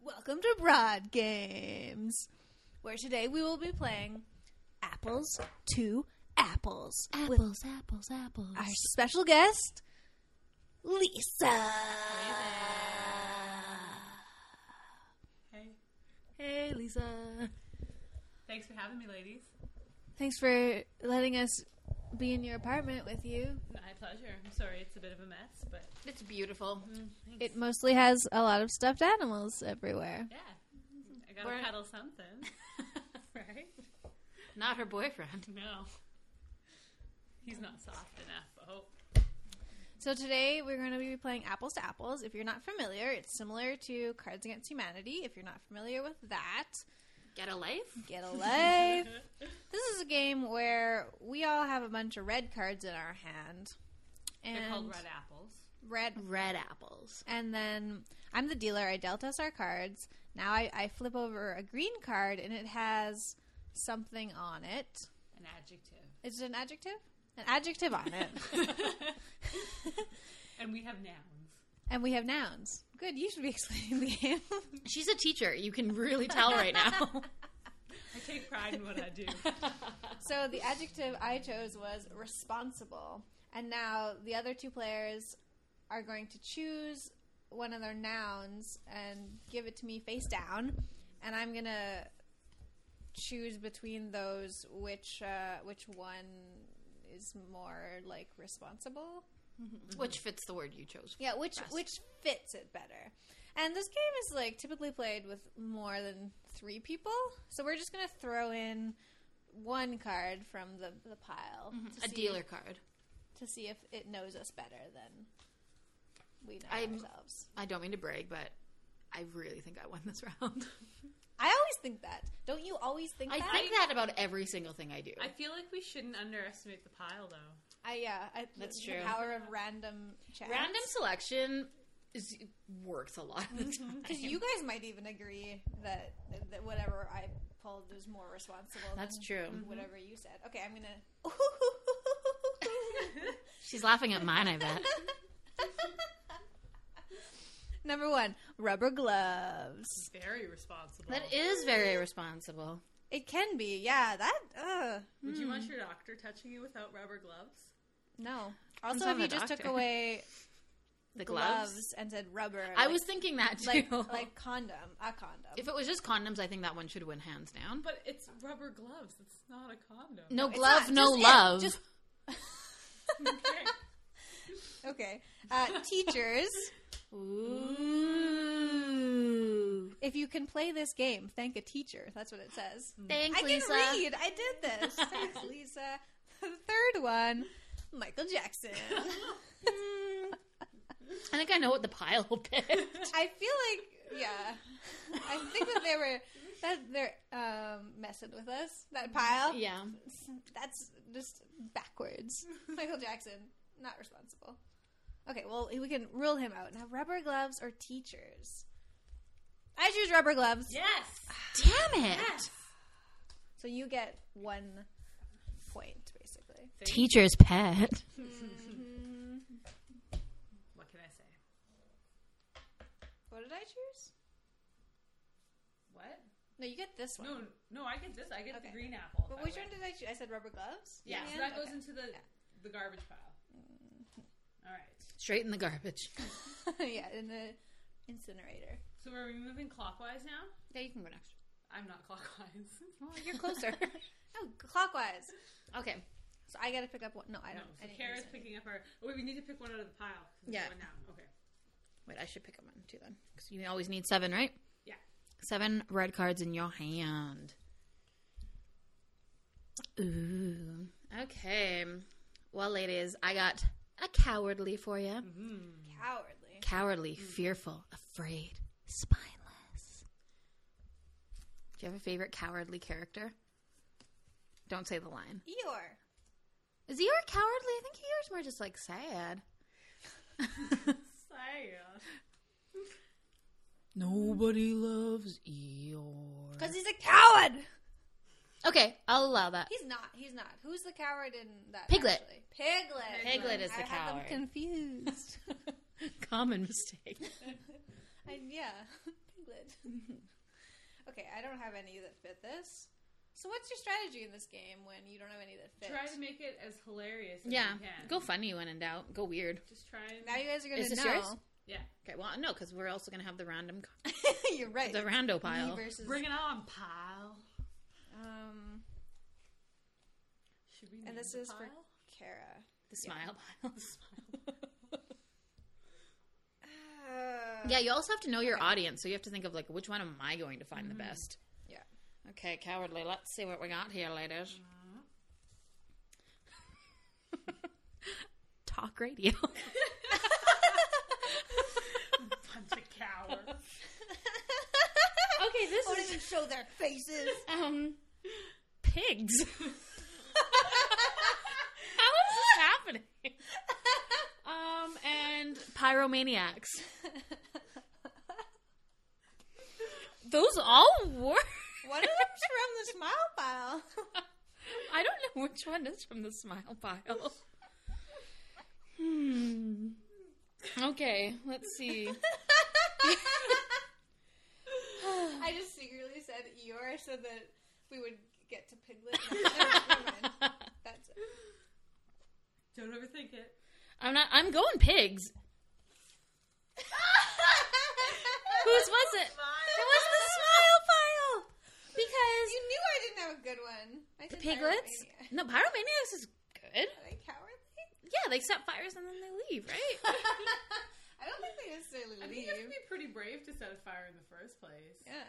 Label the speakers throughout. Speaker 1: welcome to Broad Games, where today we will be playing Apples to Apples with
Speaker 2: Apples, apples, apples.
Speaker 1: our special guest, Lisa.
Speaker 3: Hey,
Speaker 2: Hey, Lisa.
Speaker 3: thanks for having me, ladies.
Speaker 1: Thanks for letting us be in your apartment with you.
Speaker 3: My pleasure. I'm sorry it's a bit of a mess, but
Speaker 2: It's beautiful.
Speaker 1: It mostly has a lot of stuffed animals everywhere.
Speaker 3: yeah, I gotta
Speaker 2: We're-
Speaker 3: cuddle something, right?
Speaker 2: Not her boyfriend.
Speaker 3: No, he's not soft enough. Oh,
Speaker 1: So today we're going to be playing Apples to Apples. If you're not familiar, it's similar to Cards Against Humanity. If you're not familiar with that,
Speaker 2: Get a life?
Speaker 1: Get a life. this is a game where we all have a bunch of red cards in our hand. And
Speaker 3: they're called red apples.
Speaker 1: red.
Speaker 2: Red apples.
Speaker 1: And then I'm the dealer. I dealt us our cards. Now I, I flip over a green card and it has something on it.
Speaker 3: An adjective,
Speaker 1: Is it an adjective? An adjective on it.
Speaker 3: and we have nouns.
Speaker 1: and we have nouns. Good, you should be explaining the game.
Speaker 2: She's a teacher. You can really tell right now.
Speaker 3: I take pride in what I do.
Speaker 1: So the adjective I chose was responsible. And now the other two players are going to choose one of their nouns and give it to me face down. And I'm going to choose between those which uh, which one is more like responsible.
Speaker 2: Which fits the word you chose.
Speaker 1: Yeah, which which fits it better. And this game is like typically played with more than three people, so we're just gonna throw in one card from the the pile to
Speaker 2: Mm-hmm. A
Speaker 1: see,
Speaker 2: dealer card.
Speaker 1: to see if it knows us better than we know
Speaker 2: I'm-
Speaker 1: ourselves.
Speaker 2: I don't mean to brag, but I really think I won this round.
Speaker 1: I always think that. Don't you always think
Speaker 2: I
Speaker 1: that?
Speaker 2: think that about every single thing I do.
Speaker 3: I feel like we shouldn't underestimate the pile, though.
Speaker 1: I yeah. I,
Speaker 2: That's
Speaker 1: the
Speaker 2: true.
Speaker 1: power of random chance.
Speaker 2: Random selection is works a lot. of the time.
Speaker 1: because you guys might even agree that that whatever I pulled was more responsible.
Speaker 2: That's
Speaker 1: than
Speaker 2: true.
Speaker 1: Whatever you said. Okay, I'm gonna.
Speaker 2: She's laughing at mine, I bet.
Speaker 1: Number one, rubber gloves.
Speaker 3: Very responsible.
Speaker 2: That is very responsible.
Speaker 1: It can be, yeah. That, uh,
Speaker 3: Would you want your doctor touching you without rubber gloves?
Speaker 1: no.
Speaker 2: Depends
Speaker 1: Also,
Speaker 2: on
Speaker 1: if you
Speaker 2: the
Speaker 1: just took
Speaker 2: doctor.
Speaker 1: away
Speaker 2: The
Speaker 1: gloves.
Speaker 2: gloves.
Speaker 1: and said rubber,
Speaker 2: I
Speaker 1: like-
Speaker 2: was thinking that too.
Speaker 1: like like condom, a condom.
Speaker 2: If it was just condoms, I think that one should win hands down.
Speaker 3: But it's rubber gloves. It's not a condom.
Speaker 2: No
Speaker 1: It's not-
Speaker 2: glove, no
Speaker 1: just it, just-
Speaker 2: love.
Speaker 3: Okay.
Speaker 1: okay. Uh, teachers,
Speaker 2: Ooh.
Speaker 1: if you can play this game, thank a teacher. That's what it says.
Speaker 2: Thanks,
Speaker 1: I
Speaker 2: Lisa.
Speaker 1: can read. I did this. Thanks, Lisa. The third one, Michael Jackson.
Speaker 2: I think I know what the pile picked.
Speaker 1: I feel like yeah. I think that they were that they're um, messing with us. That pile.
Speaker 2: yeah.
Speaker 1: That's just backwards. Michael Jackson, not responsible. Okay, well we can rule him out. Now rubber gloves or teachers. I choose rubber gloves.
Speaker 3: Yes.
Speaker 2: Damn it.
Speaker 1: So you get one point basically.
Speaker 2: Teacher's pet. Mm-hmm.
Speaker 3: What can I say?
Speaker 1: What did I choose?
Speaker 3: What?
Speaker 1: No, you get this one.
Speaker 3: No, no, I get this. I get
Speaker 1: Okay.
Speaker 3: the green apple.
Speaker 1: But
Speaker 3: if I
Speaker 1: which
Speaker 3: win.
Speaker 1: one did I choose? I said rubber gloves.
Speaker 3: Yeah,
Speaker 1: in
Speaker 3: so
Speaker 1: the end?
Speaker 3: that goes
Speaker 1: Okay. Mm.
Speaker 3: into the the garbage pile. All right.
Speaker 2: Straight in the garbage.
Speaker 1: yeah, in the incinerator.
Speaker 3: So are we moving clockwise now?
Speaker 2: Yeah, you can go next.
Speaker 3: I'm not clockwise.
Speaker 2: Well, you're closer.
Speaker 1: Oh, clockwise.
Speaker 2: okay.
Speaker 1: So I got to pick up one. No, I
Speaker 3: no.
Speaker 1: don't. I
Speaker 3: So
Speaker 1: didn't
Speaker 3: Kara's
Speaker 1: use any.
Speaker 3: picking up our. Oh, wait, we need to pick one out of the pile. 'cause it's
Speaker 2: Yeah.
Speaker 3: One down. Okay.
Speaker 2: Wait, I should pick up one too then. Because you always need seven, right?
Speaker 3: Yeah.
Speaker 2: Seven red cards in your hand. Ooh. Okay. Well, ladies, I got a cowardly for you.
Speaker 1: Cowardly.
Speaker 2: Cowardly, fearful, afraid, spineless. Do you have a favorite cowardly character? Don't say the line.
Speaker 1: Eeyore.
Speaker 2: Is Eeyore cowardly? I think Eeyore's more just like sad.
Speaker 3: Sad.
Speaker 2: Nobody loves Eeyore.
Speaker 1: Because he's a coward.
Speaker 2: Okay, I'll allow that.
Speaker 1: He's not. He's not. Who's the coward in that?
Speaker 2: Piglet.
Speaker 1: actually? Piglet.
Speaker 2: Piglet is
Speaker 1: I
Speaker 2: the
Speaker 1: had them
Speaker 2: coward.
Speaker 1: confused.
Speaker 2: Common mistake.
Speaker 1: I, yeah. Piglet. Solid. okay, I don't have any that fit this. So what's your strategy in this game when you don't have any that fit?
Speaker 3: Try to make it as hilarious as
Speaker 2: Yeah.
Speaker 3: you can.
Speaker 2: Go funny when in doubt. Go weird.
Speaker 3: Just try and.
Speaker 1: now you guys are gonna
Speaker 2: Is this
Speaker 1: know.
Speaker 2: yours?
Speaker 3: yeah.
Speaker 2: Okay, well, no, because we're also going to have the random, co-
Speaker 1: You're right.
Speaker 2: the rando
Speaker 1: Me
Speaker 2: pile.
Speaker 1: versus
Speaker 3: Bring it on, pile.
Speaker 1: um,
Speaker 3: Should we name
Speaker 1: and this
Speaker 3: the
Speaker 1: is for
Speaker 3: pile?
Speaker 1: Kara.
Speaker 2: The smile pile.
Speaker 1: Uh,
Speaker 2: yeah, you also have to know your audience, so you have to think of, like, which one am I going to find the best?
Speaker 1: yeah.
Speaker 2: Mm-hmm. Okay, cowardly, let's see what we got here, ladies. Talk radio.
Speaker 3: Bunch of cowards.
Speaker 2: okay, this
Speaker 1: Don't
Speaker 2: is
Speaker 1: even show their faces.
Speaker 2: um pigs. How is this happening? Um and pyromaniacs. Those all work.
Speaker 1: One of them's from the smile pile.
Speaker 2: I don't know which one is from the smile pile. Hmm. Okay, let's see.
Speaker 1: I just secretly said Eeyore so that we would get to Piglet. Never mind. That's it.
Speaker 3: Don't overthink it.
Speaker 2: I'm not. I'm going pigs. Whose was it? It was the smile pile. Because
Speaker 1: you knew I didn't have a good one. I
Speaker 2: the
Speaker 1: said
Speaker 2: piglets.
Speaker 1: Pyromania.
Speaker 2: No, pyromaniacs is good.
Speaker 1: Are they cowardly?
Speaker 2: Yeah, they set fires and then they leave, right?
Speaker 1: I don't think they necessarily
Speaker 3: I think you have to
Speaker 1: leave.
Speaker 3: be pretty brave to set a fire in the first place.
Speaker 1: Yeah.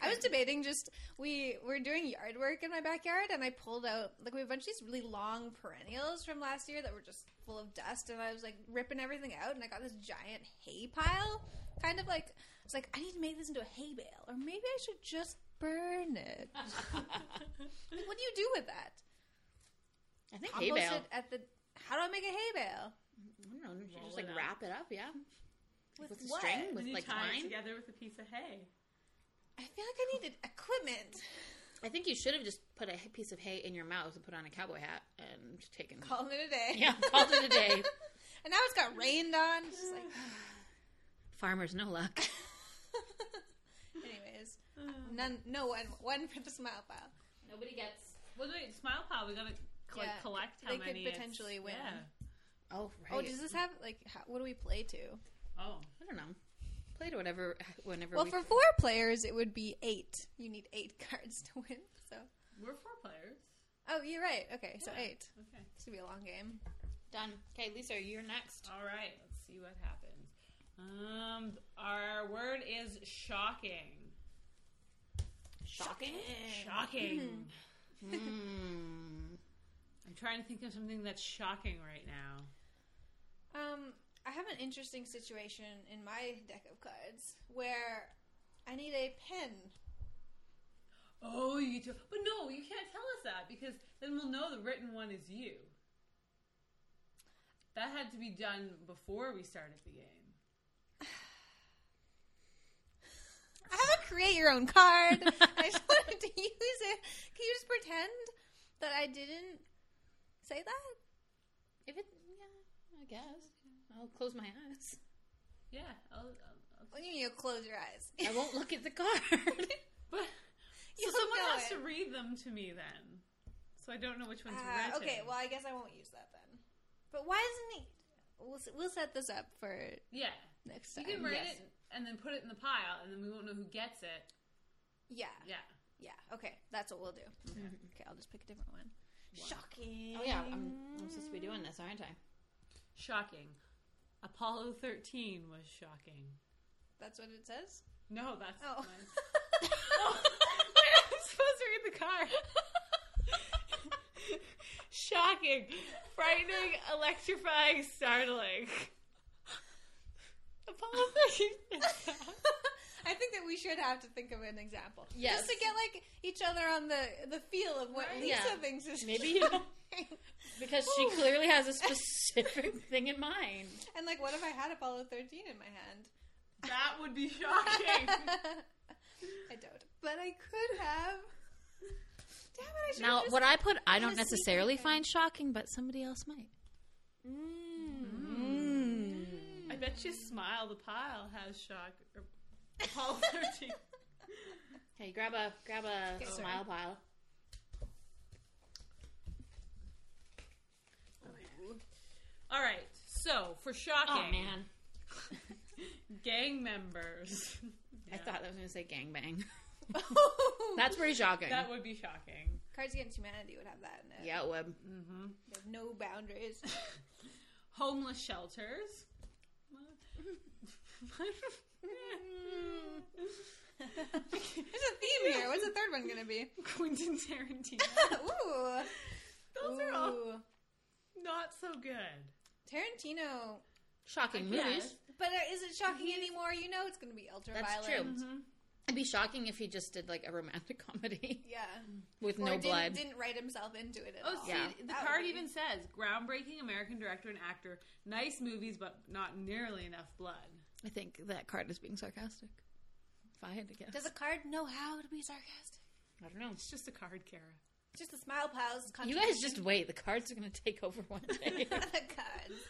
Speaker 1: I was debating just we were doing yard work in my backyard and I pulled out like we have a bunch of these really long perennials from last year that were just full of dust and I was like ripping everything out and I got this giant hay pile. Kind of like I was like, I need to make this into a hay bale, or maybe I should just burn it. Like, what do you do with that?
Speaker 2: I think hay
Speaker 1: Compost
Speaker 2: bale.
Speaker 1: it at the how do I make a hay bale?
Speaker 2: I don't know. You should
Speaker 3: Roll
Speaker 2: just like
Speaker 3: it up.
Speaker 2: wrap it up, yeah,
Speaker 1: With,
Speaker 2: with a
Speaker 1: what?
Speaker 2: string,
Speaker 3: And
Speaker 2: with
Speaker 3: you
Speaker 2: like
Speaker 3: tie it
Speaker 2: twine.
Speaker 3: together with a piece of hay.
Speaker 1: I feel like I needed equipment.
Speaker 2: I think you should have just put a piece of hay in your mouth and put on a cowboy hat and taken.
Speaker 1: Called it a day.
Speaker 2: Yeah, called it a day.
Speaker 1: and now it's got rained on. It's Just like
Speaker 2: Farmers, no luck.
Speaker 1: Anyways, none, no one, one for the smile file.
Speaker 2: Nobody gets.
Speaker 3: Well, wait, smile pile. We gotta like
Speaker 1: Yeah,
Speaker 3: collect how
Speaker 1: they could
Speaker 3: many it's-
Speaker 1: potentially win.
Speaker 3: Yeah.
Speaker 2: Oh right.
Speaker 1: Oh, does this have like how, what do we play to?
Speaker 3: Oh,
Speaker 2: I don't know. Play to whatever, whenever.
Speaker 1: Well,
Speaker 2: we...
Speaker 1: for four players, it would be eight. You need eight cards to win. So,
Speaker 3: we're four players.
Speaker 1: oh, you're right. Okay, so
Speaker 3: Yeah.
Speaker 1: eight.
Speaker 3: Okay.
Speaker 1: This would be a long game.
Speaker 2: done. Okay, Lisa, you're next.
Speaker 3: All right. Let's see what happens. Um, our word is shocking.
Speaker 2: Shocking.
Speaker 1: Mm-hmm.
Speaker 3: Shocking.
Speaker 2: Hmm. Mm.
Speaker 3: I'm trying to think of something that's shocking right now.
Speaker 1: Um, I have an interesting situation in my deck of cards where I need a pen.
Speaker 3: Oh, you do. But no, you can't tell us that because then we'll know the written one is you. That had to be done before we started the game.
Speaker 1: I have a create your own card. I just wanted to use it. Can you just pretend that I didn't say that?
Speaker 2: If it, yeah, I guess. I'll close my eyes.
Speaker 3: Yeah. I'll, I'll, I'll-
Speaker 1: Well, you need to close your eyes.
Speaker 2: I won't look at the card.
Speaker 3: but so
Speaker 1: You'll
Speaker 3: someone
Speaker 1: know
Speaker 3: has
Speaker 1: it.
Speaker 3: to read them to me then. So I don't know which one's
Speaker 1: Ah,
Speaker 3: written.
Speaker 1: okay, well, I guess I won't use that then. But why isn't it? We'll, s- we'll set this up for
Speaker 3: yeah.
Speaker 1: next
Speaker 3: You
Speaker 1: time.
Speaker 3: can write
Speaker 2: yes.
Speaker 3: it and then put it in the pile, and then we won't know who gets it.
Speaker 1: Yeah,
Speaker 3: Yeah. Mm-hmm.
Speaker 1: yeah. Okay, that's what we'll do. Okay, I'll just pick a different one. Shocking.
Speaker 2: oh yeah, I'm, I'm supposed to be doing this, aren't I?
Speaker 3: Shocking. Apollo 13 was shocking.
Speaker 1: That's what it says.
Speaker 3: No, that's
Speaker 1: Oh.
Speaker 3: mine. Wait, I'm supposed to read the card. Shocking, frightening, electrifying, startling. Apollo 13.
Speaker 1: I think that we should have to think of an example.
Speaker 2: Yes.
Speaker 1: Just to get like each other on the the feel of what
Speaker 3: Right.
Speaker 1: Lisa
Speaker 2: Yeah.
Speaker 1: thinks is
Speaker 2: Maybe you-
Speaker 1: shocking.
Speaker 2: Because she clearly has a specific thing in mind.
Speaker 1: and like, what if I had Apollo thirteen in my hand?
Speaker 3: that would be shocking.
Speaker 1: I don't, but I could have. Damn it! I should
Speaker 2: Now,
Speaker 1: have just...
Speaker 2: what I put, I don't
Speaker 1: just sneak
Speaker 2: necessarily
Speaker 1: in.
Speaker 2: find shocking, but somebody else might.
Speaker 1: Mm.
Speaker 2: Mm. Hmm.
Speaker 3: I bet you smile the pile has shock. er, Or, Paul allergy.
Speaker 2: Hey, grab a grab a
Speaker 1: Okay,
Speaker 2: smile pile.
Speaker 3: All right. So for shocking,
Speaker 2: Oh man,
Speaker 3: gang members.
Speaker 2: I
Speaker 3: Yeah,
Speaker 2: thought I was gonna say gangbang.
Speaker 1: Cards
Speaker 2: That's pretty shocking.
Speaker 3: that would be shocking.
Speaker 1: Against Humanity would have that in it.
Speaker 2: yeah, it would.
Speaker 3: Mm-hmm.
Speaker 1: They have no boundaries.
Speaker 3: Homeless shelters.
Speaker 1: There's a theme here. What's the third one going to be?
Speaker 3: Quentin Tarantino.
Speaker 1: Ooh.
Speaker 3: Those are all
Speaker 1: Ooh.
Speaker 3: not so good.
Speaker 1: Tarantino.
Speaker 2: Shocking
Speaker 3: I
Speaker 2: movies.
Speaker 3: guess.
Speaker 1: But uh, is it shocking anymore? You know it's going to be ultra
Speaker 2: Mm-hmm. That's true.
Speaker 1: violent.
Speaker 2: It'd be shocking if he just did like a romantic comedy
Speaker 1: Yeah.
Speaker 2: with
Speaker 1: or
Speaker 2: no
Speaker 1: didn't,
Speaker 2: blood.
Speaker 1: didn't write himself into it at
Speaker 3: Oh,
Speaker 1: all.
Speaker 3: see,
Speaker 2: Yeah.
Speaker 3: the
Speaker 1: That would
Speaker 3: card
Speaker 1: be-
Speaker 3: even says groundbreaking American director and actor. Nice movies, but not nearly enough blood.
Speaker 2: I think that card is being sarcastic. If I had to guess,
Speaker 1: Does a card know how to be sarcastic?
Speaker 2: I don't know.
Speaker 3: It's just a card, Kara.
Speaker 1: Just a smile piles.
Speaker 2: You guys just wait. The cards are gonna take over one day.
Speaker 1: the cards.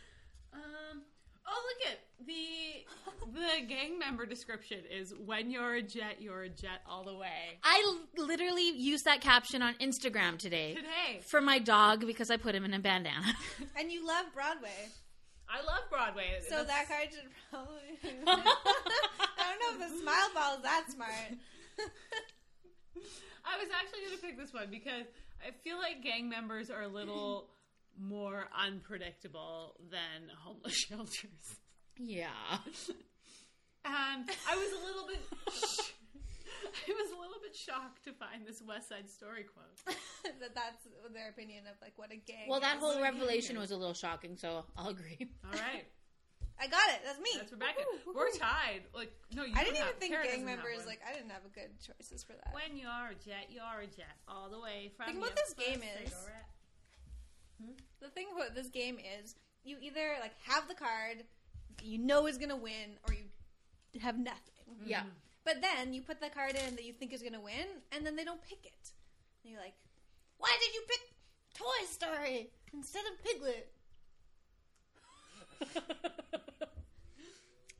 Speaker 3: Um. Oh, look at the the gang member description is when you're a jet, you're a jet all the way.
Speaker 2: I l- literally used that caption on Instagram today
Speaker 3: Today,
Speaker 2: for my dog because I put him in a bandana.
Speaker 1: And you love Broadway.
Speaker 3: I love Broadway.
Speaker 1: So that
Speaker 3: That's-
Speaker 1: card should probably. I don't know if the smile ball is that smart.
Speaker 3: I was actually going to pick this one because I feel like gang members are a little more unpredictable than homeless shelters.
Speaker 2: yeah.
Speaker 3: And Um, I was a little bit I was a little bit shocked to find this West Side Story quote.
Speaker 1: that that's their opinion of like what a gang.
Speaker 2: Well, that
Speaker 1: is.
Speaker 2: whole revelation was a little shocking, so I'll agree.
Speaker 3: All right.
Speaker 1: I got it. That's me.
Speaker 3: That's Rebecca. We're tied. Like no, you
Speaker 1: I
Speaker 3: don't
Speaker 1: didn't even
Speaker 3: have-
Speaker 1: think
Speaker 3: Kara
Speaker 1: gang
Speaker 3: doesn't have
Speaker 1: members
Speaker 3: one.
Speaker 1: like I didn't have a good choices for that.
Speaker 3: when you are a jet, you are a jet all the way from
Speaker 1: Think what
Speaker 3: your
Speaker 1: this
Speaker 3: first
Speaker 1: game is.
Speaker 3: cigarette.
Speaker 1: The thing about this game is you either like have the card you know is gonna win or you have nothing.
Speaker 2: Yeah.
Speaker 1: But then you put the card in that you think is going to win, and then they don't pick it. And you're like, why did you pick Toy Story instead of Piglet?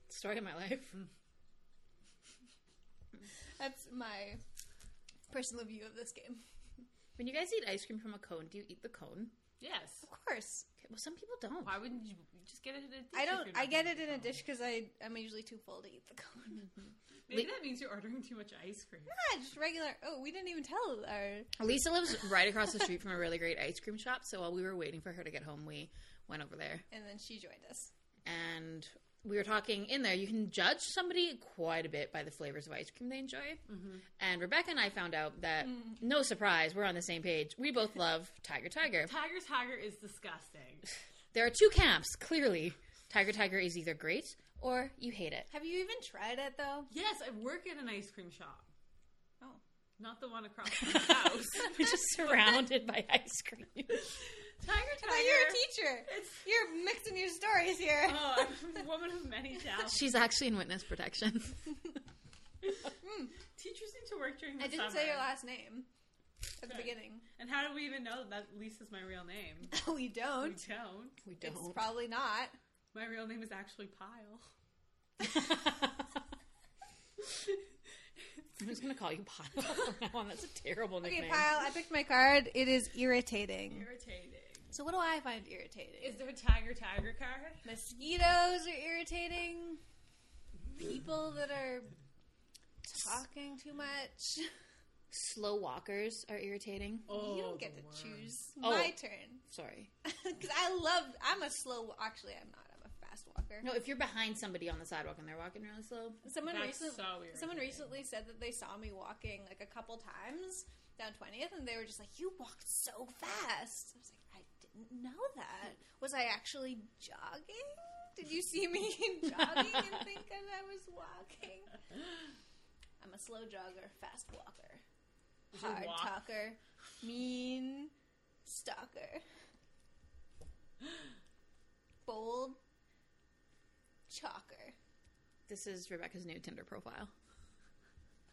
Speaker 2: Story of my life.
Speaker 1: That's my personal view of this game.
Speaker 2: When you guys eat ice cream from a cone, do you eat the cone?
Speaker 3: Yes.
Speaker 1: Of course.
Speaker 2: Okay, well, some people don't.
Speaker 3: Why wouldn't you you just get it in a dish?
Speaker 1: I
Speaker 3: if
Speaker 1: don't,
Speaker 3: you're not
Speaker 1: I get
Speaker 3: gonna
Speaker 1: it Hmm. in a
Speaker 3: go?
Speaker 1: dish because I'm usually too full to eat the cone.
Speaker 3: Maybe that means you're ordering too much ice cream.
Speaker 1: ah, just regular. Oh, we didn't even tell our.
Speaker 2: Lisa lives right across the street from a really great ice cream shop, so while we were waiting for her to get home, we went over there.
Speaker 1: And then she joined us.
Speaker 2: and we were talking in there. You can judge somebody quite a bit by the flavors of ice cream they enjoy. And Rebecca and I found out that, no surprise, we're on the same page. We both love Tiger Tiger.
Speaker 3: Tiger Tiger is disgusting.
Speaker 2: There are two camps, clearly. Tiger Tiger is either great or you hate it.
Speaker 1: Have you even tried it though?
Speaker 3: Yes, I work at an ice cream shop.
Speaker 1: Oh.
Speaker 3: Not the one across from the house.
Speaker 2: we're just surrounded by ice cream.
Speaker 3: Tiger
Speaker 1: Oh,
Speaker 3: Tiger.
Speaker 1: you're a teacher.
Speaker 3: It's-
Speaker 1: You're mixing your stories here.
Speaker 3: Oh, I'm a woman of many talents.
Speaker 2: She's actually in witness protection.
Speaker 3: Teachers need to work during the
Speaker 1: I didn't
Speaker 3: summer.
Speaker 1: say your last name at the
Speaker 3: Good.
Speaker 1: beginning.
Speaker 3: And how do we even know that Lisa's my real name?
Speaker 1: we
Speaker 3: We
Speaker 1: don't.
Speaker 3: don't.
Speaker 2: We
Speaker 1: It's
Speaker 2: don't.
Speaker 1: probably not.
Speaker 3: My real name is actually Pyle.
Speaker 2: I'm just gonna call you Pile from now on. That's a terrible
Speaker 1: Okay,
Speaker 2: nickname.
Speaker 1: Pyle, I picked my card. It is irritating.
Speaker 3: Irritating.
Speaker 1: So what do I find irritating?
Speaker 3: Is there a Tiger Tiger card?
Speaker 1: Mosquitoes are irritating. People that are talking too much.
Speaker 2: Slow walkers are irritating.
Speaker 3: Oh,
Speaker 1: you don't get
Speaker 3: the
Speaker 1: to
Speaker 3: worst.
Speaker 1: choose.
Speaker 2: Oh.
Speaker 1: My turn.
Speaker 2: Sorry.
Speaker 1: Because I love. I'm a slow. Actually, I'm not. I'm a fast walker.
Speaker 2: No, if you're behind somebody on the sidewalk and they're walking really slow,
Speaker 1: Someone
Speaker 3: That's
Speaker 1: recently.
Speaker 3: so irritating.
Speaker 1: someone recently said that they saw me walking like a couple times down 20th, and they were just like, "You walked so fast." I was like, "I didn't know that. Was I actually jogging? Did you see me jogging and think that I was walking?" I'm a slow jogger, fast walker,
Speaker 3: Does your
Speaker 1: hard
Speaker 3: walk-
Speaker 1: talker, mean stalker, bold chalker.
Speaker 2: this is Rebecca's new Tinder profile.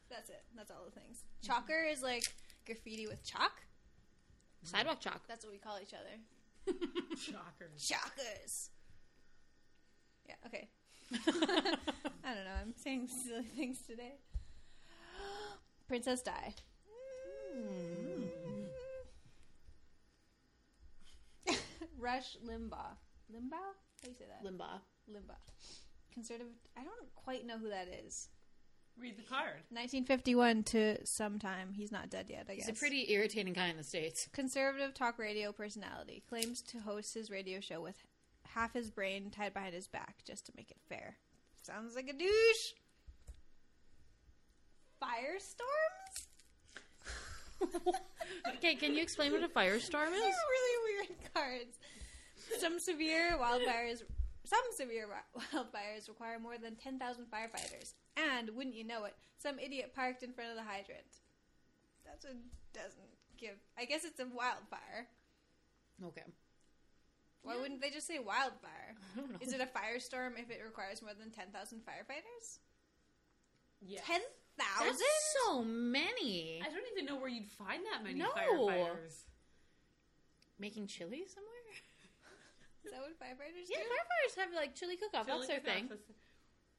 Speaker 1: That's it. That's all the things. Chalker is like graffiti with chalk.
Speaker 2: Sidewalk chalk.
Speaker 1: That's what we call each other.
Speaker 3: Shockers.
Speaker 1: Chalkers. Yeah, okay. I don't know. I'm saying silly things today. Princess Di. Mm. Rush Limbaugh. Limbaugh? How do you say that?
Speaker 2: Limbaugh.
Speaker 1: Limbaugh. Conservative. I don't quite know who that is.
Speaker 3: Read the card.
Speaker 1: 1951 to sometime. He's not dead yet, I guess.
Speaker 2: He's a pretty irritating guy in the States.
Speaker 1: conservative talk radio personality. Claims to host his radio show with half his brain tied behind his back just to make it fair. Sounds like a douche. Firestorms?
Speaker 2: Okay, can you explain what a firestorm
Speaker 1: These
Speaker 2: is?
Speaker 1: are really weird cards. Some severe wildfires. Some severe wi- wildfires require more than 10,000 firefighters. And, wouldn't you know it, some idiot parked in front of the hydrant. That's what doesn't give. I guess it's a wildfire.
Speaker 2: Okay.
Speaker 1: Why wouldn't they just say wildfire?
Speaker 2: don't know.
Speaker 1: Is it a firestorm if it requires more than 10,000 firefighters?
Speaker 3: Yes.
Speaker 1: 10,000?
Speaker 2: That's so many.
Speaker 3: I don't even know where you'd find that many
Speaker 2: No.
Speaker 3: firefighters.
Speaker 2: Making chili somewhere?
Speaker 1: Is that what firefighters
Speaker 2: Yeah,
Speaker 1: do?
Speaker 2: firefighters have like chili cook off.
Speaker 3: So,
Speaker 2: That's
Speaker 3: like,
Speaker 2: their
Speaker 3: that's
Speaker 2: thing.
Speaker 3: the-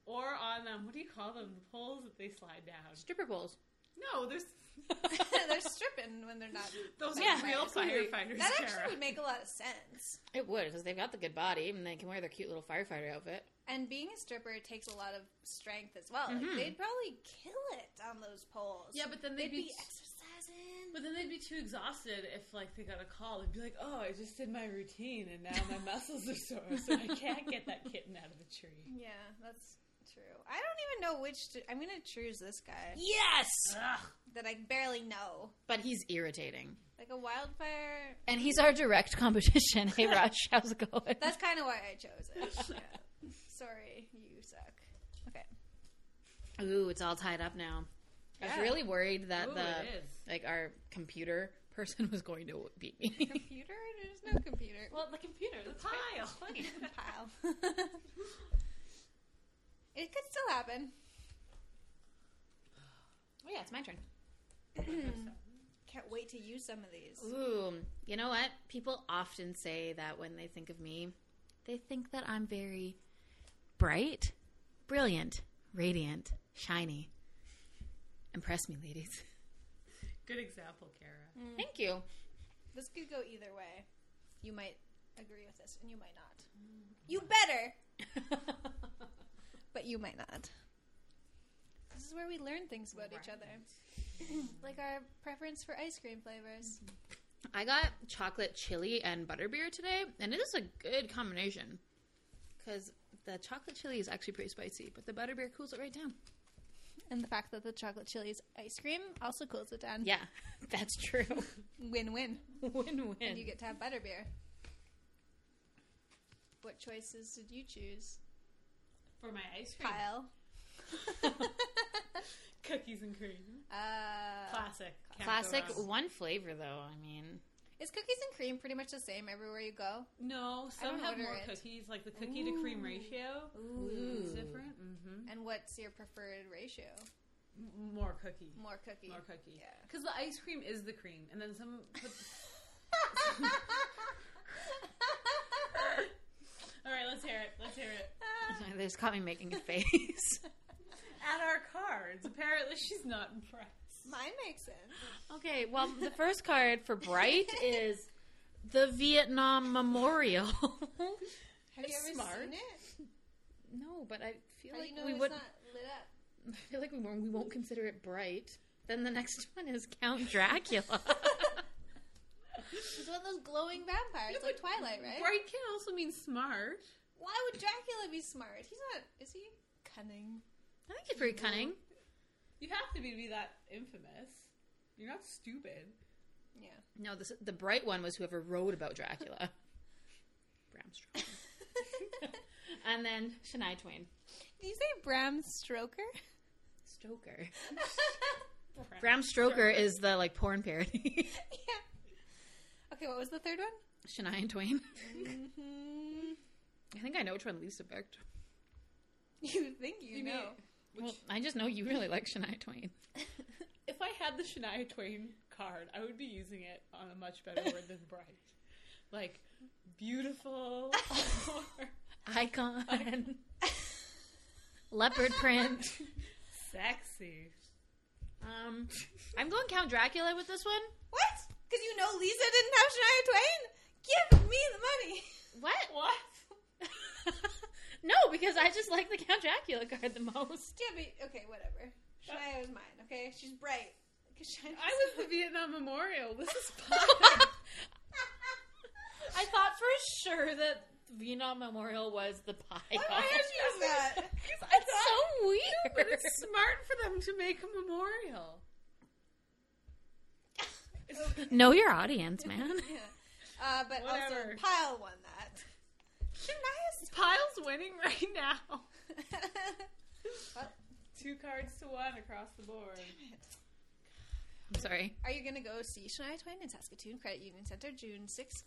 Speaker 3: Or on um, what do you call them? The poles that they slide down.
Speaker 2: Stripper poles.
Speaker 3: No, there's
Speaker 1: they're stripping when they're not.
Speaker 3: those
Speaker 2: Yeah.
Speaker 3: are real
Speaker 2: Sorry.
Speaker 3: firefighters.
Speaker 1: That
Speaker 3: Tara.
Speaker 1: actually would make a lot of sense.
Speaker 2: It would, because they've got the good body and they can wear their cute little firefighter outfit.
Speaker 1: And being a stripper takes a lot of strength as well. Like, they'd probably kill it on those poles.
Speaker 3: Mm-hmm. Yeah, but then
Speaker 1: they'd,
Speaker 3: they'd
Speaker 1: be,
Speaker 3: be-
Speaker 1: exercising.
Speaker 3: But then they'd be too exhausted if like they got a call. They'd be like, "Oh, I just did my routine and now my muscles are sore, so I can't get that kitten out of the tree."
Speaker 1: Yeah, that's true. I don't even know which. To, I'm gonna choose this guy
Speaker 2: Yes!
Speaker 3: Ugh.
Speaker 1: that I barely know.
Speaker 2: But he's irritating.
Speaker 1: Like a wildfire.
Speaker 2: And he's our direct competition. Hey, Rush, how's it going?
Speaker 1: That's kind of why I chose it. Yeah. Sorry, you suck. Okay.
Speaker 2: Ooh, it's all tied up now. I was
Speaker 1: Yeah.
Speaker 2: really worried that
Speaker 3: Ooh,
Speaker 2: the
Speaker 3: it is.
Speaker 2: like our computer person was going to beat me.
Speaker 1: Computer? There's no computer.
Speaker 3: Well, the computer, the pile.
Speaker 1: pile. it could still happen.
Speaker 2: oh yeah, it's my turn.
Speaker 1: Can't wait to use some of these.
Speaker 2: Ooh, you know what? People often say that when they think of me, they think that I'm very bright, brilliant, radiant, shiny. Impress me, ladies.
Speaker 3: Good example, Kara.
Speaker 2: Thank you.
Speaker 1: This could go either way. You might agree with this, and you might not. You better, but you might not. This is where we learn things about each other, like our preference for ice cream flavors.
Speaker 2: I got chocolate chili and butterbeer today, and it is a good combination because the chocolate chili is actually pretty spicy, but the butterbeer cools it right down.
Speaker 1: And the fact that the chocolate chili is ice cream also cools it down.
Speaker 2: Yeah, that's true.
Speaker 1: Win win.
Speaker 2: win
Speaker 1: And you
Speaker 2: win.
Speaker 1: get to have butterbeer. What choices did you choose,
Speaker 3: For my ice cream,
Speaker 1: Kyle?
Speaker 3: cookies and cream,
Speaker 1: Uh,
Speaker 3: classic, Can't go
Speaker 2: Classic
Speaker 3: wrong.
Speaker 2: one flavor, though. I mean,
Speaker 1: is cookies and cream pretty much the same everywhere you go?
Speaker 3: No, some
Speaker 1: don't
Speaker 3: have
Speaker 1: order
Speaker 3: more
Speaker 1: it.
Speaker 3: cookies, like the cookie to cream ratio. is different. Mm-hmm.
Speaker 1: And what's your preferred ratio?
Speaker 3: More cookie,
Speaker 1: More cookie.
Speaker 3: more cookie.
Speaker 1: Yeah.
Speaker 3: because the ice cream is the cream, and then some. Put... All right, let's hear it. Let's hear it.
Speaker 2: they just caught me making a face.
Speaker 3: At our cards. Apparently, she's not impressed.
Speaker 1: Mine makes sense.
Speaker 2: okay, well, the first card for Bright is the Vietnam Memorial.
Speaker 1: Have you ever
Speaker 2: Smart.
Speaker 1: seen it?
Speaker 2: no, but I feel
Speaker 1: How do
Speaker 2: like
Speaker 1: you know
Speaker 2: we
Speaker 1: it's
Speaker 2: would.
Speaker 1: not lit up?
Speaker 2: I feel like we won't, we won't consider it bright. Then the next one is Count Dracula.
Speaker 1: It's one of those glowing vampires,
Speaker 3: No,
Speaker 1: like Twilight, right?
Speaker 3: Bright can also mean smart.
Speaker 1: Why would Dracula be smart? He's not. Is he cunning?
Speaker 2: I think it's pretty cunning.
Speaker 3: You have to be to be that infamous. You're not stupid.
Speaker 1: Yeah.
Speaker 2: No, this, the bright one was whoever wrote about Dracula. Bram Stoker. and then Shania Twain.
Speaker 1: Did you say Bram Stoker?
Speaker 2: Stoker.
Speaker 3: Bram,
Speaker 2: Bram Stoker is the like porn parody.
Speaker 1: yeah. Okay, what was the third one?
Speaker 2: Shania Twain.
Speaker 1: hmm
Speaker 2: I think I know which one Lisa picked.
Speaker 1: You think you,
Speaker 3: You
Speaker 1: know.
Speaker 3: mean- Which,
Speaker 2: Well, I just know you really like Shania Twain.
Speaker 3: if I had the Shania Twain card, I would be using it on a much better word than bright. Like, beautiful. or-
Speaker 2: Icon. leopard print.
Speaker 3: Sexy.
Speaker 2: Um, I'm going Count Dracula with this one.
Speaker 1: What? Because you know Lisa didn't have Shania Twain? Give me the money.
Speaker 2: What?
Speaker 3: What?
Speaker 2: no, because I just like the Count Dracula card the most.
Speaker 1: Yeah, but okay, whatever. Shania was mine, okay? She's bright. 'Cause Shania's
Speaker 3: I was the Vietnam Memorial. This is
Speaker 2: I thought for sure that Vietnam Memorial was the pie.
Speaker 1: Why
Speaker 2: card.
Speaker 1: would you use that?
Speaker 2: That's so
Speaker 3: But
Speaker 2: weird.
Speaker 3: it's smart for them to make a memorial.
Speaker 2: Know your audience, man.
Speaker 1: Yeah. Uh, but
Speaker 3: Whatever.
Speaker 1: also, Pyle won that. Shania's.
Speaker 3: Pyle's winning right now.
Speaker 1: Well,
Speaker 3: Two cards to one across the board.
Speaker 2: I'm sorry.
Speaker 1: are you going to go see Shania Twain in Saskatoon Credit Union Center June 6th,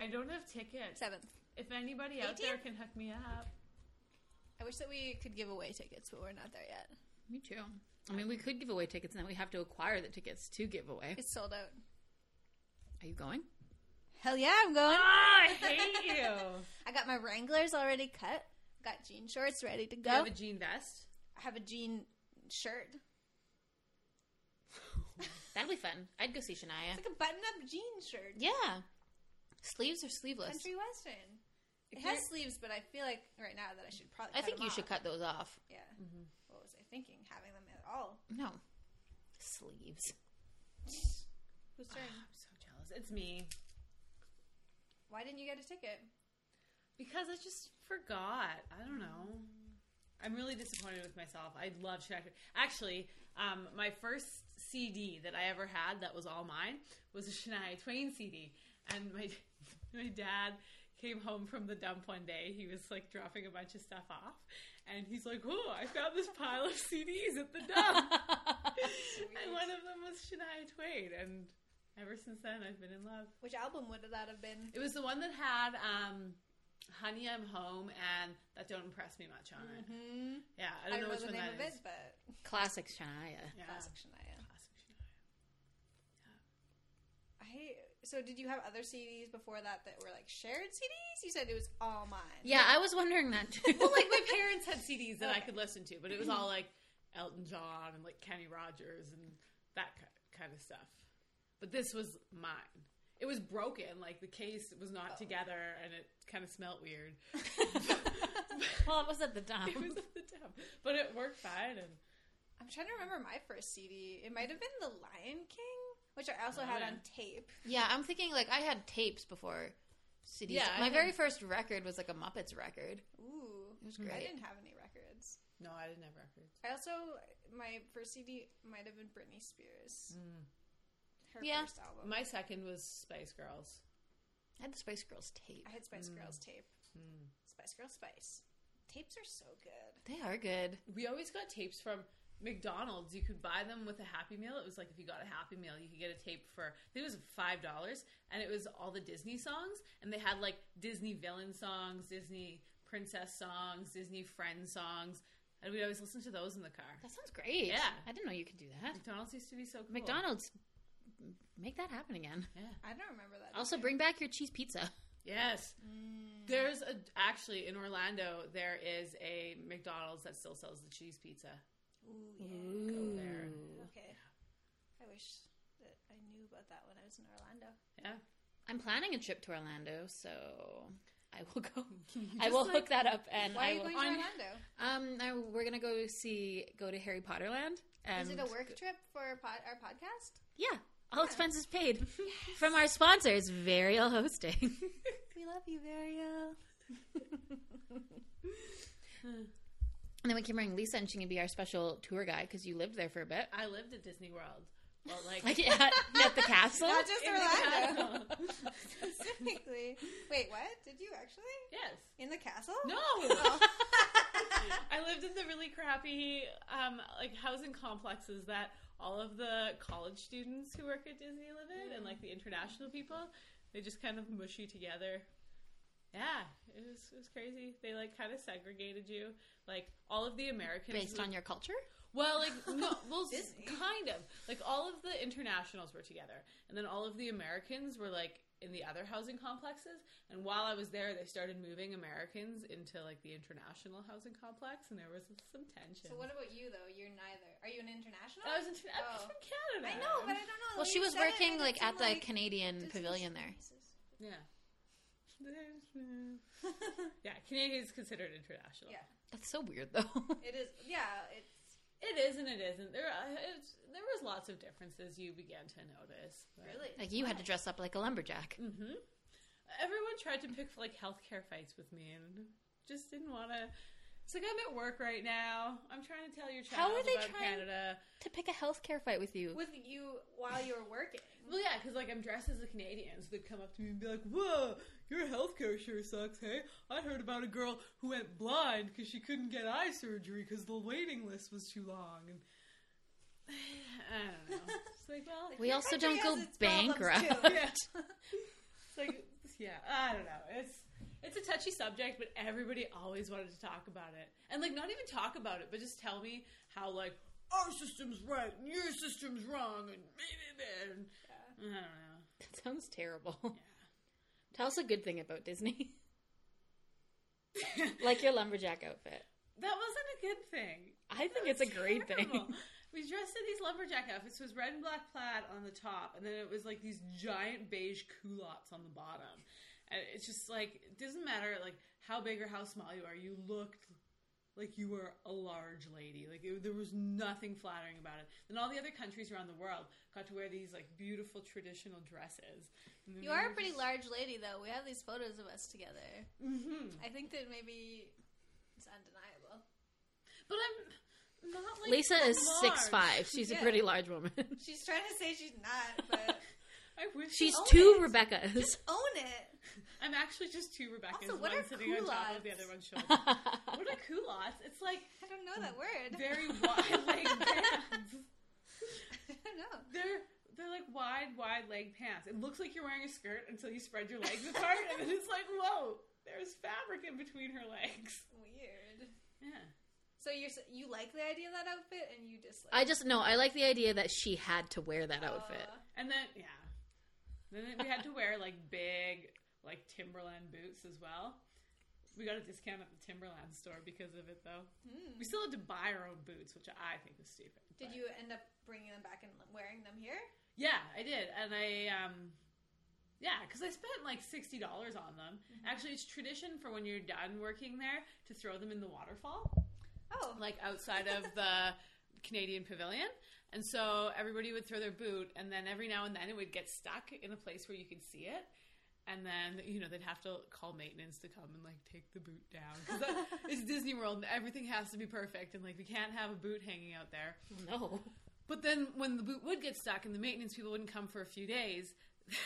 Speaker 3: I don't have tickets.
Speaker 1: 7th?
Speaker 3: If anybody out there can hook me up,
Speaker 1: I wish that we could give away tickets, but we're not there yet.
Speaker 2: Me too. I mean, we could give away tickets, and then we have to acquire the tickets to give away.
Speaker 1: It's sold out.
Speaker 2: Are you going?
Speaker 1: Hell yeah, I'm going.
Speaker 3: Ah, I hate you.
Speaker 1: I got my Wranglers already cut. Got jean shorts ready to
Speaker 3: Do
Speaker 1: go.
Speaker 3: you have a jean vest?
Speaker 1: I have a jean shirt.
Speaker 2: That'd be fun. I'd go see Shania.
Speaker 1: It's like a button-up jean shirt.
Speaker 2: Yeah. Sleeves or sleeveless?
Speaker 1: Country Western. It
Speaker 3: If
Speaker 1: has
Speaker 3: you're-
Speaker 1: sleeves, but I feel like right now that I should probably.
Speaker 2: I
Speaker 1: cut
Speaker 2: think
Speaker 1: them
Speaker 2: you should
Speaker 1: off.
Speaker 2: cut those off.
Speaker 1: Yeah.
Speaker 3: Mm-hmm.
Speaker 1: What was I thinking? Having them at all?
Speaker 2: No. Sleeves.
Speaker 1: Who's turn?
Speaker 3: I'm so jealous. It's me.
Speaker 1: Why didn't you get a ticket?
Speaker 3: Because I just forgot. I don't know. I'm really disappointed with myself. I love Shania. Twain. Actually, um, my first CD that I ever had that was all mine was a Shania Twain CD. And my my dad came home from the dump one day. He was like dropping a bunch of stuff off, and he's like, "Oh, I found this pile of CDs at the dump."
Speaker 2: Oh.
Speaker 3: and one of them was Shania Twain, and ever since then, I've been in love.
Speaker 1: Which album would that have been?
Speaker 3: It was the one that had um, "Honey, I'm Home" and "That Don't Impress Me Much" on it.
Speaker 1: Hmm.
Speaker 3: Yeah, I
Speaker 1: I don't,
Speaker 3: don't know
Speaker 1: know
Speaker 3: which
Speaker 1: the
Speaker 3: one
Speaker 1: name
Speaker 3: that
Speaker 1: of
Speaker 3: is.
Speaker 1: it, but
Speaker 2: Classic Shania.
Speaker 3: Yeah.
Speaker 1: classic Shania.
Speaker 3: Classic Shania.
Speaker 1: I. So did you have other CDs before that that were like shared CDs? You said it was all mine.
Speaker 2: Yeah, I was wondering that too.
Speaker 3: Well, like my parents had CDs that I
Speaker 1: Okay.
Speaker 3: could listen to, but it was all like Elton John and like Kenny Rogers and that ki- kind of stuff. But this was mine. It was broken, like the case was not
Speaker 1: Oh.
Speaker 3: together, and it kind of smelled weird.
Speaker 2: well, it was at the
Speaker 3: It
Speaker 2: dump.
Speaker 3: was at the dump, but it worked fine. And
Speaker 1: I'm trying to remember my first CD. It might have been The Lion King, which I also had
Speaker 3: yeah.
Speaker 1: on tape.
Speaker 2: Yeah, I'm thinking like I had tapes before CDs.
Speaker 3: Yeah, I
Speaker 2: my
Speaker 3: had-
Speaker 2: very first record was like a Muppets record.
Speaker 1: Ooh,
Speaker 2: It was
Speaker 1: I
Speaker 2: great.
Speaker 1: didn't have any records.
Speaker 3: no, I didn't have records.
Speaker 1: I also my first CD might have been Britney Spears. Her
Speaker 2: Mm. Yeah.
Speaker 1: first album.
Speaker 3: My second was Spice Girls.
Speaker 2: I had the Spice Girls tape.
Speaker 1: I had Spice Girls tape.
Speaker 2: Mm.
Speaker 1: Spice Girls Spice. Tapes are so good.
Speaker 2: They are good.
Speaker 3: We always got tapes from McDonald's. You could buy them with a Happy Meal. It was like if you got a Happy Meal, you could get a tape for I think it was five dollars, and it was all the Disney songs, and they had like Disney villain songs, Disney princess songs, Disney friend songs, and we'd always listen to those in the car.
Speaker 2: That sounds great.
Speaker 3: Yeah.
Speaker 2: I didn't know you could do that.
Speaker 3: McDonald's used to be so cool.
Speaker 2: McDonald's, make that happen again.
Speaker 3: Yeah.
Speaker 1: I don't remember that.
Speaker 2: Also,
Speaker 1: either.
Speaker 2: bring back your cheese pizza.
Speaker 3: Yes. There's a actually in Orlando there is a McDonald's that still sells the cheese pizza.
Speaker 1: Ooh, yeah.
Speaker 3: Go there.
Speaker 1: Okay. I wish that I knew about that when I was in Orlando.
Speaker 3: Yeah.
Speaker 2: I'm planning a trip to Orlando, so I will go. I will hook that up, and
Speaker 1: Why are
Speaker 2: I
Speaker 1: you
Speaker 2: will.
Speaker 1: going to
Speaker 3: on-
Speaker 1: Orlando?
Speaker 2: um, I, we're gonna go see go to Harry Potter Land. And
Speaker 1: Is it a work trip for pod- our podcast?
Speaker 2: Yeah, all expenses paid from our sponsors, Varial Hosting.
Speaker 1: We love you, Vario.
Speaker 2: and then we can bring Lisa, and she can be our special tour guide because you lived there for a bit,
Speaker 3: I lived at Disney World. Well, like,
Speaker 2: like at, at the castle.
Speaker 1: Not just
Speaker 3: in
Speaker 1: Orlando.
Speaker 3: Orlando.
Speaker 1: Specifically. Wait, what? Did you actually?
Speaker 3: yes.
Speaker 1: In the castle?
Speaker 3: No.
Speaker 1: Oh.
Speaker 3: I lived in the really crappy um, like housing complexes that all of the college students who work at Disney live in, and like the
Speaker 2: Mm.
Speaker 3: international people, they just kind of mush you together. Yeah, it was, it was crazy. They like kind of segregated you. Like all of the Americans
Speaker 2: Based
Speaker 3: would-
Speaker 2: on your culture,
Speaker 3: well, like no, well, s-
Speaker 1: Disney.
Speaker 3: kind of. Like all of the internationals were together, and then all of the Americans were like in the other housing complexes. And while I was there, they started moving Americans into like the international housing complex, and there was some tension.
Speaker 1: So what about you though? You're neither. Are you an international?
Speaker 3: I was in, I'm
Speaker 1: Oh.
Speaker 3: from
Speaker 1: I
Speaker 3: Canada.
Speaker 1: know, but I don't know.
Speaker 2: Well,
Speaker 1: the
Speaker 2: she
Speaker 1: way you
Speaker 2: was
Speaker 1: said it
Speaker 2: working
Speaker 1: made it
Speaker 2: like
Speaker 1: seem
Speaker 2: at the
Speaker 1: like-
Speaker 2: Canadian
Speaker 1: Just-
Speaker 2: pavilion there.
Speaker 3: yeah. yeah, Canadians considered international.
Speaker 1: Yeah,
Speaker 2: That's so weird, though.
Speaker 1: it is. Yeah, it's
Speaker 3: It is and it isn't. There, uh, it's, there was lots of differences you began to notice. but-
Speaker 1: really
Speaker 2: like you had to dress up like a lumberjack.
Speaker 3: Mhm. Everyone tried to pick like healthcare fights with me, and just didn't want to. It's like I'm at work right now. I'm trying to tell your child
Speaker 4: How are they
Speaker 3: about
Speaker 4: trying-
Speaker 3: Canada.
Speaker 4: to pick a healthcare fight with you.
Speaker 1: with you while you were working.
Speaker 3: Well, yeah, because like I'm dressed as a Canadian, so they'd come up to me and be like, "Whoa, your healthcare sure sucks, hey? I heard about a girl who went blind because she couldn't get eye surgery because the waiting list was too long." And I don't know. It's like, well,
Speaker 2: We
Speaker 1: Your
Speaker 2: also
Speaker 1: country
Speaker 2: don't
Speaker 1: has
Speaker 2: go
Speaker 1: its problems,
Speaker 2: bankrupt.
Speaker 1: too.
Speaker 3: yeah. It's like yeah, I don't know. It's it's a touchy subject, but everybody always wanted to talk about it. And like not even talk about it, but just tell me how like our system's right and your system's wrong and and I don't know.
Speaker 4: That sounds terrible. Tell us a good thing about Disney. like your lumberjack outfit.
Speaker 3: That wasn't a good thing.
Speaker 4: I think it's a great
Speaker 3: Terrible.
Speaker 4: thing.
Speaker 3: We dressed in these lumberjack outfits. It was red and black plaid on the top, and then it was like these giant beige culottes on the bottom. And it's just like it doesn't matter like how big or how small you are. You looked like you were a large lady. Like it, there was nothing flattering about it. Then all the other countries around the world got to wear these like beautiful traditional dresses. And then
Speaker 1: You
Speaker 3: we
Speaker 1: are
Speaker 3: were
Speaker 1: a pretty
Speaker 3: just-
Speaker 1: large lady, though. We have these photos of us together.
Speaker 3: Mhm.
Speaker 2: Mm-hmm.
Speaker 1: I think that maybe it's undeniable.
Speaker 3: But I'm not like
Speaker 4: Lisa is
Speaker 3: large.
Speaker 4: six five. She's
Speaker 1: Yeah.
Speaker 4: a pretty large woman.
Speaker 1: She's trying to say she's not, but
Speaker 3: I wish
Speaker 4: She's
Speaker 1: Own
Speaker 4: two
Speaker 1: it.
Speaker 4: Rebecca's.
Speaker 1: own it.
Speaker 3: I'm actually just two Rebecca's.
Speaker 1: Also, what
Speaker 3: one
Speaker 1: are
Speaker 3: sitting on top of the
Speaker 1: culottes?
Speaker 3: other one's shoulder. what are culottes? It's like
Speaker 1: I don't know that word.
Speaker 3: very wide leg pants.
Speaker 1: I don't know.
Speaker 3: They're they're like wide, wide leg pants. It looks like you're wearing a skirt until you spread your legs apart, and then it's like, whoa, there's fabric in between her legs.
Speaker 1: Weird.
Speaker 3: Yeah.
Speaker 1: So you are you like the idea of that outfit, and you dislike.
Speaker 4: I just no. I like the idea that she had to wear that
Speaker 1: it.
Speaker 4: outfit.
Speaker 1: Uh,
Speaker 3: And then yeah. Then we had to wear like big like Timberland boots as well. We got a discount at the Timberland store because of it though.
Speaker 1: hmm.
Speaker 3: We still had to buy our own boots, which I think was stupid.
Speaker 1: Did
Speaker 3: but-
Speaker 1: you end up bringing them back and wearing them here?
Speaker 3: Yeah, I did, and I um, yeah, because I spent like sixty dollars on them. Actually, it's tradition for when you're done working there to throw them in the waterfall,
Speaker 1: Oh,
Speaker 3: like outside of the Canadian Pavilion. And so everybody would throw their boot, and then every now and then it would get stuck in a place where you could see it. And then you know they'd have to call maintenance to come and like take the boot down because it's Disney World and everything has to be perfect and like we can't have a boot hanging out there.
Speaker 4: No.
Speaker 3: But then when the boot would get stuck and the maintenance people wouldn't come for a few days,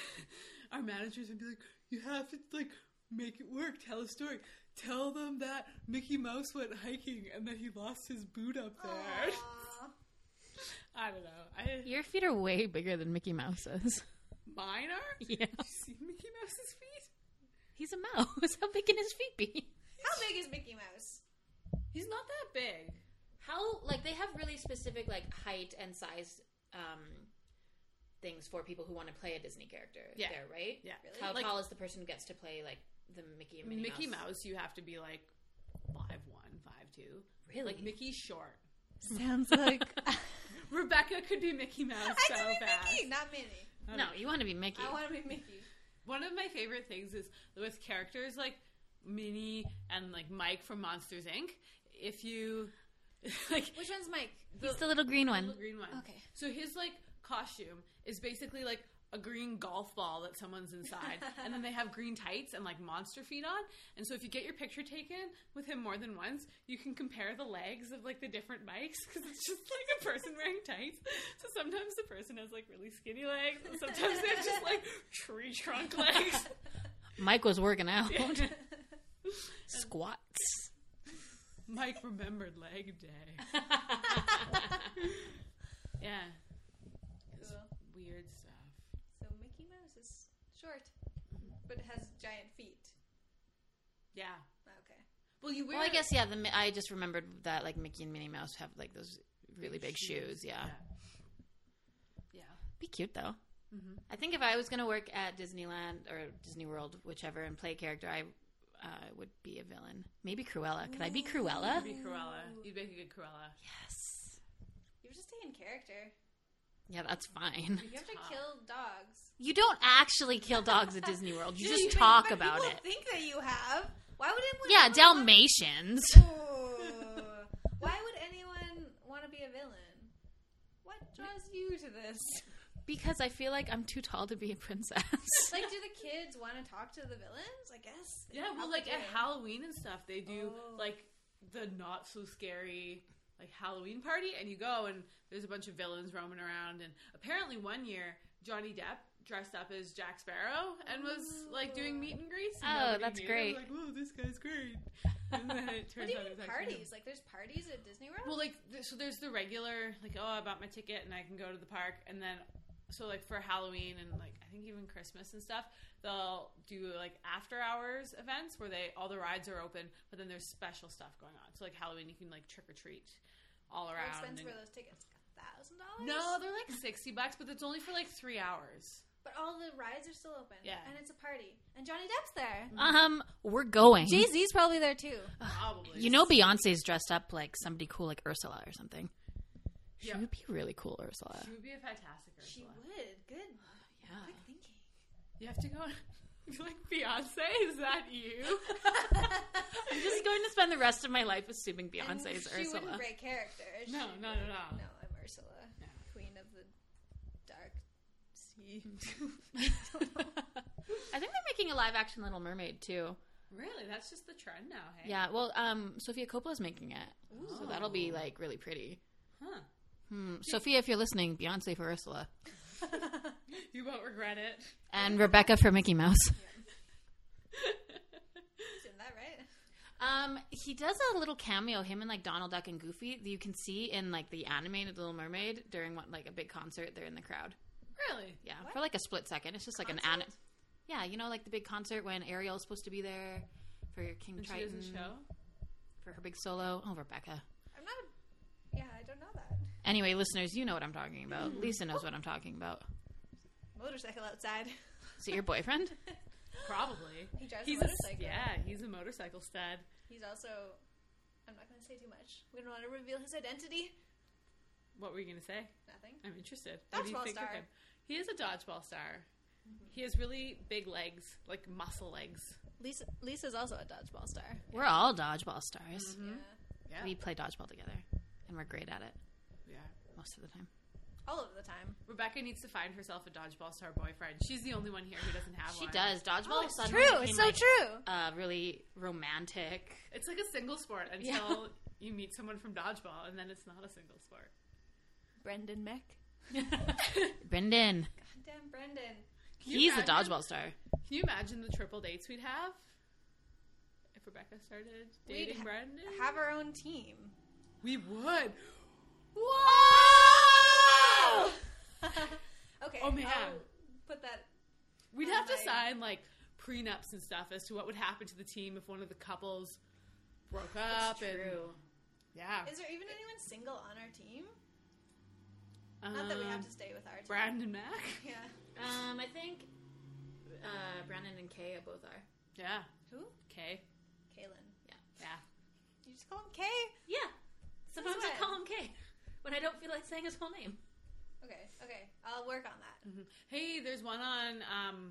Speaker 3: our managers would be like, "You have to like make it work. Tell a story. Tell them that Mickey Mouse went hiking and that he lost his boot up there."
Speaker 1: Aw.
Speaker 3: I don't know. I
Speaker 4: Your feet are way bigger than Mickey Mouse's.
Speaker 3: mine are.
Speaker 4: Yeah.
Speaker 3: See Mickey Mouse's feet?
Speaker 4: He's a mouse. How big can his feet be?
Speaker 1: how big is Mickey Mouse?
Speaker 3: He's not that big.
Speaker 4: How like they have really specific like height and size um things for people who want to play a Disney character.
Speaker 3: Yeah.
Speaker 4: There, right?
Speaker 3: Yeah.
Speaker 1: Really?
Speaker 4: How
Speaker 3: Like-
Speaker 4: tall is the person who gets to play like the Mickey and Minnie
Speaker 3: Mickey Mouse. you have to be like five one, five two.
Speaker 4: Really?
Speaker 3: Like Mickey's short.
Speaker 1: Sounds like
Speaker 3: Rebecca could be Mickey Mouse
Speaker 1: I
Speaker 3: so
Speaker 1: could be
Speaker 3: fast.
Speaker 1: Mickey, not Minnie.
Speaker 4: No, you want to be Mickey.
Speaker 1: I want to be Mickey.
Speaker 3: One of my favorite things is with characters like Minnie and like Mike from Monsters Inc. If you like
Speaker 1: Which one's Mike?
Speaker 4: He's the little green
Speaker 3: the
Speaker 4: one.
Speaker 3: green one,
Speaker 1: Okay.
Speaker 3: So his like costume is basically like a green golf ball that someone's inside, and then they have green tights and like monster feet on. And so if you get your picture taken with him more than once, you can compare the legs of like the different Mikes because it's just like a person wearing tights. So sometimes the person has like really skinny legs, and sometimes they have just like tree trunk legs.
Speaker 4: Mike was working out. Squats.
Speaker 3: Mike remembered leg day. yeah. It's
Speaker 1: Cool.
Speaker 3: weird stuff.
Speaker 1: So Mickey Mouse is short, but has giant feet.
Speaker 3: Yeah.
Speaker 1: Okay.
Speaker 3: Well, you wear.
Speaker 4: Well, I guess yeah. The, Mi- I just remembered that like Mickey and Minnie Mouse have like those really big, shoes. Yeah.
Speaker 3: Yeah.
Speaker 4: be cute though.
Speaker 3: Mm-hmm.
Speaker 2: I think if I was going to work at Disneyland or Disney World, whichever, and play a character, I uh, would be a villain. Maybe Cruella. Could I be Cruella?
Speaker 3: You'd be Cruella. You'd make a good Cruella.
Speaker 2: Yes.
Speaker 1: You just stay in character.
Speaker 2: Yeah, that's fine.
Speaker 1: You have to
Speaker 3: Tough.
Speaker 1: kill dogs.
Speaker 2: You don't actually kill dogs at Disney World. You just talk about it.
Speaker 1: Think that you have. Why would anyone?
Speaker 2: Yeah,
Speaker 1: ever
Speaker 2: Dalmatians.
Speaker 1: Ooh. Why would anyone want to be a villain? What draws you to this?
Speaker 2: Because I feel like I'm too tall to be a princess.
Speaker 1: Like, do the kids want to talk to the villains? I guess.
Speaker 3: Yeah, well,
Speaker 1: Probably
Speaker 3: like at
Speaker 1: do.
Speaker 3: Halloween and stuff, they do
Speaker 1: Oh.
Speaker 3: like the not so scary like Halloween party, and you go and there's a bunch of villains roaming around. And apparently, one year Johnny Depp dressed up as Jack Sparrow and was like doing meet and greets. and
Speaker 2: Oh,
Speaker 3: nobody
Speaker 2: that's
Speaker 3: knew.
Speaker 2: great.
Speaker 3: Like, oh, this guy's great. And then it
Speaker 1: What
Speaker 3: turns
Speaker 1: do you
Speaker 3: out it
Speaker 1: mean
Speaker 3: was actually him.
Speaker 1: parties? Like, there's parties at Disney World.
Speaker 3: Well, like th- so, there's the regular like oh, I bought my ticket and I can go to the park, and then so like for Halloween and like I think even Christmas and stuff, they'll do like after hours events where they all the rides are open, but then there's special stuff going on. So like Halloween, you can like trick or treat all
Speaker 1: How
Speaker 3: around.
Speaker 1: expensive
Speaker 3: and-
Speaker 1: were those tickets? Thousand dollars.
Speaker 3: no, they're like sixty bucks, but it's only for like three hours.
Speaker 1: but all the rides are still open.
Speaker 3: Yeah. Mm.
Speaker 1: and it's a party, and Johnny Depp's there.
Speaker 2: um, we're going.
Speaker 1: Jay Z's probably there too.
Speaker 3: Probably.
Speaker 2: You know Beyonce's dressed up like somebody cool like Ursula or something. She
Speaker 3: Yeah.
Speaker 2: would be really cool Ursula.
Speaker 3: she would be a fantastic Ursula.
Speaker 1: She would. Good.
Speaker 3: Ah.
Speaker 1: Quick thinking.
Speaker 3: You have to go. You're like Beyonce, is that you?
Speaker 2: I'm just going to spend the rest of my life assuming
Speaker 1: And
Speaker 2: Beyonce's
Speaker 1: She
Speaker 2: Ursula.
Speaker 1: wouldn't break character. She
Speaker 3: No, not at all.
Speaker 1: No, I'm Ursula,
Speaker 3: No.
Speaker 1: Queen of the Dark Sea.
Speaker 2: I think they're making a live action Little Mermaid too.
Speaker 3: Really, that's just the trend now. Hey.
Speaker 2: Yeah, well, um, Sophia Coppola's making it, so that'll be like really pretty.
Speaker 3: Huh.
Speaker 2: Hmm. Sophia, if you're listening, Beyonce for Ursula
Speaker 3: You won't regret it.
Speaker 2: and Rebecca for Mickey Mouse.
Speaker 1: Is that right?
Speaker 2: Um, he does a little cameo, him and like Donald Duck and Goofy, that you can see in like the animated Little Mermaid during one, like a big concert. They're in the crowd.
Speaker 3: really?
Speaker 2: Yeah,
Speaker 1: What?
Speaker 2: for like a split second. It's just like an an.
Speaker 1: Concert?
Speaker 2: Yeah, you know, like the big concert when Ariel's supposed to be there for King
Speaker 3: And she
Speaker 2: Triton
Speaker 3: doesn't show?
Speaker 2: for her big solo. Oh, Rebecca.
Speaker 1: I'm not. A, yeah, I don't know that.
Speaker 2: Anyway, listeners, you know what I'm talking about. Lisa knows what I'm talking about.
Speaker 1: Motorcycle outside.
Speaker 2: Is it your boyfriend?
Speaker 3: Probably.
Speaker 1: He drives
Speaker 3: He's
Speaker 1: a
Speaker 3: a,
Speaker 1: motorcycle.
Speaker 3: yeah, he's a motorcycle stud.
Speaker 1: He's also. I'm not going to say too much. We don't want to reveal his identity.
Speaker 3: What were you gonna say?
Speaker 1: Nothing.
Speaker 3: I'm interested. What do you
Speaker 1: Dodgeball
Speaker 3: think
Speaker 1: star.
Speaker 3: of him? He is a dodgeball star. He has really big legs, like muscle legs.
Speaker 1: Lisa. Lisa's also a dodgeball star.
Speaker 2: We're all dodgeball stars.
Speaker 1: Mm-hmm.
Speaker 3: Mm-hmm.
Speaker 1: Yeah.
Speaker 3: Yeah.
Speaker 2: We play dodgeball together, and we're great at it
Speaker 3: yeah.
Speaker 2: most of the time.
Speaker 1: All of the time.
Speaker 3: Rebecca needs to find herself a dodgeball star boyfriend. She's the only one here who doesn't have
Speaker 2: She
Speaker 3: one.
Speaker 2: does dodgeball.
Speaker 1: Oh, It's true. It's so true.
Speaker 2: Uh, really romantic.
Speaker 3: It's like a single sport until
Speaker 2: Yeah.
Speaker 3: you meet someone from dodgeball, and then it's not a single sport.
Speaker 1: Brendan Meck.
Speaker 2: Brendan,
Speaker 1: Damn, Brendan.
Speaker 3: you
Speaker 2: he's a
Speaker 3: imagine?
Speaker 2: dodgeball star.
Speaker 3: Can you imagine the triple dates we'd have if Rebecca started
Speaker 1: We'd
Speaker 3: dating
Speaker 1: ha-
Speaker 3: Brendan?
Speaker 1: Have our own team.
Speaker 3: we would.
Speaker 1: Whoa! okay.
Speaker 3: Oh, man.
Speaker 1: I'll Put that.
Speaker 3: We'd
Speaker 1: Oh
Speaker 3: have to
Speaker 1: my-
Speaker 3: sign like prenups and stuff as to what would happen to the team if one of the couples broke up. And yeah,
Speaker 1: Is there even anyone single on our team? Not that we
Speaker 3: Um,
Speaker 1: have to stay with our team.
Speaker 3: Brandon Mack.
Speaker 1: Yeah.
Speaker 2: Um, I think uh, Brendan and Kay both are.
Speaker 3: Yeah,
Speaker 1: Who?
Speaker 3: Kay.
Speaker 1: Kaylin.
Speaker 3: Yeah,
Speaker 1: You just call him Kay.
Speaker 2: Yeah. Sometimes
Speaker 1: Since
Speaker 2: I
Speaker 1: when?
Speaker 2: call him Kay when I don't feel like saying his whole name.
Speaker 1: Okay. Okay. I'll work on that.
Speaker 3: Hey, there's one on um,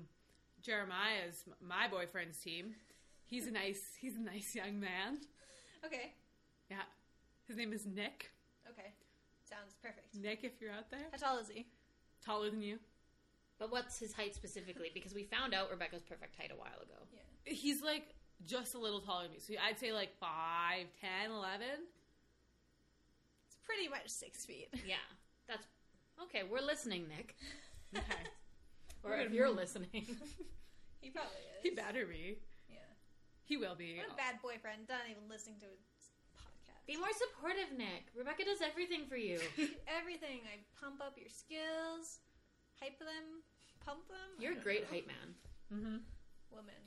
Speaker 3: Jeremiah's my boyfriend's team. He's a nice. He's a nice young man.
Speaker 1: Okay.
Speaker 3: Yeah, his name is Nick.
Speaker 1: Okay. Sounds perfect.
Speaker 3: Nick, if you're out there,
Speaker 1: How tall is he?
Speaker 3: taller than you.
Speaker 2: But what's his height specifically? Because we found out Rebecca's perfect height a while ago.
Speaker 1: Yeah.
Speaker 3: He's like just a little taller than me. So I'd say like 5, 10, 11.
Speaker 1: It's pretty much six feet.
Speaker 2: Yeah. That's okay. We're listening, Nick.
Speaker 3: Okay.
Speaker 2: Or if you're listening.
Speaker 1: He probably is.
Speaker 3: he better be.
Speaker 1: Yeah.
Speaker 3: He will be. Oh.
Speaker 1: What a bad boyfriend. Not even listening to his podcast.
Speaker 2: Be more supportive, Nick. Rebecca does everything for you.
Speaker 1: Everything. I pump up your skills, hype them, pump them. I
Speaker 2: You're a
Speaker 1: don't
Speaker 2: great
Speaker 1: know.
Speaker 2: height man.
Speaker 3: Mm-hmm.
Speaker 1: woman.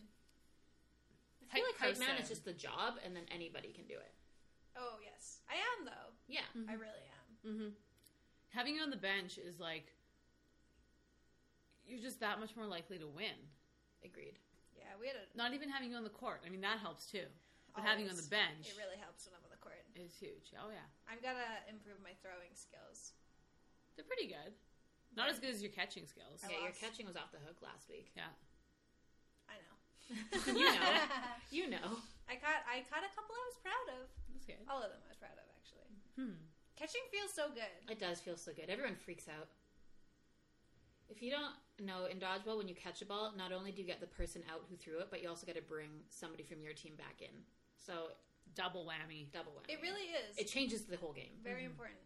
Speaker 2: I feel like height man
Speaker 3: person.
Speaker 2: is just the job, and then anybody can do it.
Speaker 1: Oh yes, I am though.
Speaker 2: Yeah.
Speaker 1: I really am.
Speaker 3: Mm-hmm. Having you on the bench is like you're just that much more likely to win.
Speaker 2: Agreed.
Speaker 1: Yeah, we had a.
Speaker 3: Not even having you on the court. I mean, that helps too. But having you on the
Speaker 1: always-
Speaker 3: bench
Speaker 1: Oh, It really helps when I'm on the court.
Speaker 3: is huge. Oh yeah,
Speaker 1: I've got to improve my throwing skills.
Speaker 3: they're pretty good. Not as good as your catching skills.
Speaker 1: I
Speaker 2: yeah, your
Speaker 1: lost.
Speaker 2: catching was off the hook last week.
Speaker 3: Yeah.
Speaker 1: I know.
Speaker 2: you know. You know.
Speaker 1: I caught I caught a couple I was proud of.
Speaker 3: That's good.
Speaker 1: All of them I was proud of actually.
Speaker 3: Hmm.
Speaker 1: Catching feels so good.
Speaker 2: It does feel so good. Everyone freaks out. If you don't know, in dodgeball, when you catch a ball, not only do you get the person out who threw it, but you also get to bring somebody from your team back in. So
Speaker 3: Double whammy.
Speaker 2: double whammy.
Speaker 1: It really is.
Speaker 2: it changes the whole game.
Speaker 1: very important.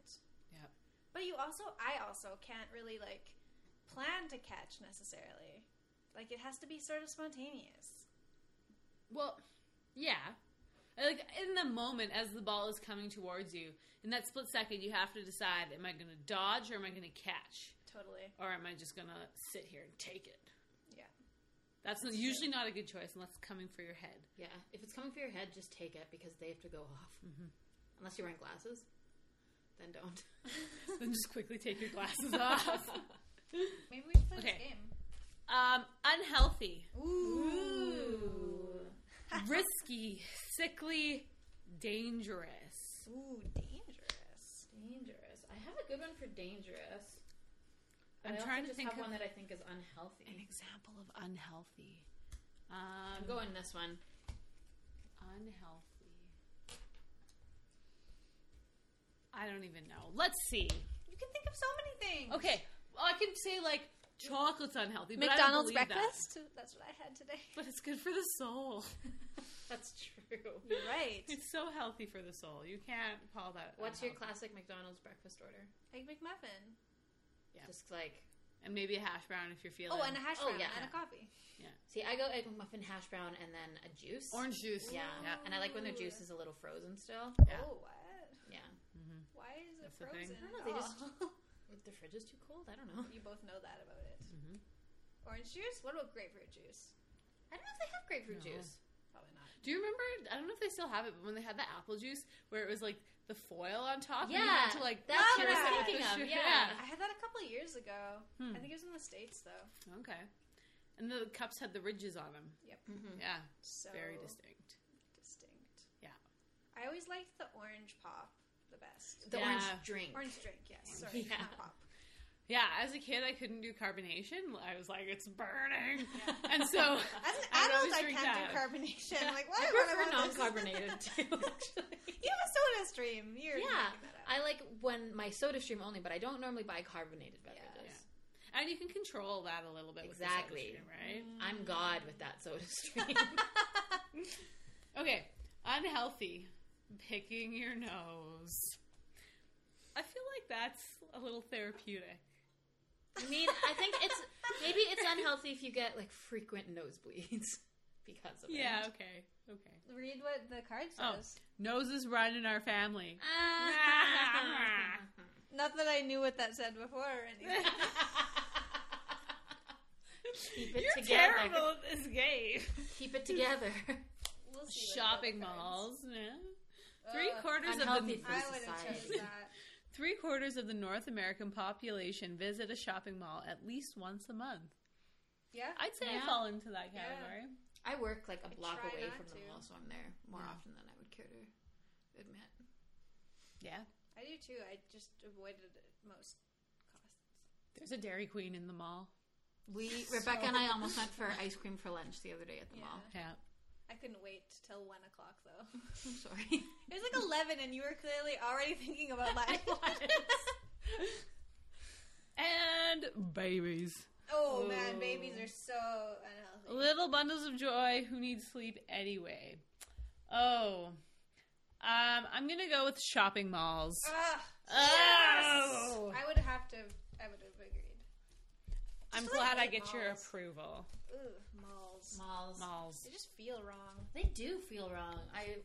Speaker 3: Yep.
Speaker 1: But you also I also can't really like plan to catch necessarily. Like it has to be sort of spontaneous.
Speaker 3: Well, yeah. I- Like in the moment as the ball is coming towards you, in that split second, you have to decide: Am I going to dodge or am I going to catch,
Speaker 1: Totally.
Speaker 3: or am I just going to sit here and take it?
Speaker 1: Yeah.
Speaker 3: That's, not- usually not a good choice unless it's coming for your head.
Speaker 2: Yeah. If it's coming for your head, just take it because they have to go off.
Speaker 3: Mm-hmm.
Speaker 2: Unless you're wearing glasses, then don't.
Speaker 3: then just quickly take your glasses off.
Speaker 1: Maybe we should play
Speaker 3: Okay.
Speaker 1: this game.
Speaker 3: Um, unhealthy,
Speaker 1: Ooh.
Speaker 3: risky, sickly, dangerous.
Speaker 1: Ooh, dangerous.
Speaker 2: Dangerous. I have a good one for dangerous.
Speaker 3: I'm
Speaker 2: I also
Speaker 3: trying to
Speaker 2: just
Speaker 3: think
Speaker 2: have
Speaker 3: of
Speaker 2: one that I think is unhealthy.
Speaker 3: example of unhealthy.
Speaker 2: I'm
Speaker 3: Um,
Speaker 2: going this one.
Speaker 3: Unhealthy. I don't even know. Let's see.
Speaker 1: You can think of so many things.
Speaker 3: Okay, well, I can say like chocolate's unhealthy. But I don't
Speaker 1: McDonald's
Speaker 3: believe that.
Speaker 1: breakfast? That's what I had today.
Speaker 3: but it's good for the soul.
Speaker 2: That's true.
Speaker 1: You're right.
Speaker 3: It's so healthy for the soul. You can't call that.
Speaker 2: What's your
Speaker 3: unhealthy.
Speaker 2: classic McDonald's breakfast order?
Speaker 1: Egg McMuffin.
Speaker 3: Yeah.
Speaker 2: Just like
Speaker 3: And maybe a hash brown if you're
Speaker 1: Oh,
Speaker 3: feeling.
Speaker 1: and a hash
Speaker 2: Oh,
Speaker 1: brown
Speaker 2: yeah.
Speaker 1: and a coffee.
Speaker 2: See, I go egg muffin, hash brown, and then a juice.
Speaker 3: orange juice.
Speaker 2: Yeah.
Speaker 1: Yeah.
Speaker 2: And I like when their
Speaker 1: Ooh.
Speaker 2: juice is a little frozen still.
Speaker 3: Yeah.
Speaker 1: Oh, what?
Speaker 2: Yeah.
Speaker 1: Why is it
Speaker 3: That's the thing.
Speaker 1: frozen?
Speaker 2: I don't know.
Speaker 1: at
Speaker 2: They
Speaker 1: all?
Speaker 2: just. If the fridge is too cold, I don't know.
Speaker 1: you both know that about it.
Speaker 3: Mhm.
Speaker 1: Orange juice? What about grapefruit juice?
Speaker 2: I don't know if they have grapefruit
Speaker 3: No.
Speaker 2: juice.
Speaker 1: Probably not.
Speaker 3: Do you remember? I don't know if they still have it, but when they had the apple juice, where it was like the foil on top, and you
Speaker 2: Yeah,
Speaker 3: had to like
Speaker 2: that's
Speaker 1: what I was
Speaker 3: tear it
Speaker 2: thinking
Speaker 3: up.
Speaker 2: of, yeah.
Speaker 1: I had that a couple of years ago.
Speaker 3: Hmm.
Speaker 1: I think it was in the states though.
Speaker 3: Yeah. Okay. And the cups had the ridges on them.
Speaker 1: Yep.
Speaker 2: Mhm.
Speaker 3: Yeah,
Speaker 1: So
Speaker 3: very distinct.
Speaker 1: distinct.
Speaker 3: Yeah.
Speaker 1: I always liked the orange pop the best.
Speaker 2: The
Speaker 3: Yeah.
Speaker 2: orange drink.
Speaker 1: Orange drink, yes. Sorry,
Speaker 2: Yeah.
Speaker 1: not pop.
Speaker 3: Yeah, as a kid, I couldn't do carbonation. I was like, it's burning. And
Speaker 1: As
Speaker 3: so,
Speaker 1: an
Speaker 3: I would
Speaker 1: adult,
Speaker 3: always
Speaker 1: I
Speaker 3: drink
Speaker 1: can't
Speaker 3: that.
Speaker 1: do carbonation. Like, what?
Speaker 2: I
Speaker 1: What
Speaker 2: prefer
Speaker 1: about
Speaker 2: non
Speaker 1: this?
Speaker 2: carbonated too, actually.
Speaker 1: You have a soda stream. You're
Speaker 2: Yeah.
Speaker 1: making that up.
Speaker 2: I like when my soda stream only, but I don't normally buy carbonated
Speaker 1: Yeah.
Speaker 2: beverages.
Speaker 3: and you can control that a little bit with
Speaker 2: Exactly.
Speaker 3: the soda stream,
Speaker 2: I'm God with that soda stream.
Speaker 3: right? Okay, unhealthy, picking your nose. I feel like that's a little therapeutic.
Speaker 2: I mean, I think it's maybe it's unhealthy if you get like frequent nosebleeds because of
Speaker 3: Yeah,
Speaker 2: it.
Speaker 3: okay, okay.
Speaker 1: Read what the card
Speaker 3: Oh.
Speaker 1: says.
Speaker 3: Noses run in our family.
Speaker 2: Ah.
Speaker 1: Not that I knew what that said before or anything.
Speaker 2: Keep it
Speaker 3: You're
Speaker 2: together.
Speaker 3: terrible at this game.
Speaker 2: Keep it together.
Speaker 1: We'll see what
Speaker 3: Shopping
Speaker 1: the cards-
Speaker 3: malls. Yeah.
Speaker 1: Ugh,
Speaker 3: Three quarters of
Speaker 2: Uh, Unhealthy
Speaker 3: the
Speaker 2: for
Speaker 1: Oh, I would have
Speaker 2: society.
Speaker 1: chose that.
Speaker 3: Three quarters of the North American population visit a shopping mall at least once a month.
Speaker 1: Yeah.
Speaker 3: I'd say I
Speaker 2: Yeah.
Speaker 3: fall into that category.
Speaker 2: I work like a block
Speaker 1: try
Speaker 2: away
Speaker 1: not
Speaker 2: from the
Speaker 1: to.
Speaker 2: mall, so I'm there more
Speaker 3: Yeah.
Speaker 2: often than I would care to admit.
Speaker 3: Yeah.
Speaker 1: I do too. I just avoided it most costs.
Speaker 3: There's a Dairy Queen in the mall.
Speaker 2: We Rebecca and I almost went for ice cream for lunch the other day at the mall.
Speaker 1: Yeah.
Speaker 3: Yeah.
Speaker 1: I couldn't wait till one o'clock though.
Speaker 2: I'm sorry.
Speaker 1: It was like eleven, and you were clearly already thinking about life.
Speaker 3: And babies.
Speaker 1: oh
Speaker 3: Ooh.
Speaker 1: man, babies are so unhealthy.
Speaker 3: Little bundles of joy who need sleep anyway. Oh. Um, I'm going to go with shopping malls.
Speaker 1: Ugh.
Speaker 3: Oh.
Speaker 1: Ah, I would have to. I would have agreed.
Speaker 3: I'm
Speaker 1: Just
Speaker 3: glad I
Speaker 1: like
Speaker 3: get your
Speaker 1: malls.
Speaker 3: approval.
Speaker 1: Ooh, malls.
Speaker 2: Malls.
Speaker 3: Malls.
Speaker 1: They just feel wrong.
Speaker 2: They do feel wrong. I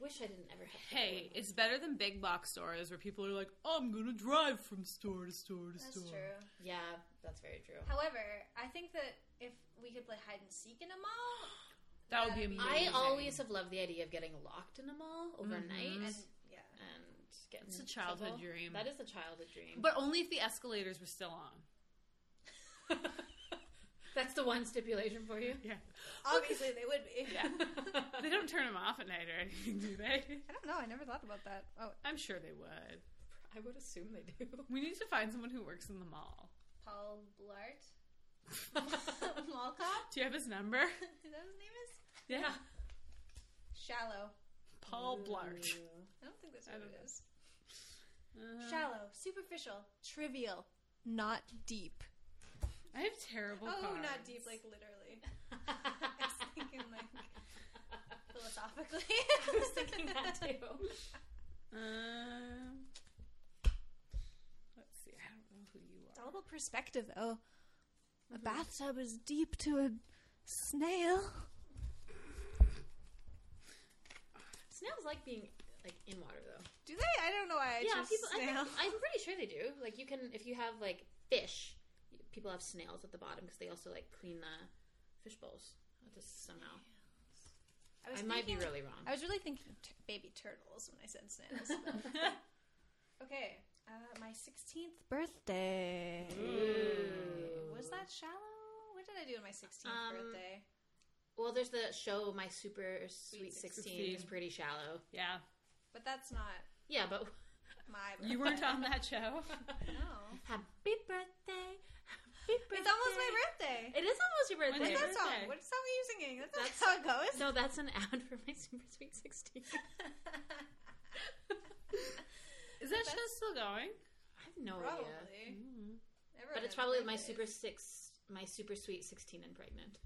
Speaker 2: wish I didn't ever have to go
Speaker 3: Hey,
Speaker 2: in.
Speaker 3: it's better than big box stores where people are like, I'm going to drive from store to store to
Speaker 1: That's
Speaker 3: store.
Speaker 1: true.
Speaker 2: Yeah, that's very true.
Speaker 1: However, I think that if we could play hide and seek in a mall,
Speaker 3: That would be
Speaker 1: That'd be-
Speaker 3: amazing.
Speaker 2: I always have loved the idea of getting locked in a mall overnight
Speaker 1: and
Speaker 2: and
Speaker 1: yeah,
Speaker 2: getting
Speaker 3: It's a
Speaker 2: in
Speaker 3: childhood
Speaker 2: trouble.
Speaker 3: dream.
Speaker 2: That is a childhood dream.
Speaker 3: But only if the escalators were still on.
Speaker 2: That's the one stipulation for you.
Speaker 3: yeah.
Speaker 1: Obviously, they would be.
Speaker 3: Yeah. They don't turn them off at night or anything, do they?
Speaker 1: I don't know. I never thought about that. Oh,
Speaker 3: I'm sure they would.
Speaker 2: I would assume they do.
Speaker 3: We need to find someone who works in the mall.
Speaker 1: Paul Blart, mall cop.
Speaker 3: Do you have his number?
Speaker 1: Is that what his name is?
Speaker 3: Yeah.
Speaker 1: Shallow.
Speaker 3: Paul Blart.
Speaker 1: I don't think that's
Speaker 3: I
Speaker 1: what
Speaker 3: don't
Speaker 1: it
Speaker 3: know.
Speaker 1: is.
Speaker 3: Uh,
Speaker 1: Shallow, superficial, trivial, not deep.
Speaker 3: I have terrible
Speaker 1: oh,
Speaker 3: cards.
Speaker 1: not deep, like literally. I was thinking like philosophically.
Speaker 2: I was thinking that too.
Speaker 3: Um, let's see. I don't know who you
Speaker 1: It's
Speaker 3: are.
Speaker 1: all about perspective, though. A bathtub is deep to a snail.
Speaker 2: Snails like being like in water though.
Speaker 1: Do they? I don't know why I
Speaker 2: yeah,
Speaker 1: chose
Speaker 2: people. I
Speaker 1: snail.
Speaker 2: think, I'm pretty sure they do. Like you can, if you have like fish, you- people have snails at the bottom because they also like clean the fish bowls. Just somehow,
Speaker 1: I, was
Speaker 2: I might be
Speaker 1: thinking-
Speaker 2: really wrong.
Speaker 1: I was really thinking t- baby turtles when I said snails. but- okay, uh, my 16th birthday. Was that shallow? What did I do on my 16th
Speaker 2: Um,
Speaker 1: birthday?
Speaker 2: Well, there's the show My Super Sweet Sixteen,
Speaker 3: 16.
Speaker 2: which is pretty shallow.
Speaker 3: Yeah,
Speaker 1: But that's not
Speaker 2: Yeah, but
Speaker 1: my birthday.
Speaker 3: you weren't on that show.
Speaker 1: No.
Speaker 2: happy birthday, happy birthday.
Speaker 1: It's almost my birthday.
Speaker 2: It is almost your
Speaker 3: When's
Speaker 1: What's
Speaker 2: birthday.
Speaker 1: that
Speaker 3: your
Speaker 1: song?
Speaker 3: birthday.
Speaker 1: What song are you singing? That's,
Speaker 2: That's-
Speaker 1: not how it goes.
Speaker 2: No, that's an ad for My Super Sweet Sixteen.
Speaker 3: Is that show still going? Mm.
Speaker 2: I have no
Speaker 1: probably.
Speaker 2: idea,
Speaker 1: Everyone
Speaker 2: Oh, but
Speaker 1: has
Speaker 2: it's probably My
Speaker 1: birthdays.
Speaker 2: Super Six, My Super Sweet Sixteen, and Pregnant.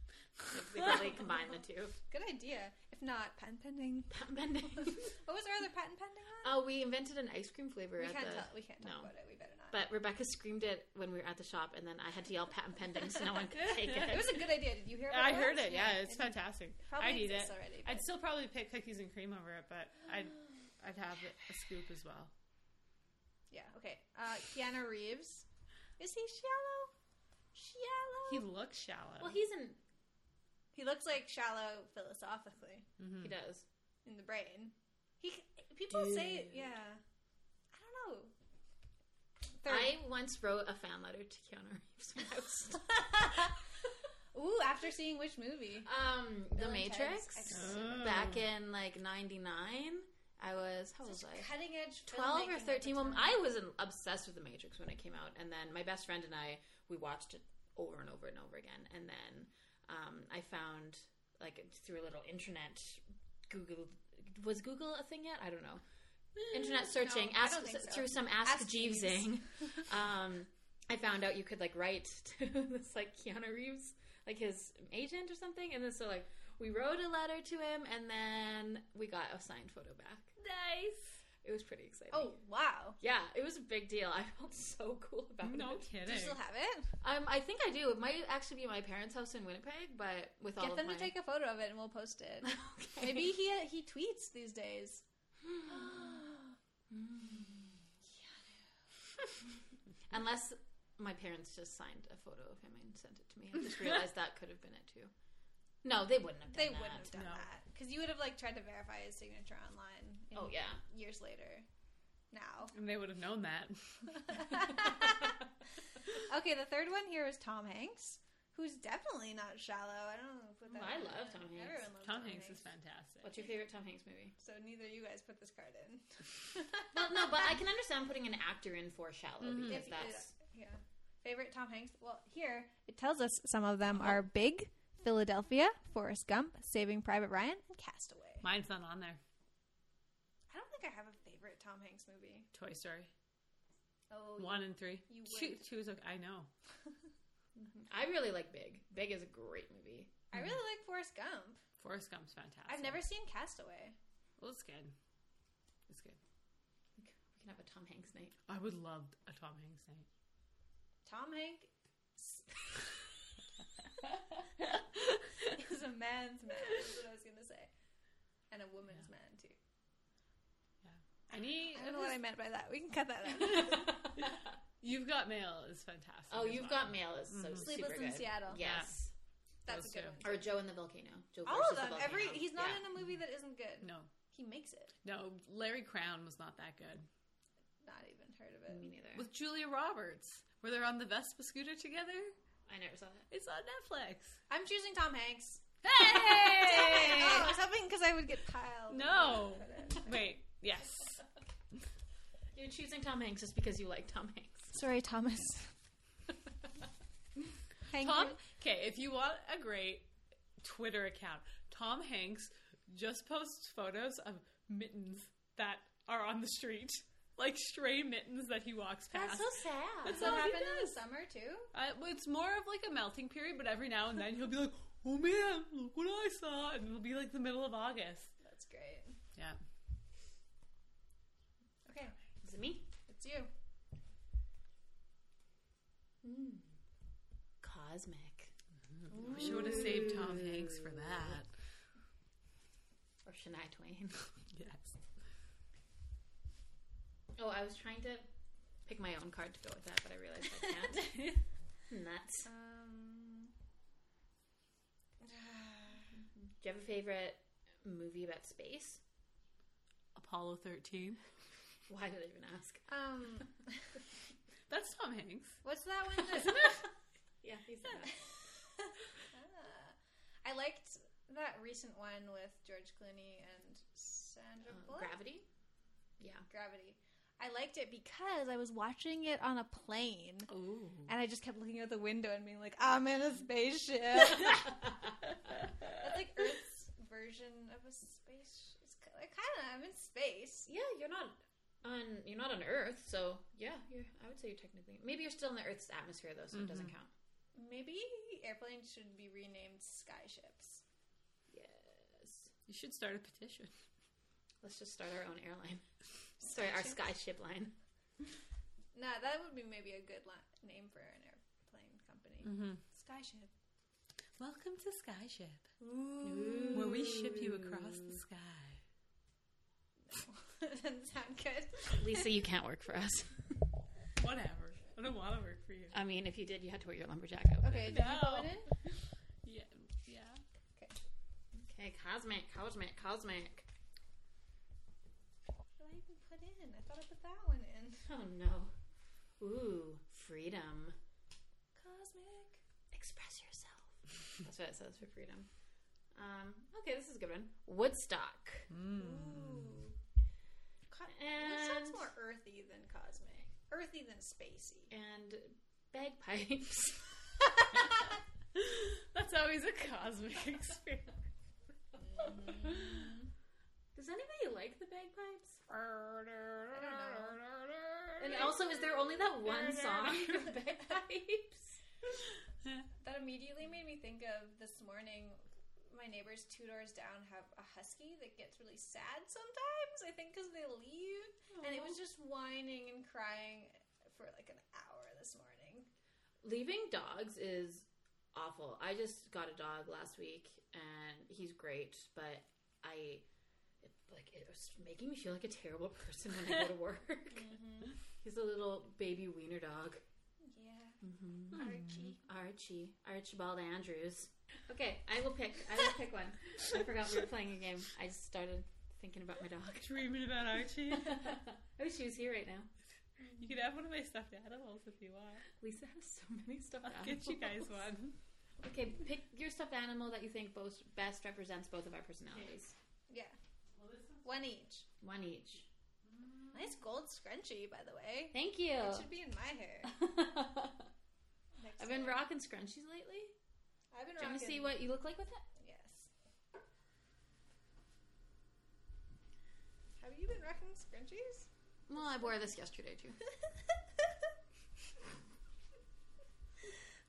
Speaker 2: Like, they probably combine the two.
Speaker 1: Good idea. If not, patent pending.
Speaker 2: Patent pending.
Speaker 1: What was our other patent pending on?
Speaker 3: Um,
Speaker 2: Oh, we invented an ice cream flavor
Speaker 1: we
Speaker 2: at
Speaker 1: can't
Speaker 2: the.
Speaker 1: tell. We can't talk
Speaker 2: no.
Speaker 1: about it. We better not.
Speaker 2: But Rebecca screamed it when we were at the shop, and then I had to yell patent pending so no one could take
Speaker 1: it was a
Speaker 2: it.
Speaker 1: good idea. Did you hear? About
Speaker 3: I heard
Speaker 1: that?
Speaker 3: it. Yeah, it's fantastic.
Speaker 1: Probably
Speaker 3: I need it.
Speaker 1: exists already.
Speaker 3: I'd
Speaker 1: but-
Speaker 3: still probably pick cookies and cream over it, but I'd I'd have a scoop as well.
Speaker 1: Yeah. Okay. Uh, Keanu Reeves. Is he shallow? Shallow.
Speaker 3: He looks shallow.
Speaker 2: Well, he's in.
Speaker 1: He looks like shallow philosophically
Speaker 2: He does.
Speaker 1: in the brain. He people say yeah. I don't know.
Speaker 2: I once wrote a fan letter to Keanu Reeves. When I was,
Speaker 1: Ooh, after seeing which movie?
Speaker 2: um, The
Speaker 1: Bill and Ted's
Speaker 2: Matrix
Speaker 1: Excellent.
Speaker 3: Oh.
Speaker 2: back in like '99. I was how was I?
Speaker 1: Cutting edge.
Speaker 2: 12
Speaker 1: filmmaking
Speaker 2: or
Speaker 1: at the
Speaker 2: 13 well
Speaker 1: time.
Speaker 2: i was in- obsessed with the matrix when it came out and then my best friend and i we watched it over and over and over again and then um, i found like through a little internet google was google a thing yet i don't know internet searching
Speaker 1: Eh, I
Speaker 2: ask,
Speaker 1: don't think so.
Speaker 2: through some ask,
Speaker 1: Ask Jeeves.
Speaker 2: jeevesing um, i found out you could like write to this like keanu reeves like his agent or something and then so like we wrote a letter to him and then we got a signed photo back
Speaker 3: nice.
Speaker 2: it was pretty exciting
Speaker 1: Oh wow!
Speaker 2: yeah, it was a big deal. I felt so cool about
Speaker 3: No
Speaker 2: it.
Speaker 1: Do
Speaker 3: kidding.
Speaker 1: you still have it?
Speaker 2: Um, I think I do. It might actually be my parents' house in Winnipeg, but with all
Speaker 1: Get
Speaker 2: of
Speaker 1: them
Speaker 2: my...
Speaker 1: to take a photo of it and we'll post it.
Speaker 2: Okay.
Speaker 1: Maybe he uh, he tweets these days.
Speaker 2: unless my parents just signed a photo of him and sent it to me. I just realized that could have been it too. No, they wouldn't have. Done
Speaker 1: They
Speaker 2: that.
Speaker 1: wouldn't have done
Speaker 3: No.
Speaker 1: that because you would have like tried to verify his signature online. in
Speaker 2: Oh yeah.
Speaker 1: years later. Now,
Speaker 3: And they would have known that.
Speaker 1: okay, the third one here is Tom Hanks, who's definitely not shallow. I don't know. Put that
Speaker 2: Oh, I
Speaker 1: one
Speaker 2: love
Speaker 1: in.
Speaker 2: Tom Hanks.
Speaker 1: Everyone loves
Speaker 3: Tom Hanks is fantastic.
Speaker 2: What's your favorite Tom Hanks movie?
Speaker 1: So neither of you guys put this card in.
Speaker 2: Well, no, but I can understand putting an actor in for shallow because
Speaker 1: If you-
Speaker 2: that's
Speaker 1: yeah. Favorite Tom Hanks? Well, here it tells us some of them are Big, Philadelphia, Forrest Gump, Saving Private Ryan, and Castaway.
Speaker 3: Mine's not on there.
Speaker 1: I don't think I have a favorite Tom Hanks movie.
Speaker 3: Toy Story.
Speaker 1: Oh,
Speaker 3: One and three.
Speaker 1: You
Speaker 3: two,
Speaker 1: wouldn't.
Speaker 3: two is okay. I know.
Speaker 2: I really like Big. Big is a great movie.
Speaker 1: I really like Forrest Gump.
Speaker 3: Forrest Gump's fantastic.
Speaker 1: I've never seen Castaway.
Speaker 3: Well, it's good. It's good.
Speaker 2: We can have a Tom Hanks night.
Speaker 3: I would love a Tom Hanks night.
Speaker 1: Tom Hanks is a man's man. That's what I was gonna say, and a woman's man too.
Speaker 3: Any?
Speaker 1: I don't know what I meant by that. We can cut that out.
Speaker 3: You've got mail is fantastic.
Speaker 2: Oh,
Speaker 3: as
Speaker 2: you've
Speaker 3: well. Mm-hmm.
Speaker 2: got mail is so super
Speaker 1: Sleepless
Speaker 2: good.
Speaker 1: in Seattle.
Speaker 2: Yes.
Speaker 1: That's a
Speaker 3: Those
Speaker 1: good
Speaker 3: two.
Speaker 1: one.
Speaker 2: Or Joe and the Volcano. Joe
Speaker 1: All
Speaker 2: versus
Speaker 1: of them.
Speaker 2: The
Speaker 1: Every
Speaker 2: Volcano.
Speaker 1: he's not
Speaker 2: Yeah.
Speaker 1: in a movie that isn't good.
Speaker 3: No,
Speaker 1: He makes it.
Speaker 3: no. Larry Crown was not that good.
Speaker 1: Not even heard of it.
Speaker 2: Me neither.
Speaker 3: With Julia Roberts, where they're on the Vespa scooter together.
Speaker 2: I never saw that.
Speaker 3: It's on Netflix.
Speaker 1: I'm choosing Tom Hanks.
Speaker 3: Hey!
Speaker 1: Oh, I was hoping because I would get piled.
Speaker 3: No. Wait. Yes.
Speaker 2: You're choosing Tom Hanks just because you like Tom Hanks.
Speaker 1: Sorry, Thomas. Hank
Speaker 3: Tom. Okay, if you want a great Twitter account, Tom Hanks just posts photos of mittens that are on the street, like stray mittens that he walks past.
Speaker 2: sad.
Speaker 1: Does
Speaker 3: That's
Speaker 1: that
Speaker 3: all he
Speaker 1: happen in the
Speaker 3: does.
Speaker 1: summer too?
Speaker 3: Uh, well, it's more of like a melting period, but every now and then he'll be like, "Oh man, look what I saw," and it'll be like the middle of August.
Speaker 1: That's great.
Speaker 3: Yeah.
Speaker 1: Okay,
Speaker 2: Is it me?
Speaker 1: it's you.
Speaker 2: Hmm. Cosmic.
Speaker 3: Wish I would have saved Tom Hanks for that.
Speaker 2: Or Shania Twain.
Speaker 3: Yes.
Speaker 2: oh, I was trying to pick my own card to go with that, but I realized I can't. Nuts.
Speaker 1: Um,
Speaker 2: Do you have a favorite movie about space?
Speaker 3: Apollo 13.
Speaker 2: Why did I even ask?
Speaker 1: um,
Speaker 3: That's Tom Hanks.
Speaker 1: what's that one? That,
Speaker 2: Yeah, he's
Speaker 1: Ah. I liked that recent one with George Clooney and Sandra
Speaker 3: Uh,
Speaker 2: um,
Speaker 1: Bullock.
Speaker 2: Gravity. Yeah.
Speaker 1: Gravity. I liked it because I was watching it on a plane,
Speaker 3: Ooh.
Speaker 1: and I just kept looking out the window and being like, "I'm in a spaceship." That's like Earth's version of a space. It's kind of. I'm in space.
Speaker 2: Yeah, you're not on you're not on Earth, so yeah, you're. I would say you're technically maybe you're still in the Earth's atmosphere though, so it doesn't count.
Speaker 1: Maybe airplanes should be renamed skyships.
Speaker 2: Yes.
Speaker 3: You should start a petition.
Speaker 2: Let's just start our own airline. Sorry, our skyship line.
Speaker 1: No, that would be maybe a good li- name for an airplane company. Skyship.
Speaker 3: Welcome to Skyship, where we ship you across the sky.
Speaker 1: Doesn't sound good.
Speaker 2: Lisa, you can't work for us.
Speaker 3: Whatever. I don't want to work for you.
Speaker 2: I mean, if you did, you had to wear your lumberjack outfit.
Speaker 1: Okay, did you
Speaker 3: No.
Speaker 1: put it in?
Speaker 3: Yeah. Yeah.
Speaker 2: Okay, cosmic, cosmic, cosmic.
Speaker 1: What did I even put in? I thought I put that one in.
Speaker 2: Oh no. Ooh, freedom.
Speaker 1: Cosmic.
Speaker 2: Express yourself. That's what it says for freedom. Um, okay, this is a good one. Woodstock.
Speaker 3: Hmm.
Speaker 1: Hmm. Ooh. Co- that sounds
Speaker 2: And
Speaker 1: more earthy than cosmic. Earthy than spacey.
Speaker 2: and bagpipes.
Speaker 3: That's always a cosmic experience.
Speaker 2: Does anybody like the bagpipes? And
Speaker 3: And
Speaker 2: also, is there only that one song for bagpipes?
Speaker 1: That immediately made me think of this morning. My neighbors two doors down have a husky that gets really sad sometimes. I think because they leave, and it was just whining and crying for like an hour this morning.
Speaker 2: Leaving dogs is awful. I just got a dog last week, and he's great, but I it, like it was making me feel like a terrible person when I go to work. He's a little baby wiener dog.
Speaker 1: Yeah,
Speaker 2: Mm-hmm.
Speaker 1: Archie.
Speaker 2: Archie, Archibald Andrews. Okay, I will pick. I will pick one. I forgot we were playing a game. I just started thinking about my dog.
Speaker 3: dreaming about Archie.
Speaker 2: I wish she was here right now.
Speaker 3: You could have one of my stuffed animals if you want.
Speaker 2: Lisa has so many stuffed
Speaker 3: I'll
Speaker 2: animals.
Speaker 3: get you guys one.
Speaker 2: Okay, pick your stuffed animal that you think most best represents both of our personalities.
Speaker 1: Yeah, one each.
Speaker 2: One each.
Speaker 1: Nice gold scrunchie, by the way.
Speaker 2: Thank you.
Speaker 1: It should be in my hair. next
Speaker 2: I've been
Speaker 1: year.
Speaker 2: rocking scrunchies lately.
Speaker 1: I've been
Speaker 2: Do you
Speaker 1: rocking.
Speaker 2: want to see what you look like with it?
Speaker 1: Yes. Have you been rocking scrunchies?
Speaker 2: Well, I wore this yesterday too.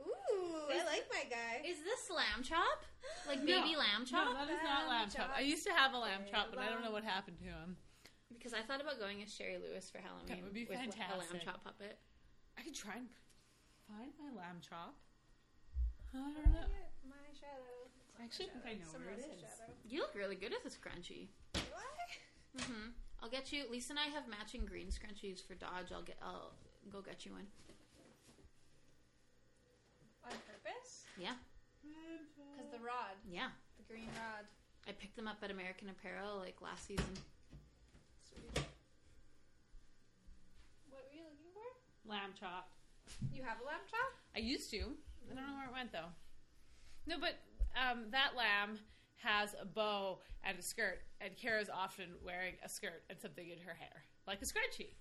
Speaker 1: Ooh, I like my guy.
Speaker 2: Is this lamb chop? Like baby lamb
Speaker 3: No,
Speaker 2: chop?
Speaker 3: that is not lamb chop. I used to have a lamb chop, but I don't know
Speaker 1: Lamb.
Speaker 3: what happened to him.
Speaker 2: Because I thought about going as Sherry Lewis for Halloween
Speaker 3: That would be
Speaker 2: with a lamb
Speaker 3: fantastic.
Speaker 2: chop puppet.
Speaker 3: I could try and find my lamb chop. I don't know.
Speaker 1: My shadow. It's not
Speaker 3: I actually
Speaker 1: my shadow.
Speaker 3: think I know
Speaker 1: Someone
Speaker 3: where it
Speaker 1: else's
Speaker 3: is.
Speaker 1: shadow.
Speaker 2: You look really good as a scrunchie.
Speaker 1: Do I?
Speaker 2: hmm I'll get you. Lisa and I have matching green scrunchies for Dodge. I'll get. I'll go get you one.
Speaker 1: On purpose?
Speaker 2: Yeah,
Speaker 1: Because the rod,
Speaker 2: yeah.
Speaker 1: the green rod.
Speaker 2: I picked them up at American Apparel like last season.
Speaker 1: Sweet. What were you looking for?
Speaker 3: Lamb chop.
Speaker 1: You have a lamb chop?
Speaker 3: I used to. I don't know where it went though. No, but um, that lamb has a bow and a skirt, and Kara's often wearing a skirt and something in her hair, like a scrunchie.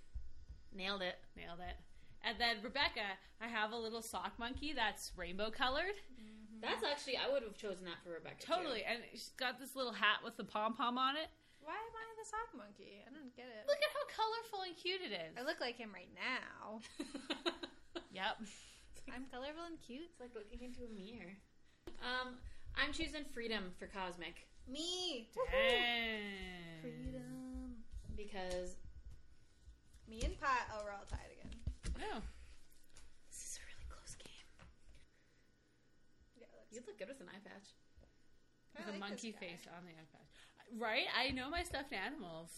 Speaker 2: Nailed it.
Speaker 3: Nailed it. And then Rebecca, I have a little sock monkey that's rainbow colored.
Speaker 2: That's actually I would have chosen that for Rebecca. too.
Speaker 3: Totally. And she's got this little hat with the pom pom on it.
Speaker 1: Why am I the sock monkey? I don't get it.
Speaker 3: Look at how colorful and cute it
Speaker 1: I
Speaker 3: is.
Speaker 1: look like him right now.
Speaker 3: Yep.
Speaker 1: I'm colorful and cute.
Speaker 2: It's like looking into a mirror. Um, I'm choosing freedom for Cosmic
Speaker 1: Me.
Speaker 3: Dang.
Speaker 1: Freedom.
Speaker 2: because
Speaker 1: Me and Pot. Oh, we're all tied again.
Speaker 3: No.
Speaker 2: this is a really close game.
Speaker 1: Yeah,
Speaker 2: You look good with an eye patch.
Speaker 1: I
Speaker 3: With
Speaker 1: like
Speaker 3: a
Speaker 1: this
Speaker 3: monkey
Speaker 1: guy.
Speaker 3: face on the iPad. Right? I know my stuffed animals.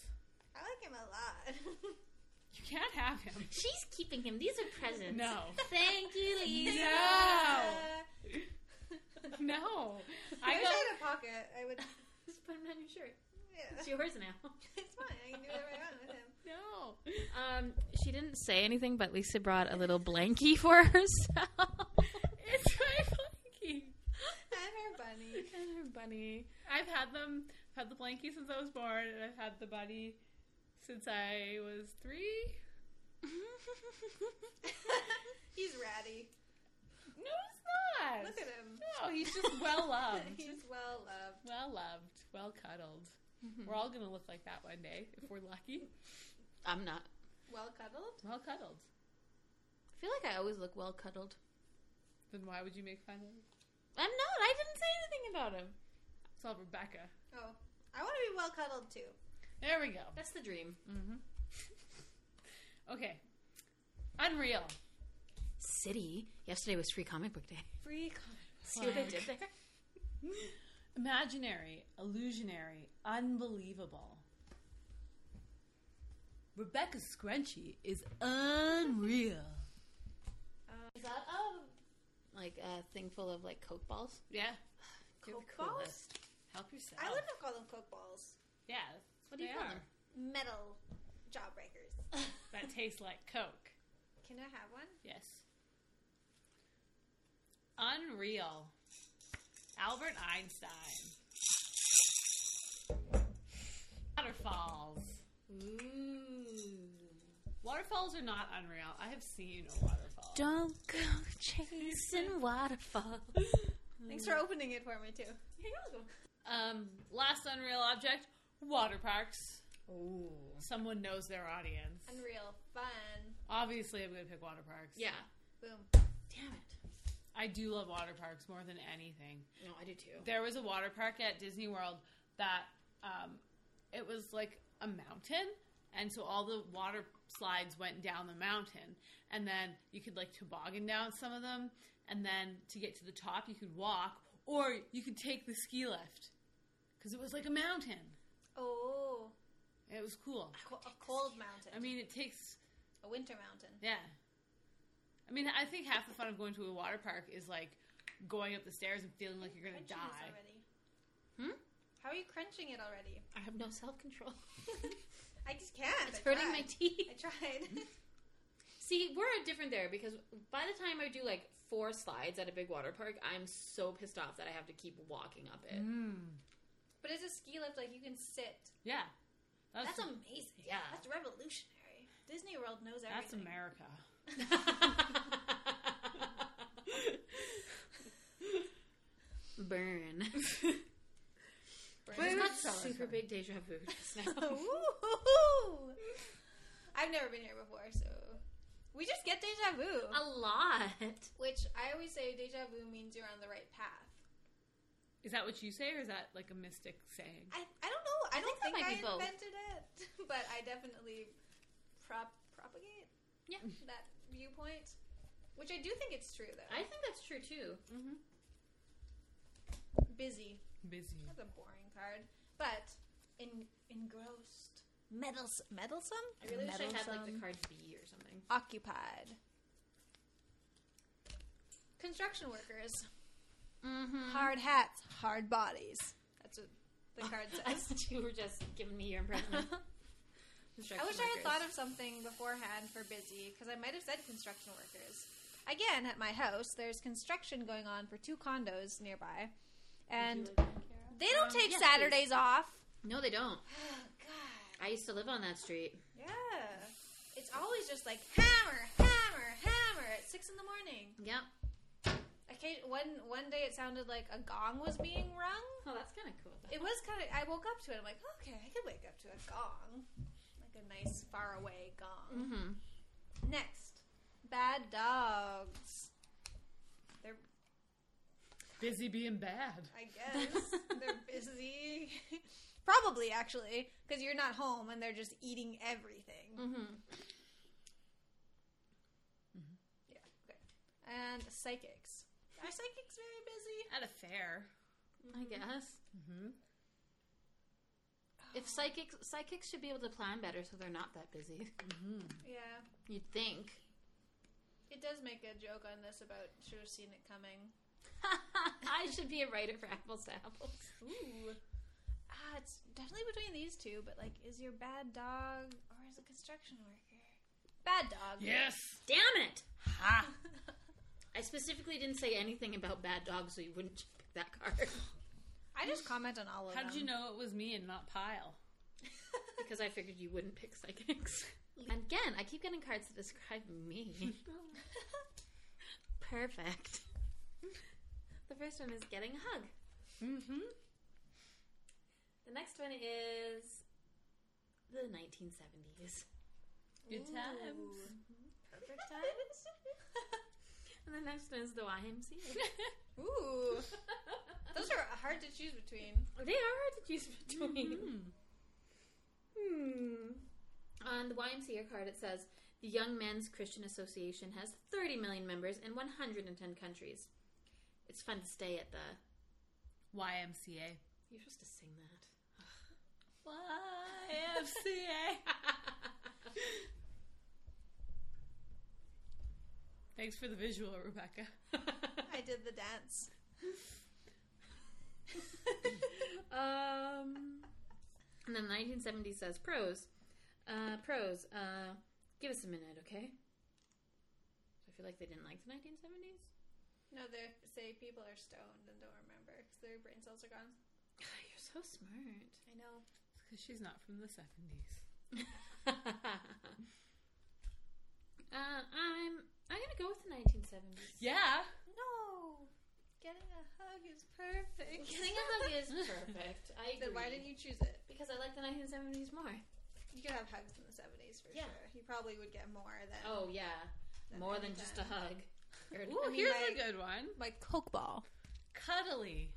Speaker 1: I like him a lot.
Speaker 3: You can't have him.
Speaker 2: She's keeping him. These are presents.
Speaker 3: No.
Speaker 2: Thank you, Lisa.
Speaker 3: Oh. No. No.
Speaker 1: I
Speaker 3: I
Speaker 1: wish Uh, I
Speaker 3: go.
Speaker 1: had a pocket. I would.
Speaker 2: Just put him on your shirt.
Speaker 1: Yeah.
Speaker 2: It's yours now.
Speaker 1: it's fine. I can do whatever I want with him.
Speaker 3: No.
Speaker 2: Um, she didn't say anything, but Lisa brought a little blankie for herself.
Speaker 3: It's my monkey.
Speaker 1: And her bunny.
Speaker 2: and her bunny.
Speaker 3: I've had them. I've had the blankie since I was born, and I've had the bunny since I was three.
Speaker 1: He's ratty.
Speaker 3: No, it's not.
Speaker 1: Look at him.
Speaker 3: No, he's just well loved.
Speaker 1: He's well uh, loved.
Speaker 3: well loved. Well cuddled.
Speaker 1: Mm-hmm.
Speaker 3: We're all gonna look like that one day if we're lucky.
Speaker 2: I'm not.
Speaker 1: Well cuddled.
Speaker 3: Well cuddled.
Speaker 2: I feel like I always look well cuddled.
Speaker 3: Then why would you make fun of? Him?
Speaker 2: I'm not. I didn't say anything about him.
Speaker 3: It's all Rebecca.
Speaker 1: Oh, I want to be well cuddled too.
Speaker 3: There we go.
Speaker 2: That's the dream.
Speaker 3: Okay. Unreal.
Speaker 2: City. Yesterday was free comic book day.
Speaker 1: Free cuddle.
Speaker 2: See what I did there?
Speaker 3: Imaginary, illusionary, unbelievable. Rebecca's scrunchie is unreal.
Speaker 2: Is that a like a thing full of like coke balls?
Speaker 3: Yeah.
Speaker 2: You're the
Speaker 1: Coke balls?
Speaker 2: coolest.
Speaker 3: Help yourself.
Speaker 1: I would have called them coke balls.
Speaker 3: yeah.
Speaker 2: What do you call them?
Speaker 1: Metal jawbreakers.
Speaker 3: That tastes like Coke.
Speaker 1: Can I have one?
Speaker 3: Yes. Unreal. Albert Einstein. Waterfalls. Waterfalls are not unreal. I have seen a waterfall.
Speaker 2: Don't go chasing waterfalls.
Speaker 3: Hmm.
Speaker 1: Thanks for opening it for me too.
Speaker 3: Um, last unreal object, water parks.
Speaker 2: Ooh.
Speaker 3: Someone knows their audience.
Speaker 1: Unreal fun.
Speaker 3: Obviously, I'm going to pick water parks.
Speaker 2: Yeah.
Speaker 1: Boom.
Speaker 2: Damn it.
Speaker 3: I do love water parks more than anything.
Speaker 2: No, I do too.
Speaker 3: There was a water park at Disney World that um, it was like a mountain, and so all the water slides went down the mountain, and then you could like toboggan down some of them, and then to get to the top you could walk, or you could take the ski lift because it was like a mountain.
Speaker 1: Oh,
Speaker 3: It was cool.
Speaker 1: co- a cold mountain.
Speaker 3: I mean, it takes
Speaker 1: a winter mountain.
Speaker 3: Yeah. I mean, I think half the fun of going to a water park is like going up the stairs and feeling like you're going to
Speaker 1: Crunching this
Speaker 3: die.
Speaker 1: already.
Speaker 2: Hmm?
Speaker 1: How are you crunching it already?
Speaker 2: I have no self control.
Speaker 1: I just can't.
Speaker 2: It's
Speaker 1: I
Speaker 2: hurting my
Speaker 1: tried.
Speaker 2: teeth.
Speaker 1: I tried.
Speaker 2: See, we're different there because by the time I do like four slides at a big water park, I'm so pissed off that I have to keep walking up it.
Speaker 3: Mm.
Speaker 1: but it's a ski lift. Like you can sit.
Speaker 3: Yeah.
Speaker 1: That's
Speaker 3: That's, that's,
Speaker 1: amazing.
Speaker 2: Yeah.
Speaker 1: That's revolutionary. Disney World knows everything.
Speaker 3: America.
Speaker 2: Burn.
Speaker 3: Burn.
Speaker 2: We've got
Speaker 3: Summer.
Speaker 2: super big deja vu just now.
Speaker 1: Ooh. I've never been here before, so we just get deja vu.
Speaker 2: a lot.
Speaker 1: Which I always say, deja vu means you're on the right path.
Speaker 3: Is that what you say, or is that like a mystic saying?
Speaker 1: I, I don't know. I, don't
Speaker 2: think
Speaker 1: think, I
Speaker 2: that might be both.
Speaker 1: invented it, but I definitely prop propagate.
Speaker 2: Yeah.
Speaker 1: that viewpoint, which I do think it's true though.
Speaker 2: I think that's true too.
Speaker 1: Mm-hmm. Busy.
Speaker 3: Busy.
Speaker 1: That's a boring card, but in, engrossed. Meddles- meddlesome.
Speaker 2: I really wish I had like the card B or something.
Speaker 1: Occupied. Construction workers.
Speaker 2: Mm-hmm.
Speaker 1: Hard hats. Hard bodies. That's what the card says.
Speaker 2: you were just giving me your impression. of
Speaker 1: I
Speaker 2: construction
Speaker 1: wish I had
Speaker 2: workers.
Speaker 1: thought of something beforehand for busy because I might have said construction workers. again at my house. There's construction going on for two condos nearby, and they don't take
Speaker 2: yes,
Speaker 1: Saturdays off.
Speaker 2: No, they don't.
Speaker 1: Oh God!
Speaker 2: I used to live on that street.
Speaker 1: Yeah, it's always just like hammer, hammer, hammer at six in the morning.
Speaker 2: Yep.
Speaker 1: Okay, one one day it sounded like a gong was being rung.
Speaker 2: Oh, that's kind of cool.
Speaker 1: It was kind of. I woke up to it. I'm like, okay, I could wake up to a gong, like a nice far away gong.
Speaker 2: Mm-hmm.
Speaker 1: Next, bad dogs. They're,
Speaker 3: Busy being bad.
Speaker 1: I guess, they're busy. Probably, actually, because you're not home and they're just eating everything.
Speaker 3: Mm.
Speaker 2: Mm-hmm.
Speaker 1: Yeah, okay. And psychics. Are psychics very busy?
Speaker 3: At a fair.
Speaker 2: I guess.
Speaker 3: Mm-hmm.
Speaker 2: If psychics psychics should be able to plan better, so they're not that busy.
Speaker 1: Yeah.
Speaker 2: You'd think.
Speaker 1: It does make a joke on this about should have seen it coming.
Speaker 2: I should be a writer for apples to apples.
Speaker 1: Ooh. Ah, it's definitely between these two, but like, is your bad dog or is a construction worker? Bad dog.
Speaker 3: Yes.
Speaker 2: Damn it!
Speaker 3: Ha.
Speaker 2: I specifically didn't say anything about bad dogs, so you wouldn't pick that card
Speaker 1: I just comment on all of
Speaker 3: How
Speaker 1: them.
Speaker 3: did you know it was me and not Pyle?
Speaker 2: because I figured you wouldn't pick psychics. And again, I keep getting cards that describe me. Perfect. The first one is getting a hug.
Speaker 3: Mm-hmm.
Speaker 2: The next one is the 1970s.
Speaker 3: Good times.
Speaker 1: Perfect times.
Speaker 2: And the next one is the YMCA.
Speaker 1: Ooh, those are hard to choose between.
Speaker 2: They are hard to choose between. Hmm. On the YMCA card, it says the Young Men's Christian Association has 30 million members in 110 countries. It's fun to stay at the.
Speaker 3: YMCA.
Speaker 2: You're supposed to sing that.
Speaker 3: YMCA. Thanks for the visual, Rebecca.
Speaker 1: I did the dance.
Speaker 2: um, and then 1970 says pros. Uh, pros. Uh, give us a minute, okay? I feel like they didn't like the 1970s.
Speaker 1: No, they say people are stoned and don't remember because their brain cells are gone.
Speaker 2: You're so smart.
Speaker 1: I know.
Speaker 3: Because she's not from the 70s.
Speaker 2: uh, I'm I'm gonna go with the 1970s.
Speaker 3: Yeah.
Speaker 1: No, getting a hug is perfect.
Speaker 2: Getting a hug is perfect. I agree.
Speaker 1: Then why didn't you choose it?
Speaker 2: Because I like the 1970s more.
Speaker 1: You could have hugs in the seventies for
Speaker 2: Yeah.
Speaker 1: sure. You probably would get more than
Speaker 2: Oh yeah,
Speaker 1: than
Speaker 2: more than
Speaker 1: any
Speaker 2: just a
Speaker 1: time.
Speaker 2: hug.
Speaker 3: Ooh,
Speaker 1: I mean,
Speaker 3: here's
Speaker 1: like-
Speaker 3: a good one.
Speaker 1: Like Coke ball.
Speaker 3: Cuddly.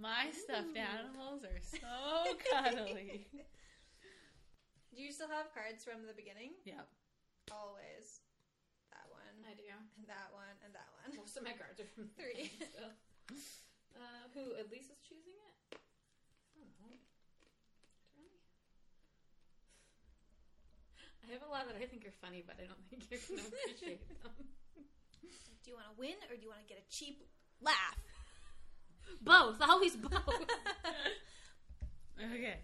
Speaker 3: My stuffed animals are so cuddly.
Speaker 1: Do you still have cards from the beginning?
Speaker 3: yep.
Speaker 1: Always. That one,
Speaker 2: I do.
Speaker 1: and that one, and that one.
Speaker 2: Most of my cards are from
Speaker 1: Three.
Speaker 2: so. Uh, who? At least is choosing it. I don't know. Really? I have a lot that I think are funny, but I don't think you're gonna appreciate them.
Speaker 1: Do you want to win or do you want to get a cheap laugh?
Speaker 2: Both, always both.
Speaker 3: Okay.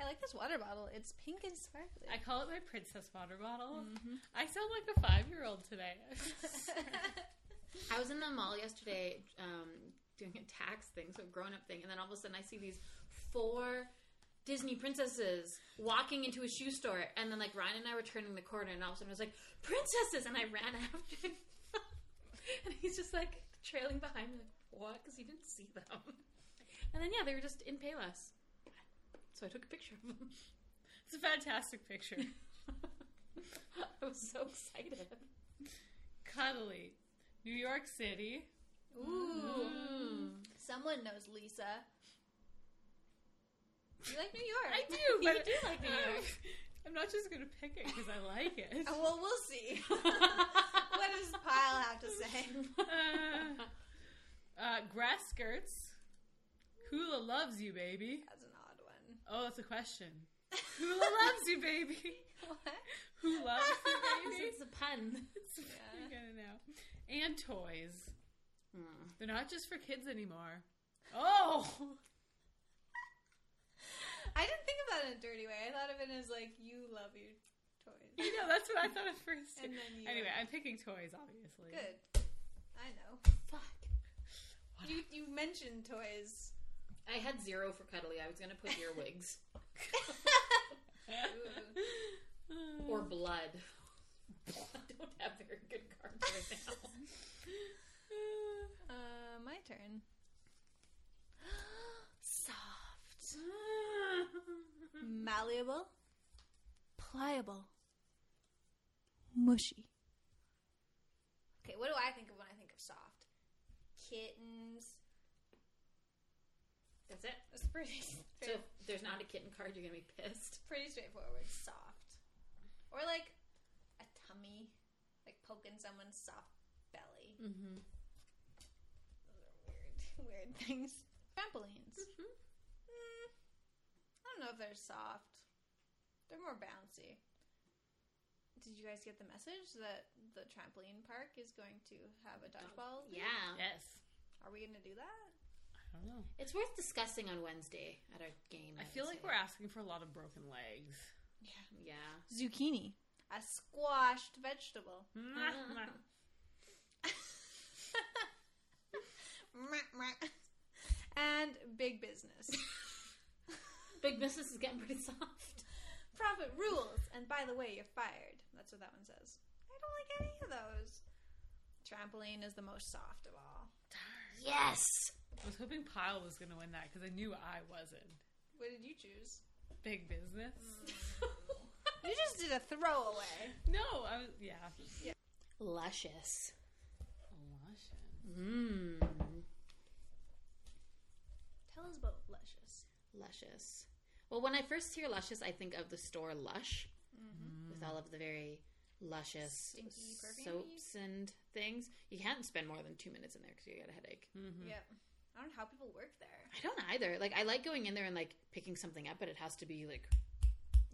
Speaker 1: I like this water bottle. It's pink and sparkly.
Speaker 3: I call it my princess water bottle. I sound like a five year old today.
Speaker 2: I was in the mall yesterday um, doing a tax thing, so grown up thing, and then all of a sudden I see these four Disney princesses walking into a shoe store, and then like Ryan and I were turning the corner, and all of a sudden I was like, "Princesses!" and I ran after him, and he's just like trailing behind me, like what? Because he didn't see them. And then yeah, they were just in Payless, so I took a picture of them.
Speaker 3: it's a fantastic picture.
Speaker 2: I was so excited.
Speaker 3: Cuddly. New York City.
Speaker 1: Ooh. Someone knows Lisa. You like New York?
Speaker 3: I do, but um,
Speaker 2: do like New York.
Speaker 3: I'm not just gonna pick it because I like it.
Speaker 1: Oh, well, we'll see.
Speaker 2: Mm.
Speaker 1: what does Pyle have to say?
Speaker 3: uh, uh, grass skirts. Hula loves you, baby.
Speaker 1: That's an odd one.
Speaker 3: Oh, it's a question. Hula loves you, baby.
Speaker 1: What?
Speaker 3: Who loves you, baby?
Speaker 2: it's a pun.
Speaker 1: Yeah.
Speaker 3: You gotta know. And toys.
Speaker 2: Hmm.
Speaker 3: They're not just for kids anymore. Oh,
Speaker 1: I didn't think about it in a dirty way. I thought of it as like you love your toys.
Speaker 3: You know, that's what I thought at first.
Speaker 1: And then you
Speaker 3: anyway, I'm picking toys, obviously.
Speaker 1: good. I know.
Speaker 2: Fuck.
Speaker 1: You you mentioned toys.
Speaker 2: I had zero for cuddly. I was gonna put earwigs
Speaker 3: Uh,
Speaker 2: or blood. I don't have very good cards right now.
Speaker 1: Uh, my turn. Soft, malleable, pliable, mushy. Okay, what do I think of when I think of soft? Kittens.
Speaker 2: That's it.
Speaker 1: It's pretty
Speaker 2: So if there's not a kitten card, you're gonna be pissed.
Speaker 1: pretty straightforward. Soft, or like a tummy, like poking someone's soft belly.
Speaker 4: Mm-hmm.
Speaker 1: Weird, weird things. Trampolines.
Speaker 2: Mm-hmm.
Speaker 1: Mm, I don't know if they're soft. They're more bouncy. Did you guys get the message that the trampoline park is going to have a dodgeball?
Speaker 2: Yeah.
Speaker 3: Yes.
Speaker 1: Are we going to do that?
Speaker 3: I don't know.
Speaker 2: It's worth discussing on Wednesday at our game.
Speaker 3: I feel
Speaker 2: would
Speaker 3: like
Speaker 2: say.
Speaker 3: we're asking for a lot of broken legs.
Speaker 2: Yeah.
Speaker 1: Zucchini. A squashed vegetable. Mwah, mwah. and big business.
Speaker 2: Big business is getting pretty soft.
Speaker 1: Profit rules. And by the way, you're fired. That's what that one says. I don't like any of those. Trampoline is the most soft of all.
Speaker 2: Yes.
Speaker 3: I was hoping Pyle was going to win that because I knew I wasn't.
Speaker 1: What did you choose?
Speaker 3: Big business.
Speaker 2: Mm.
Speaker 1: You just did a throwaway.
Speaker 3: no, I was. Yeah.
Speaker 2: Luscious.
Speaker 3: Luscious.
Speaker 2: Mmm.
Speaker 1: Tell us about Luscious.
Speaker 2: Luscious. Well, when I first hear luscious, I think of the store Lush with all of the very luscious
Speaker 1: Mm-hmm. Stinky, perfumey.
Speaker 2: soaps and things. You can't spend more than two minutes in there because you get a headache.
Speaker 3: Mm.
Speaker 1: Yep. I don't know how people work there.
Speaker 2: I don't either. Like I like going in there and like picking something up, but it has to be like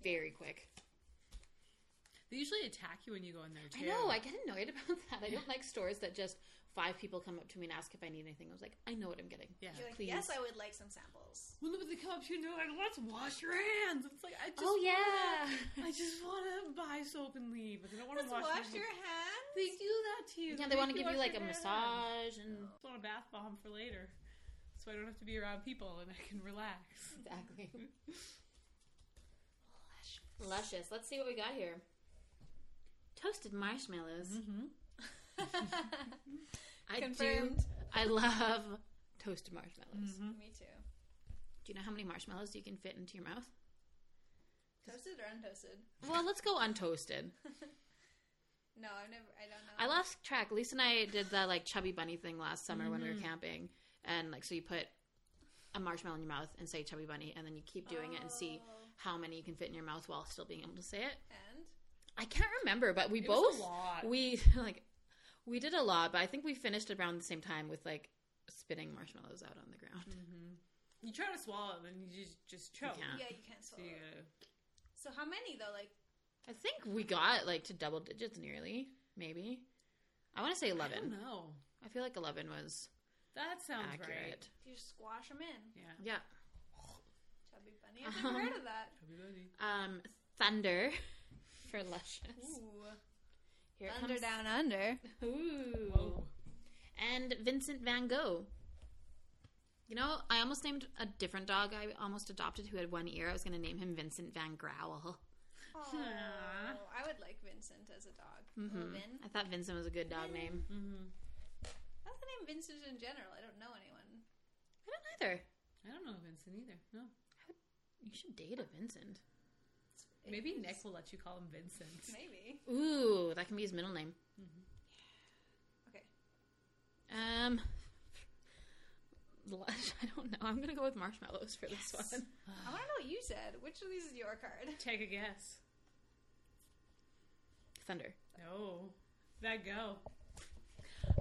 Speaker 2: very quick.
Speaker 3: They usually attack you when you go in there
Speaker 2: I
Speaker 3: too.
Speaker 2: know. I get annoyed about that. I don't like stores that just five people come up to me and ask if I need anything. I was like, I know what I'm getting.
Speaker 3: Yeah.
Speaker 1: You're like,
Speaker 2: Uh, Please.
Speaker 1: yes, I would like some samples.
Speaker 3: Well, no, but they come up to you and they're like, "Let's wash your hands." It's like I just.
Speaker 2: oh yeah.
Speaker 3: I just want to buy soap and leave, but they don't want to
Speaker 1: Let's
Speaker 3: wash,
Speaker 1: wash
Speaker 3: my
Speaker 1: your
Speaker 3: hands.
Speaker 1: hands.
Speaker 3: They do that to you.
Speaker 2: yeah, they want to
Speaker 3: make
Speaker 2: give you
Speaker 3: wash
Speaker 2: like a
Speaker 3: your hands.
Speaker 2: massage and
Speaker 3: Just want a bath bomb for later, so I don't have to be around people and I can relax.
Speaker 2: exactly. Luscious. Let's see what we got here. Toasted marshmallows. I
Speaker 1: Confirmed.
Speaker 2: do. I love toasted marshmallows.
Speaker 3: Mm.
Speaker 1: Me too.
Speaker 2: Do you know how many marshmallows you can fit into your mouth?
Speaker 1: Toasted or untoasted?
Speaker 2: Well, let's go untoasted.
Speaker 1: No, I've never. I don't know.
Speaker 2: I lost track. Lisa and I did the like chubby bunny thing last summer when we were camping, and like so you put a marshmallow in your mouth and say chubby bunny, and then you keep doing it and see how many you can fit in your mouth while still being able to say it.
Speaker 1: Oh, And
Speaker 2: I can't remember, but we
Speaker 3: It was
Speaker 2: both
Speaker 3: a lot.
Speaker 2: we like we did a lot, but I think we finished around the same time with like spitting marshmallows out on the ground.
Speaker 3: You try to swallow, then you just just choke.
Speaker 2: can't.
Speaker 1: yeah, you can't
Speaker 3: So
Speaker 1: swallow.
Speaker 3: you
Speaker 1: it.
Speaker 3: gotta-
Speaker 1: So how many though? Like
Speaker 2: I think we got like to double digits nearly, maybe. I want to say
Speaker 3: I don't
Speaker 2: eleven.
Speaker 3: know.
Speaker 2: I, feel like eleven was
Speaker 3: That sounds
Speaker 2: accurate.
Speaker 1: do you squash them in?
Speaker 3: right.
Speaker 2: Yeah.
Speaker 1: Chubby bunny. I've
Speaker 2: Uh-huh.
Speaker 1: never heard of that.
Speaker 3: Yeah.
Speaker 2: Um, thunder for luscious.
Speaker 1: Ooh.
Speaker 2: Here it
Speaker 1: Under
Speaker 2: comes.
Speaker 1: down under.
Speaker 2: Ooh.
Speaker 3: Whoa.
Speaker 2: And Vincent Van Gogh. You know, I almost named a different dog I almost adopted who had one ear. I was going to name him Vincent Van Growl.
Speaker 1: Oh, I would like Vincent as a dog.
Speaker 2: Mm-hmm.
Speaker 1: Little Vin.
Speaker 2: I thought Vincent was a good dog name.
Speaker 3: Mm-hmm.
Speaker 1: That's the name Vincent in general. I don't know anyone.
Speaker 2: I don't either.
Speaker 3: I don't know Vincent either. No.
Speaker 2: You should date a Vincent.
Speaker 3: Maybe Nick will let you call him Vincent.
Speaker 1: Maybe.
Speaker 2: Ooh, that can be his middle name. Mm-hmm.
Speaker 1: Okay.
Speaker 2: Um, lush. I don't know. I'm going to go with marshmallows for this one.
Speaker 1: I want to know what you said. Which of these is your card?
Speaker 3: Take a guess.
Speaker 2: Thunder.
Speaker 3: No. That go.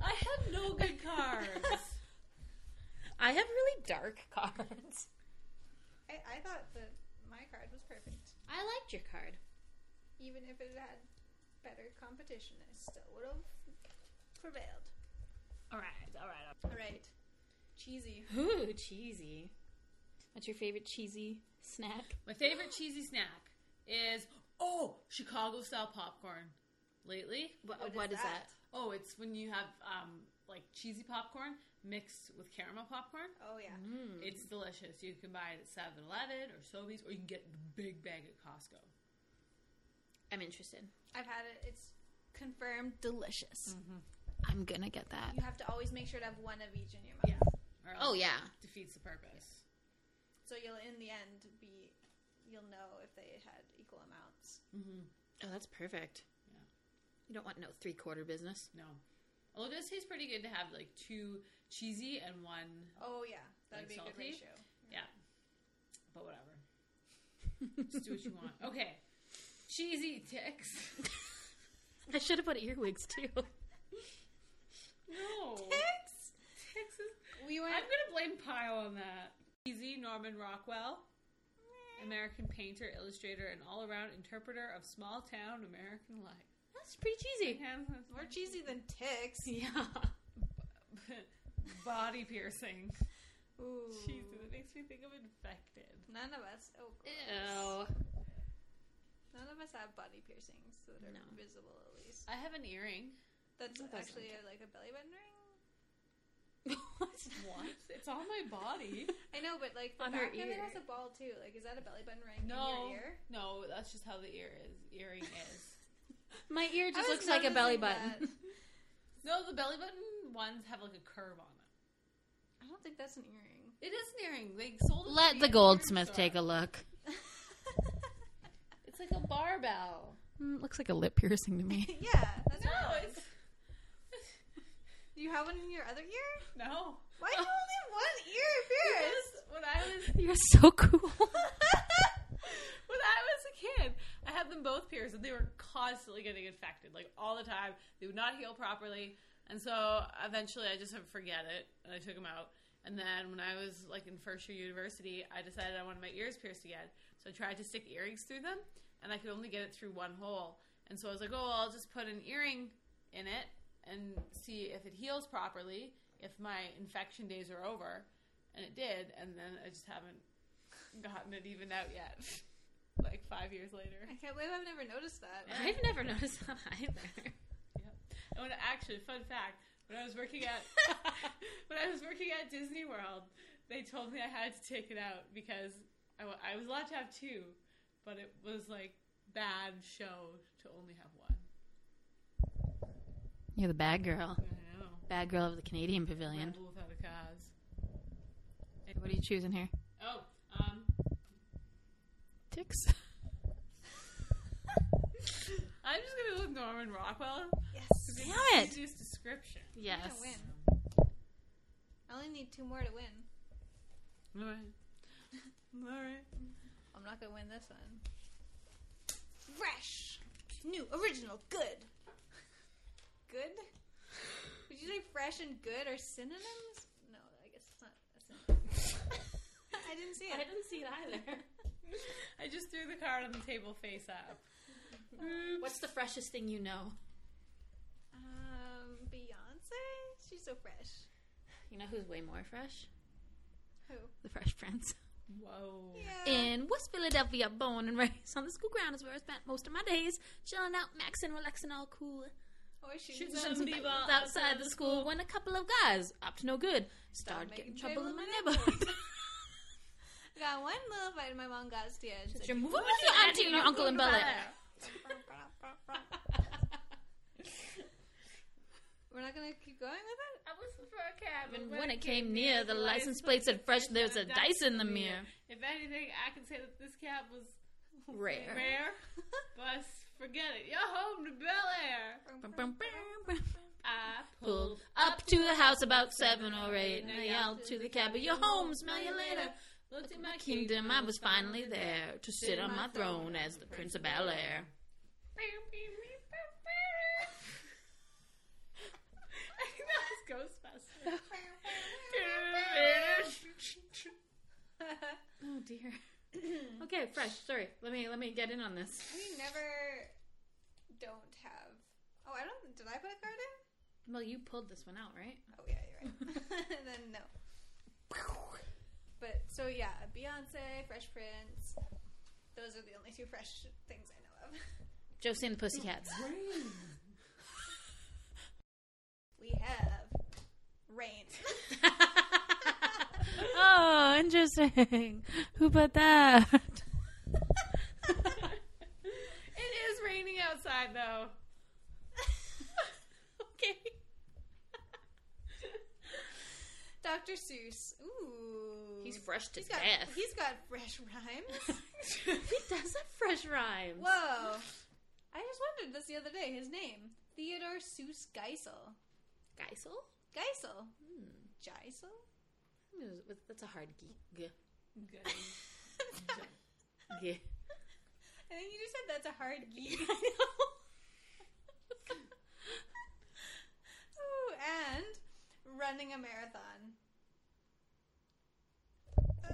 Speaker 3: I have no good cards.
Speaker 2: I have really dark cards.
Speaker 1: I, I thought that my card was perfect.
Speaker 2: I liked your card.
Speaker 1: Even if it had better competition, I still would have prevailed.
Speaker 3: all right, all right.
Speaker 1: All right. Cheesy.
Speaker 2: Ooh, cheesy. What's your favorite cheesy snack?
Speaker 3: My favorite cheesy snack is Oh, Chicago style popcorn. Lately,
Speaker 2: What,
Speaker 1: What is
Speaker 2: what is,
Speaker 1: that?
Speaker 2: that?
Speaker 3: oh, it's when you have um, like cheesy popcorn mixed with caramel popcorn.
Speaker 1: Oh yeah.
Speaker 2: Mm-hmm.
Speaker 3: It's delicious. You can buy it at 7 Eleven or Sobeys, or you can get the big bag at Costco.
Speaker 2: I'm interested.
Speaker 1: I've had it. It's confirmed delicious.
Speaker 2: I'm gonna get that.
Speaker 1: You have to always make sure to have one of each in your mouth.
Speaker 3: Yeah. Or else
Speaker 2: Oh yeah,
Speaker 3: it defeats the purpose.
Speaker 1: So you'll in the end be you'll know if they had equal amounts.
Speaker 2: Oh, that's perfect.
Speaker 3: Yeah.
Speaker 2: You don't want no three quarter business.
Speaker 3: No. Although it does taste pretty good to have like two cheesy and one,
Speaker 1: Oh yeah. That'd
Speaker 3: Like
Speaker 1: be a good
Speaker 3: salty?
Speaker 1: ratio.
Speaker 3: yeah. But whatever. Just do what you want. Okay. Cheesy ticks.
Speaker 2: I should have put earwigs too.
Speaker 3: No.
Speaker 1: Thanks.
Speaker 3: Ticks is-
Speaker 1: We went
Speaker 3: I'm gonna blame Pyle on that. Cheesy Norman Rockwell. American painter, illustrator, and all-around interpreter of small-town American life.
Speaker 2: That's pretty cheesy.
Speaker 1: more cheesy than ticks.
Speaker 2: Yeah.
Speaker 3: Body piercing.
Speaker 1: Ooh.
Speaker 3: Cheesy. That makes me think of infected.
Speaker 1: None of us. Oh, gross.
Speaker 2: Ew.
Speaker 1: None of us have body piercings that are
Speaker 2: No.
Speaker 1: visible, at least.
Speaker 3: I have an earring.
Speaker 1: That's
Speaker 2: That doesn't
Speaker 1: actually a, like a belly button ring.
Speaker 3: What? it's on my body.
Speaker 1: I know, but like the
Speaker 2: On her
Speaker 1: back of it
Speaker 2: ear.
Speaker 1: has a ball too. Like, is that a belly button ring in
Speaker 3: No,
Speaker 1: your ear?
Speaker 3: no, that's just how the ear is. Earring is.
Speaker 2: My ear
Speaker 1: I
Speaker 2: just
Speaker 1: was
Speaker 2: looks like a belly button.
Speaker 1: noticing
Speaker 3: no, the belly button ones have like a curve on them.
Speaker 1: that. I don't think that's an earring.
Speaker 3: It is an earring. They sold. It to me
Speaker 2: Let the
Speaker 3: at
Speaker 2: goldsmith
Speaker 3: earring
Speaker 2: take a
Speaker 3: store.
Speaker 2: look.
Speaker 3: It's like a barbell.
Speaker 2: Mm, looks like a lip piercing to me.
Speaker 1: yeah, that's
Speaker 3: No,
Speaker 1: what it is.
Speaker 3: it's
Speaker 1: You have one in your other ear?
Speaker 3: no.
Speaker 1: Why
Speaker 2: Oh.
Speaker 1: do you only have one ear pierced?
Speaker 3: Because when I was
Speaker 2: You're so cool.
Speaker 3: when I was a kid, I had them both pierced, and they were constantly getting infected, like all the time. They would not heal properly, and so eventually, I just sort of forget it, and I took them out. And then when I was like in first year university, I decided I wanted my ears pierced again, so I tried to stick earrings through them, and I could only get it through one hole. And so I was like, oh, well, I'll just put an earring in it and see if it heals properly, if my infection days are over. And it did, and then I just haven't gotten it even out yet. like five years later.
Speaker 1: I can't believe I've never noticed that.
Speaker 2: I've never noticed that either.
Speaker 3: Oh, And when, actually, fun fact: when I was working at when I was working at Disney World, they told me I had to take it out because I, wa- I was allowed to have two, but it was like bad show to only have one.
Speaker 2: You're the bad girl.
Speaker 3: I know.
Speaker 2: Bad girl of the Canadian Pavilion.
Speaker 3: Rebel without a cause.
Speaker 2: What are you choosing here?
Speaker 3: Oh, um,
Speaker 2: Ticks.
Speaker 3: I'm just gonna go with Norman Rockwell.
Speaker 1: Yes.
Speaker 3: Damn
Speaker 2: it.
Speaker 3: Easiest description.
Speaker 1: I need
Speaker 2: Yes.
Speaker 1: to win. I only need two more to win.
Speaker 3: All right. All right.
Speaker 1: I'm not gonna win this one. Fresh, new, original, good. Good? Would you say fresh and good are synonyms? No, I guess it's not a synonym. I didn't see it.
Speaker 2: didn't see it either.
Speaker 3: I just threw the card on the table face up.
Speaker 2: What's the freshest thing you know?
Speaker 1: Um, Beyonce? She's so fresh.
Speaker 2: You know who's way more fresh?
Speaker 1: Who?
Speaker 2: The Fresh Prince.
Speaker 3: Whoa.
Speaker 1: Yeah.
Speaker 2: In West Philadelphia, born and raised on the school ground is where I spent most of my days, chilling out, maxing, relaxing, all cool.
Speaker 1: Or she's
Speaker 3: She's
Speaker 2: Some
Speaker 3: Some
Speaker 2: people
Speaker 3: people
Speaker 2: outside the school when a couple of guys, up to no good, started
Speaker 1: Started
Speaker 2: getting
Speaker 1: making
Speaker 2: trouble
Speaker 1: trouble
Speaker 2: in my
Speaker 1: in my
Speaker 2: neighborhood.
Speaker 1: got one little fight my mom got us to edge.
Speaker 2: You're moving with your auntie and your uncle in Bel Air.
Speaker 1: We're not gonna keep going with it?
Speaker 3: I whistled for a cab,
Speaker 2: And when it came near, the license plate said fresh, there's a dice in the mirror.
Speaker 3: If anything, I can say that this cab was
Speaker 2: Rare.
Speaker 3: rare, but forget it. You're home to Bel Air.
Speaker 2: Bum, bum, bum, bum.
Speaker 3: I
Speaker 2: Pulled
Speaker 3: pulled
Speaker 2: up to the house about seven or eight, and I yelled to the cab, Your home, smell you later.
Speaker 3: Looked
Speaker 2: In my kingdom, I was finally there to sit on my throne as the Prince of Bel Air.
Speaker 3: I think that was Ghostbusters.
Speaker 2: Oh dear. okay, fresh. Sorry. Let me let me get in on this.
Speaker 1: We never don't have. Oh, I don't. Did I put a card in?
Speaker 2: Well, you pulled this one out, right?
Speaker 1: Oh yeah, you're right. and then no. But so yeah, Beyonce, Fresh Prince. Those are the only two fresh things I know of. of.
Speaker 2: Josie and the Pussycats.
Speaker 1: We have rain.
Speaker 2: oh, interesting. Who put that?
Speaker 3: It is raining outside though.
Speaker 2: okay.
Speaker 1: Dr. Seuss. Ooh.
Speaker 2: He's fresh to
Speaker 1: He's got,
Speaker 2: death.
Speaker 1: he's got fresh rhymes.
Speaker 2: he does have fresh rhymes.
Speaker 1: Whoa. I just wondered this the other day. His name Theodore Seuss Geisel.
Speaker 2: Geisel?
Speaker 1: Geisel. Geisel?
Speaker 2: That's a hard g. g.
Speaker 3: Good.
Speaker 2: g.
Speaker 1: I think you just said that's a hard geek.
Speaker 2: I know.
Speaker 1: Ooh, Oh, and running a marathon. Uh,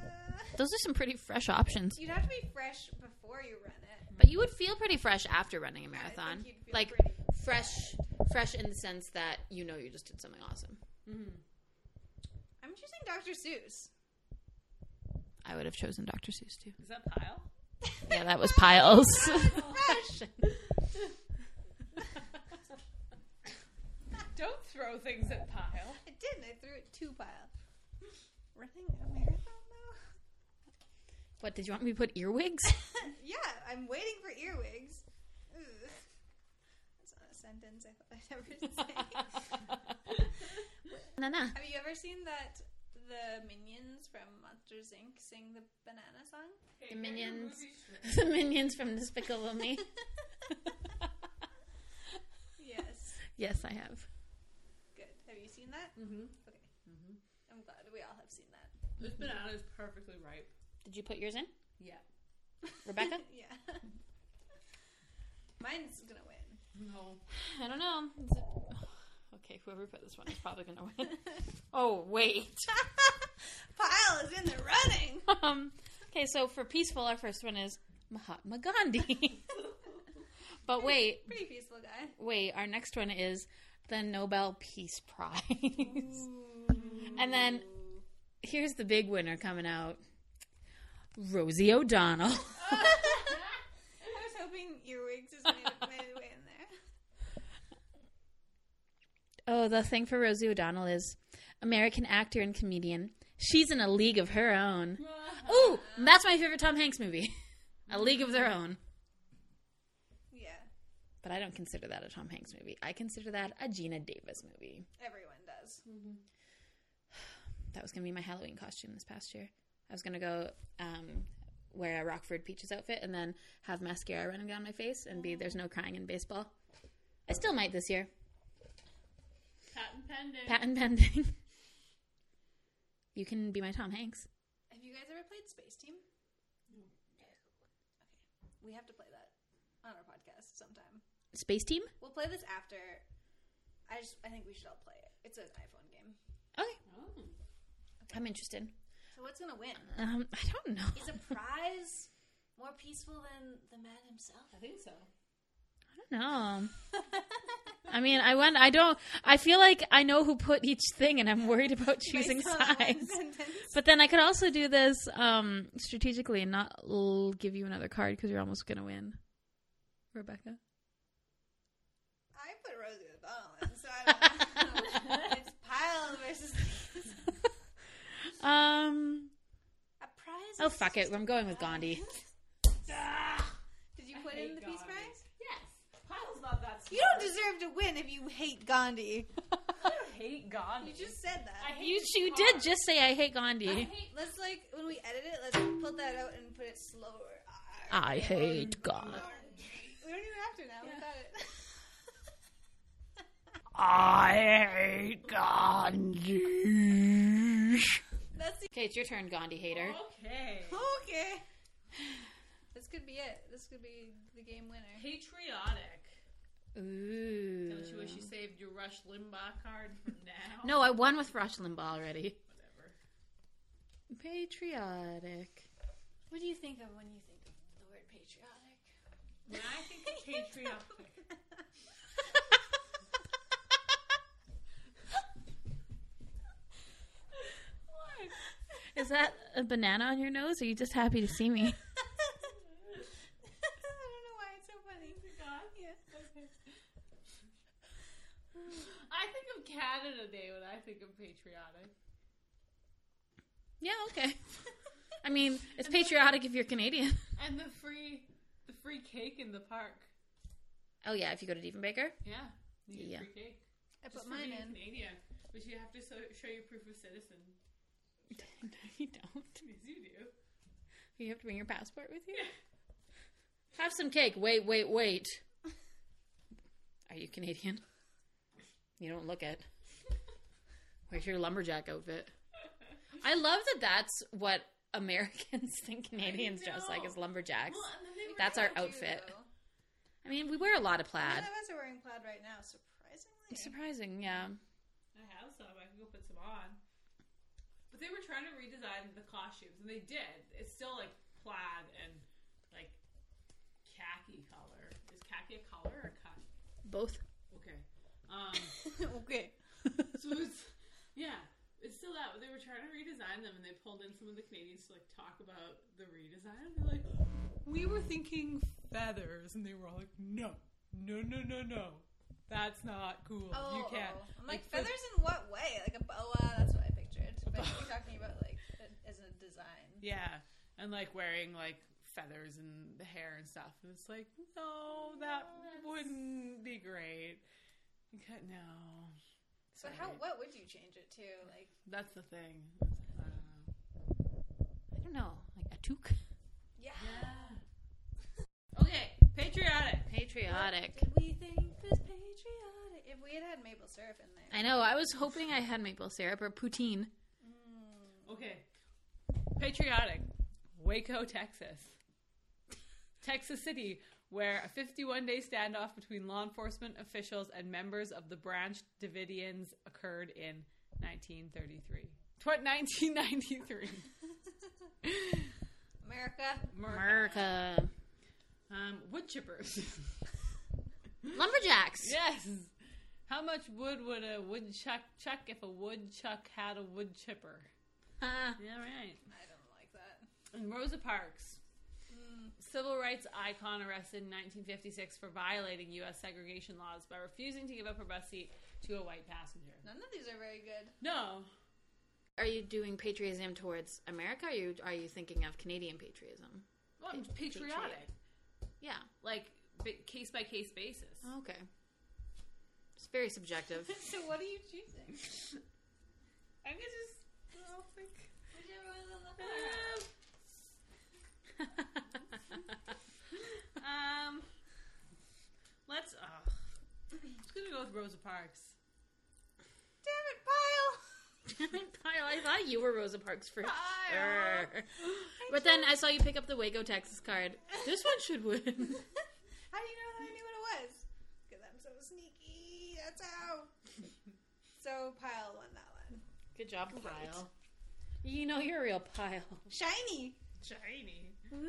Speaker 2: Those are some pretty fresh options.
Speaker 1: you'd have to be fresh before you run it.
Speaker 2: But you would feel pretty fresh after running a
Speaker 1: I think
Speaker 2: marathon.
Speaker 1: you'd feel
Speaker 2: Like
Speaker 1: pretty-
Speaker 2: fresh fresh in the sense that you know you just did something awesome.
Speaker 1: I'm choosing Dr. Seuss.
Speaker 2: I would have chosen Dr. Seuss too.
Speaker 3: Is that pile?
Speaker 2: Yeah, that was piles.
Speaker 1: Fresh.
Speaker 3: Don't throw things at pile.
Speaker 1: I didn't. I threw it two pile. Running a marathon though.
Speaker 2: what did you want me to put earwigs?
Speaker 1: yeah, I'm waiting for earwigs. Ugh. That's not a sentence I thought I'd ever say.
Speaker 2: Na na.
Speaker 1: Have you ever seen that the minions from Monsters Inc. sing the banana song?
Speaker 2: The minions. The minions from Despicable Me.
Speaker 1: Yes.
Speaker 2: yes, I have.
Speaker 1: Good. Have you seen that?
Speaker 3: Mm-hmm.
Speaker 1: Okay. I'm glad we all have seen that.
Speaker 3: This banana is perfectly ripe.
Speaker 2: Did you put yours in?
Speaker 3: Yeah.
Speaker 2: Rebecca?
Speaker 1: yeah. Mine's gonna win.
Speaker 3: No.
Speaker 2: I don't know. Is it- Okay, whoever put this one is probably going to win. oh, wait.
Speaker 1: Pile is in the running.
Speaker 2: Um, okay, so for peaceful, our first one is Mahatma Gandhi. but wait,
Speaker 1: Pretty peaceful guy.
Speaker 2: wait, our next one is the Nobel Peace Prize. and then here's the big winner coming out Rosie O'Donnell.
Speaker 1: I was hoping earwigs is made, made its way in there.
Speaker 2: Oh, the thing for Rosie O'Donnell is American actor and comedian. She's in a league of her own. Ooh, that's my favorite Tom Hanks movie. a League of Their Own.
Speaker 1: Yeah,
Speaker 2: But I don't consider that a Tom Hanks movie. I consider that a Gina Davis movie.
Speaker 1: everyone does.
Speaker 2: That was going to be my Halloween costume this past year. I was going to go um, wear a Rockford Peaches outfit and then have mascara running down my face and be There's No Crying in Baseball. I still might this year.
Speaker 3: Patent pending.
Speaker 2: Patent pending. you can be my Tom Hanks.
Speaker 1: Have you guys ever played Space Team? Okay, we have to play that on our podcast sometime.
Speaker 2: Space Team?
Speaker 1: We'll play this after. I just I think we should all play it. It's an iPhone game.
Speaker 2: Okay.
Speaker 3: Oh.
Speaker 2: I'm interested.
Speaker 1: So what's gonna win?
Speaker 2: Um, I don't know.
Speaker 1: Is a prize more peaceful than the man himself?
Speaker 3: I think so.
Speaker 2: I don't know. I mean, I went. I don't. I feel like I know who put each thing, and I'm worried about choosing
Speaker 1: Based on one
Speaker 2: sides.
Speaker 1: sentence.
Speaker 2: But then I could also do this um, strategically and not l- give you another card because you're almost gonna win, Rebecca.
Speaker 1: I put Rosie O'Donnell in, so I don't know. it's Pyle versus
Speaker 2: Um.
Speaker 1: a prize.
Speaker 2: Oh
Speaker 1: is
Speaker 2: fuck it.
Speaker 1: just a
Speaker 2: I'm going with
Speaker 1: prize.
Speaker 2: Gandhi.
Speaker 1: Did you put in the peace prize?
Speaker 5: Yes.
Speaker 3: Pile's not that smart.
Speaker 1: You don't deserve to win if you hate Gandhi.
Speaker 3: I hate Gandhi.
Speaker 1: You just said that.
Speaker 3: I hate
Speaker 2: You,
Speaker 3: this
Speaker 2: you
Speaker 3: car.
Speaker 2: did just say I hate Gandhi.
Speaker 1: Let's like when we edit it, let's pull that out and put it slower.
Speaker 2: I hate Gandhi.
Speaker 1: We don't even have to now. We got it.
Speaker 2: I hate Gandhi.
Speaker 1: That's the-
Speaker 2: Okay, it's your turn, Gandhi hater.
Speaker 3: Okay.
Speaker 1: okay. This could be it. This could be the game winner.
Speaker 3: Patriotic.
Speaker 2: Ooh.
Speaker 3: Don't you wish you saved your Rush Limbaugh card for now?
Speaker 2: No, I won with Rush Limbaugh already.
Speaker 3: Whatever.
Speaker 2: Patriotic.
Speaker 1: What do you think of when you think of the word patriotic?
Speaker 3: When I think of patriotic,
Speaker 2: Is that a banana on your nose? Or are you just happy to see me?
Speaker 1: I don't know why it's so
Speaker 3: of Canada Day when I think of patriotic.
Speaker 2: Yeah, okay. I mean, it's patriotic if you're Canadian.
Speaker 3: And the free, the free cake in the park.
Speaker 2: Oh yeah, if you go to Diefenbaker.
Speaker 3: Yeah, you get
Speaker 2: Yeah.
Speaker 3: free cake.
Speaker 1: I
Speaker 3: Just
Speaker 1: put
Speaker 3: for
Speaker 1: mine
Speaker 3: being
Speaker 1: in.
Speaker 3: Canadian, but you have to so- show your proof of citizen.
Speaker 2: No, you don't.
Speaker 3: Yes, you do.
Speaker 2: You have to bring your passport with you. Have some cake. Wait, wait, wait. Are you Canadian? You don't look it. Where's your lumberjack outfit? I love that that's what Americans think Canadians dress like is lumberjacks.
Speaker 3: Well, and the thing
Speaker 2: That's our
Speaker 1: I do,
Speaker 2: outfit.
Speaker 1: though.
Speaker 2: I mean, we wear a lot of
Speaker 1: None
Speaker 2: plaid.
Speaker 1: of us are wearing plaid right now, surprisingly.
Speaker 2: It's surprising, yeah.
Speaker 3: I have some. I can go put some on. But they were trying to redesign the costumes, and they did. It's still like plaid and like khaki color. Is khaki a color or khaki?
Speaker 2: Both.
Speaker 3: Okay. Um,
Speaker 1: okay.
Speaker 3: so it's yeah, it's still that. But they were trying to redesign them, and they pulled in some of the Canadians to like talk about the redesign. They're like, we were thinking feathers, and they were all like, no, no, no, no, no. That's not cool.
Speaker 1: Oh,
Speaker 3: you can't.
Speaker 1: oh. I'm like,
Speaker 3: Like,
Speaker 1: feathers in what way? Like a boa? That's what I pictured. But you're talking about like a, as a design.
Speaker 3: Yeah, and like wearing like feathers and the hair and stuff. And it's like,
Speaker 1: Oh,
Speaker 3: no, that wouldn't be great. You could no.
Speaker 1: But how?
Speaker 3: Sorry.
Speaker 1: What would you change it to? Like,
Speaker 3: That's the thing. uh, I don't know.
Speaker 2: I don't know, like a toque.
Speaker 1: yeah.
Speaker 3: Okay, patriotic.
Speaker 2: Patriotic.
Speaker 1: Did we think this patriotic? If we had had maple syrup in there,
Speaker 2: I know. I was hoping I had maple syrup or poutine.
Speaker 3: Okay, patriotic. Waco, Texas. Texas City, where a 51 day standoff between law enforcement officials and members of the Branch Davidians occurred in 1933. Tw- 1993.
Speaker 1: America.
Speaker 2: America.
Speaker 3: Um, wood chippers.
Speaker 2: Lumberjacks.
Speaker 3: yes. How much wood would a woodchuck chuck if a woodchuck had a wood chipper?
Speaker 2: Ah.
Speaker 3: Yeah, right.
Speaker 1: I don't like that.
Speaker 3: And Rosa Parks, Hmm. civil rights icon, arrested in 1956 for violating U.S. segregation laws by refusing to give up her bus seat to a white passenger.
Speaker 1: None of these are very good.
Speaker 3: No,
Speaker 2: Are you doing patriotism towards America? Or are you are you thinking of Canadian patriotism?
Speaker 3: well, it's patriotic,
Speaker 2: patriotic. Yeah. Oh,
Speaker 3: like case by case basis.
Speaker 2: Okay. It's very subjective.
Speaker 1: so what are you choosing?
Speaker 3: I could just, I don't think.
Speaker 1: Whichever was on the front.
Speaker 3: Um, um, let's. Uh, just gonna go with Rosa Parks.
Speaker 1: Damn it, pile.
Speaker 2: Kyle, I thought you were Rosa Parks for
Speaker 3: Kyle.
Speaker 2: sure. But then I saw you pick up the Waco, Texas card. This one should win.
Speaker 1: How do you know that I knew what it was? Because I'm so sneaky. That's how. so pile won that one.
Speaker 2: Good job, Pile. You know you're a real pile.
Speaker 1: Shiny.
Speaker 3: Shiny.
Speaker 2: Woo!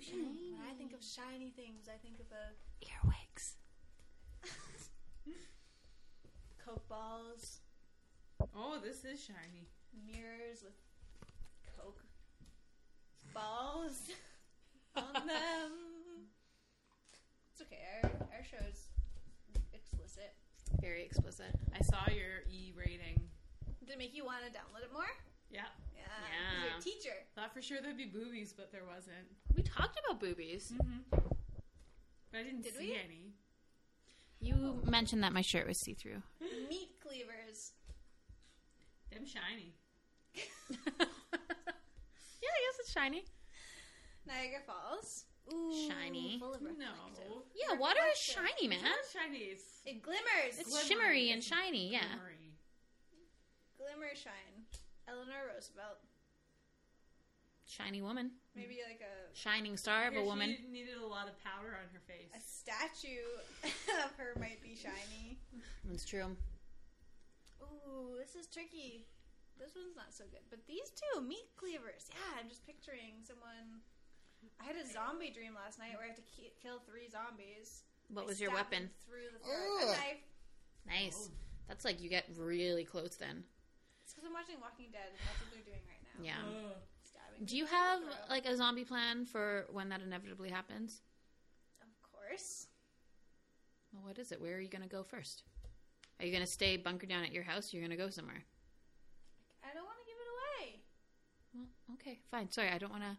Speaker 2: Shiny.
Speaker 1: When I think of shiny things, I think of a
Speaker 2: Earwigs.
Speaker 1: coke balls,
Speaker 3: Oh, this is shiny.
Speaker 1: mirrors with coke balls
Speaker 3: Oh,
Speaker 1: on them. It's okay. Our our show's explicit.
Speaker 2: Very explicit.
Speaker 3: I saw your E rating.
Speaker 1: Did it make you want to download it more?
Speaker 3: Yeah,
Speaker 1: Yeah.
Speaker 2: Yeah.
Speaker 1: You're a teacher.
Speaker 3: thought for sure there'd be boobies, but there wasn't.
Speaker 2: We talked about boobies.
Speaker 3: Mm-hmm. But I didn't
Speaker 1: Did
Speaker 3: see
Speaker 1: we?
Speaker 3: any.
Speaker 2: You mentioned that my shirt was see through.
Speaker 1: Meat cleavers.
Speaker 3: Them shiny.
Speaker 2: yeah, I guess it's shiny.
Speaker 1: Niagara Falls. Ooh,
Speaker 2: Shiny.
Speaker 1: Full of reflective.
Speaker 3: No,
Speaker 2: Yeah, water is shiny, man.
Speaker 3: it's not shiny. It's
Speaker 1: It glimmers.
Speaker 2: It's
Speaker 3: Glimmery.
Speaker 2: shimmery and shiny, yeah.
Speaker 3: shimmery.
Speaker 1: Glimmer shine. Eleanor Roosevelt.
Speaker 2: Shiny woman.
Speaker 1: Maybe like a
Speaker 2: Shining star of
Speaker 3: Yeah,
Speaker 2: a woman.
Speaker 3: She needed a lot of powder on her face.
Speaker 1: a statue of her might be shiny.
Speaker 2: That's true.
Speaker 1: Ooh, this is tricky. This one's not so good. But these two, meat cleavers. Yeah, I'm just picturing someone. I had a zombie dream last night where I had to ki- kill three zombies.
Speaker 2: What
Speaker 1: I
Speaker 2: was your
Speaker 1: stabbed
Speaker 2: weapon?
Speaker 1: them Through the throat. A
Speaker 2: Ugh.
Speaker 1: knife.
Speaker 2: Nice. That's like you get really close then.
Speaker 1: It's because I'm watching Walking Dead. And that's what they're doing right now.
Speaker 2: Yeah.
Speaker 3: Ugh.
Speaker 1: Stabbing.
Speaker 2: Do you
Speaker 1: people
Speaker 2: have
Speaker 1: through the throat.
Speaker 2: like a zombie plan for when that inevitably happens?
Speaker 1: Of course.
Speaker 2: Well, what is it? Where are you going to go first? Are you going to stay bunkered down at your house? You're going to go somewhere.
Speaker 1: I don't want to give it away.
Speaker 2: Well, okay, fine. Sorry, I don't want to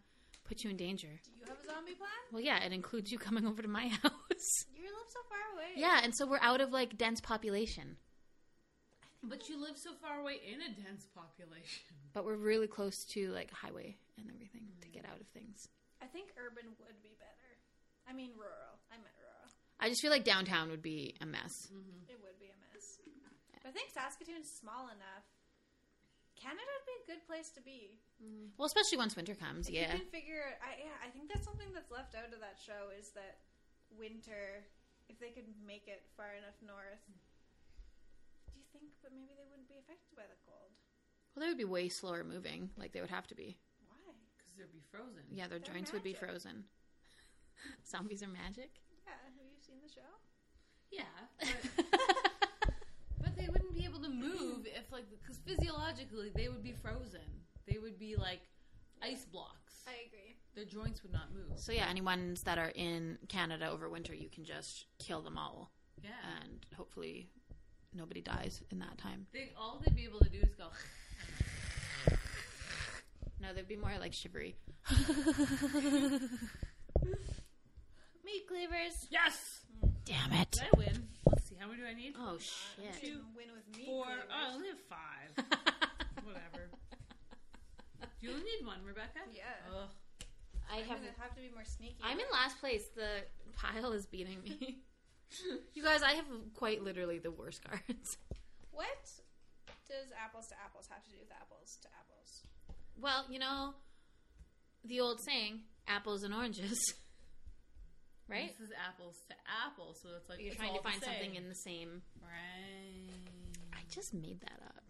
Speaker 2: put you in danger.
Speaker 1: Do you have a zombie plan?
Speaker 2: Well, yeah, it includes you coming over to my house.
Speaker 1: You live so far away.
Speaker 2: Yeah, and so we're out of like dense population,
Speaker 3: But you live so far away in a dense population.
Speaker 2: but we're really close to like highway and everything to get out of things.
Speaker 1: I think urban would be better. I mean, rural. I meant rural.
Speaker 2: I just feel like downtown would be a mess.
Speaker 1: It would be a mess. But I think Saskatoon's small enough. Canada would be a good place to be.
Speaker 2: Well, especially once winter comes.
Speaker 1: If
Speaker 2: Yeah.
Speaker 1: You can figure. I, yeah, I think that's something that's left out of that show is that winter. If they could make it far enough north, do you think? But maybe they wouldn't be affected by the cold.
Speaker 2: Well, they would be way slower moving. Like they would have to be.
Speaker 1: Why?
Speaker 3: Because they'd be frozen.
Speaker 2: Yeah, their
Speaker 1: They're
Speaker 2: joints would be
Speaker 1: magic.
Speaker 2: frozen. Zombies are magic.
Speaker 1: Yeah. Have you seen the show?
Speaker 3: Yeah. But, but they wouldn't be able to move if, like, because physiologically they would be frozen. They would be like ice blocks.
Speaker 1: I agree.
Speaker 3: Their joints would not move.
Speaker 2: so yeah, any ones that are in Canada over winter, you can just kill them all,
Speaker 3: Yeah.
Speaker 2: and hopefully nobody dies in that time.
Speaker 3: They all they'd be able to do is go.
Speaker 2: No, they'd be more like shivery.
Speaker 1: Meat cleavers.
Speaker 3: Yes.
Speaker 2: Damn it!
Speaker 3: Did I win? Let's see. How many do I need?
Speaker 2: Oh
Speaker 1: Uh, You
Speaker 2: shit!
Speaker 3: Two,
Speaker 1: can win with meat
Speaker 3: Four.
Speaker 1: cleavers.
Speaker 3: Oh, I only have five. Whatever. You only need one, Rebecca.
Speaker 1: Yeah.
Speaker 3: Ugh.
Speaker 2: I
Speaker 1: I'm
Speaker 2: have.
Speaker 1: gonna have to be more sneaky.
Speaker 2: I'm in last place. The pile is beating me. you guys, I have quite literally the worst cards.
Speaker 1: What does apples to apples have to do with apples to apples?
Speaker 2: Well, you know, the old saying, apples and oranges. Right?
Speaker 3: This is apples to apples, so it's like
Speaker 2: You're
Speaker 3: it's
Speaker 2: trying
Speaker 3: all
Speaker 2: to
Speaker 3: the
Speaker 2: find something
Speaker 3: same.
Speaker 2: in the same.
Speaker 3: Right.
Speaker 2: I just made that up.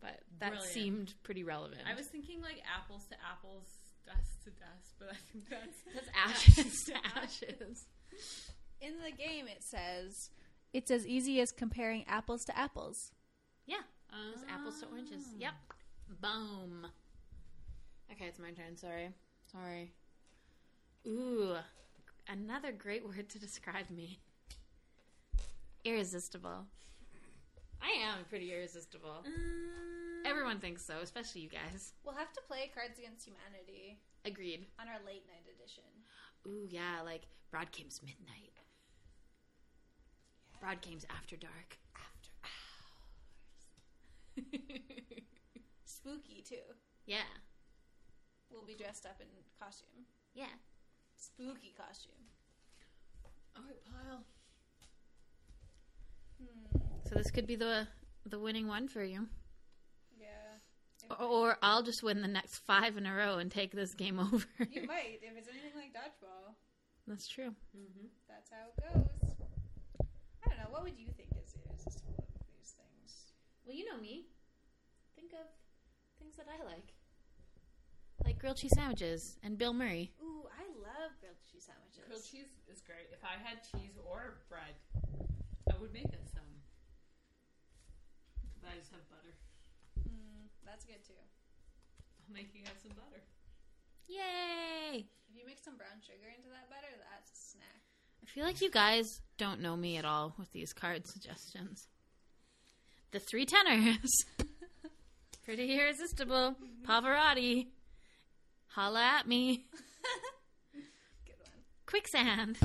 Speaker 2: But that
Speaker 3: Brilliant.
Speaker 2: seemed pretty relevant.
Speaker 3: I was thinking like apples to apples, dust to dust, but I think that's
Speaker 2: That's ashes to ashes.
Speaker 1: In the game, it says it's as easy as comparing apples to apples.
Speaker 2: Yeah. It's
Speaker 3: uh,
Speaker 2: apples to oranges. Yep. Boom. Okay, it's my turn. Sorry. Sorry. Ooh. Another great word to describe me. Irresistible. I am pretty irresistible. Everyone thinks so, especially you guys.
Speaker 1: We'll have to play Cards Against Humanity
Speaker 2: Agreed.
Speaker 1: on our late night edition.
Speaker 2: Ooh, yeah, like Broad Kim's midnight. Broad Kim's after dark.
Speaker 1: After spooky too.
Speaker 2: yeah.
Speaker 1: We'll be dressed up in costume,
Speaker 2: Yeah.
Speaker 1: spooky costume.
Speaker 3: All right, pile.
Speaker 1: Hmm,
Speaker 2: So this could be the the winning one for you.
Speaker 1: Yeah,
Speaker 2: Or I'll just win the next five in a row and take this game over.
Speaker 1: you might if it's anything like dodgeball.
Speaker 2: That's true.
Speaker 1: That's how it goes. I don't know. What would you think is irresistible of these things?
Speaker 2: Well, you know me. Think of things that I like, like grilled cheese sandwiches and Bill Murray.
Speaker 1: Ooh, I love grilled cheese sandwiches.
Speaker 3: Grilled cheese is great. If I had cheese or bread, I would make us some. But I just have butter.
Speaker 1: Mm, that's good too.
Speaker 3: I'll make you guys some butter.
Speaker 2: Yay!
Speaker 1: If you mix some brown sugar into that butter, that's a snack.
Speaker 2: I feel like you guys don't know me at all with these card suggestions. The three tenors. Pretty irresistible. Pavarotti. Holla at me.
Speaker 1: Good one.
Speaker 2: Quicksand.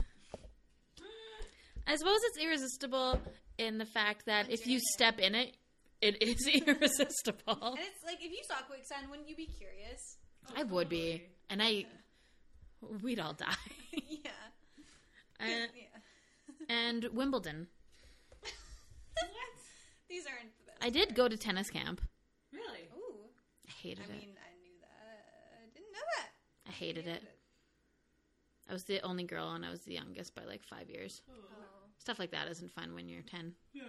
Speaker 2: I suppose it's irresistible in the fact that if you step in it, it is irresistible.
Speaker 1: And it's like if you saw quicksand, wouldn't you be curious?
Speaker 2: I would be. And I. We'd all die.
Speaker 1: yeah.
Speaker 2: Uh,
Speaker 1: yeah.
Speaker 2: and Wimbledon.
Speaker 1: what? These aren't the best.
Speaker 2: I did go to tennis camp.
Speaker 3: Really?
Speaker 1: Ooh.
Speaker 2: I hated
Speaker 1: I
Speaker 2: it.
Speaker 1: mean, I knew that. I didn't know that.
Speaker 2: I hated it. I was the only girl and I was the youngest by like five years.
Speaker 1: Oh.
Speaker 2: Stuff like that isn't fun when you're 10.
Speaker 3: No.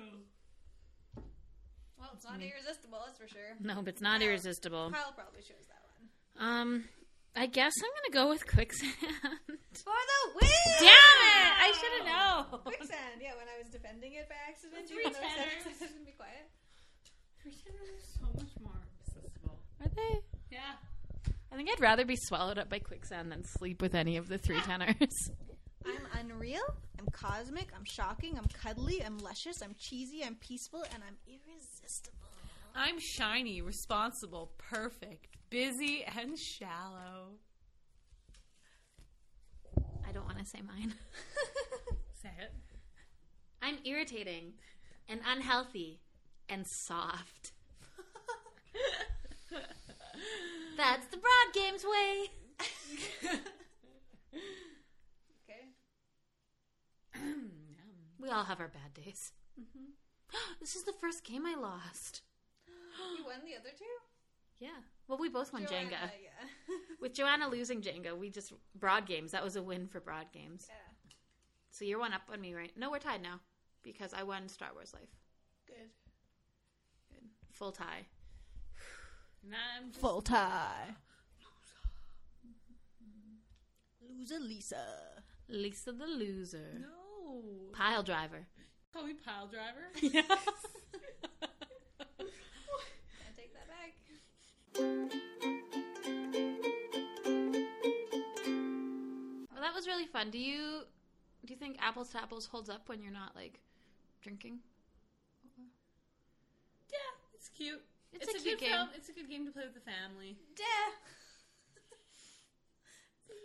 Speaker 1: Well, it's not irresistible, that's for sure.
Speaker 2: No, but it's not
Speaker 1: Yeah.
Speaker 2: irresistible.
Speaker 1: Kyle probably chose that one.
Speaker 2: Um, I guess I'm gonna go with quicksand.
Speaker 1: For the win!
Speaker 2: Damn it! I should have known.
Speaker 1: Quicksand, yeah, when I was defending it by accident,
Speaker 3: The
Speaker 1: even though
Speaker 3: three
Speaker 1: I said
Speaker 3: tenors.
Speaker 1: it shouldn't be quiet.
Speaker 3: Pretend is so much more accessible.
Speaker 2: Are they?
Speaker 3: Yeah.
Speaker 2: I think I'd rather be swallowed up by quicksand than sleep with any of the three tenors.
Speaker 1: I'm unreal. I'm cosmic. I'm shocking. I'm cuddly. I'm luscious. I'm cheesy. I'm peaceful, and I'm irresistible.
Speaker 3: I'm shiny, responsible, perfect, busy, and shallow.
Speaker 2: I don't want to say mine.
Speaker 3: Say it.
Speaker 2: I'm irritating and unhealthy and soft. That's the broad games way.
Speaker 3: Okay.
Speaker 2: We all have our bad days. Mm-hmm. this is the first game I lost.
Speaker 1: You won the other two.
Speaker 2: Yeah. Well, we both won
Speaker 1: Joanna,
Speaker 2: Jenga.
Speaker 1: Yeah.
Speaker 2: With Joanna losing Jenga, we just broad games. That was a win for broad games.
Speaker 1: yeah.
Speaker 2: So you're one up on me, right? No, we're tied now because I won Star Wars Life.
Speaker 1: Good.
Speaker 2: Full tie.
Speaker 3: And I'm just-
Speaker 1: Full tie. Loser Lisa.
Speaker 2: Lisa the loser.
Speaker 3: no.
Speaker 2: Pile driver.
Speaker 3: Call me pile driver.
Speaker 1: I take that back.
Speaker 2: Well, that was really fun. Do you do you think apples to apples holds up when you're not like drinking?
Speaker 3: yeah, it's cute.
Speaker 2: It's a
Speaker 3: good
Speaker 2: cute game.
Speaker 3: Film. It's a good game to play with the family.
Speaker 1: Duh. That's what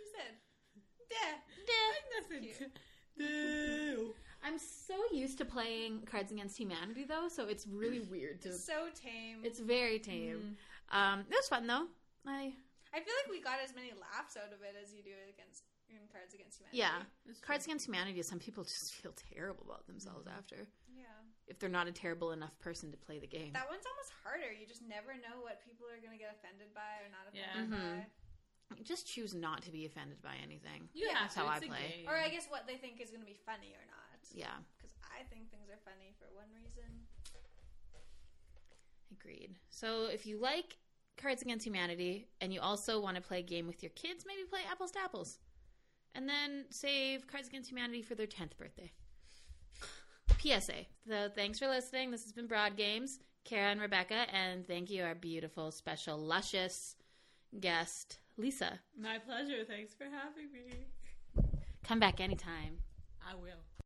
Speaker 1: you said. Duh.
Speaker 3: Nothing. Ew.
Speaker 2: I'm so used to playing Cards Against Humanity though, so it's really weird to.
Speaker 1: So tame.
Speaker 2: It's very tame. Um, it was fun though. I
Speaker 1: I feel like we got as many laughs out of it as you do against in Cards Against Humanity.
Speaker 2: yeah.
Speaker 3: It's true.
Speaker 2: Cards Against Humanity. Some people just feel terrible about themselves after
Speaker 1: Yeah.
Speaker 2: if they're not a terrible enough person to play the game.
Speaker 1: That one's almost harder. You just never know what people are going to get offended by or not
Speaker 3: Yeah.
Speaker 1: offended by.
Speaker 2: Mm-hmm. Just choose not to be offended by anything.
Speaker 3: You
Speaker 1: Yeah.
Speaker 3: have
Speaker 2: That's how I
Speaker 3: to. It's a game.
Speaker 2: play.
Speaker 1: Or I guess what they think is going to be funny or not.
Speaker 2: Yeah,
Speaker 1: Because I think things are funny for one reason.
Speaker 2: agreed. So if you like Cards Against Humanity and you also want to play a game with your kids, maybe play Apples to Apples. And then save Cards Against Humanity for their 10th birthday. PSA. So thanks for listening. This has been Broad Games, Kara and Rebecca, and thank you, our beautiful, special, luscious guest, Lisa.
Speaker 3: My pleasure. Thanks for having me.
Speaker 2: Come back anytime.
Speaker 3: I will.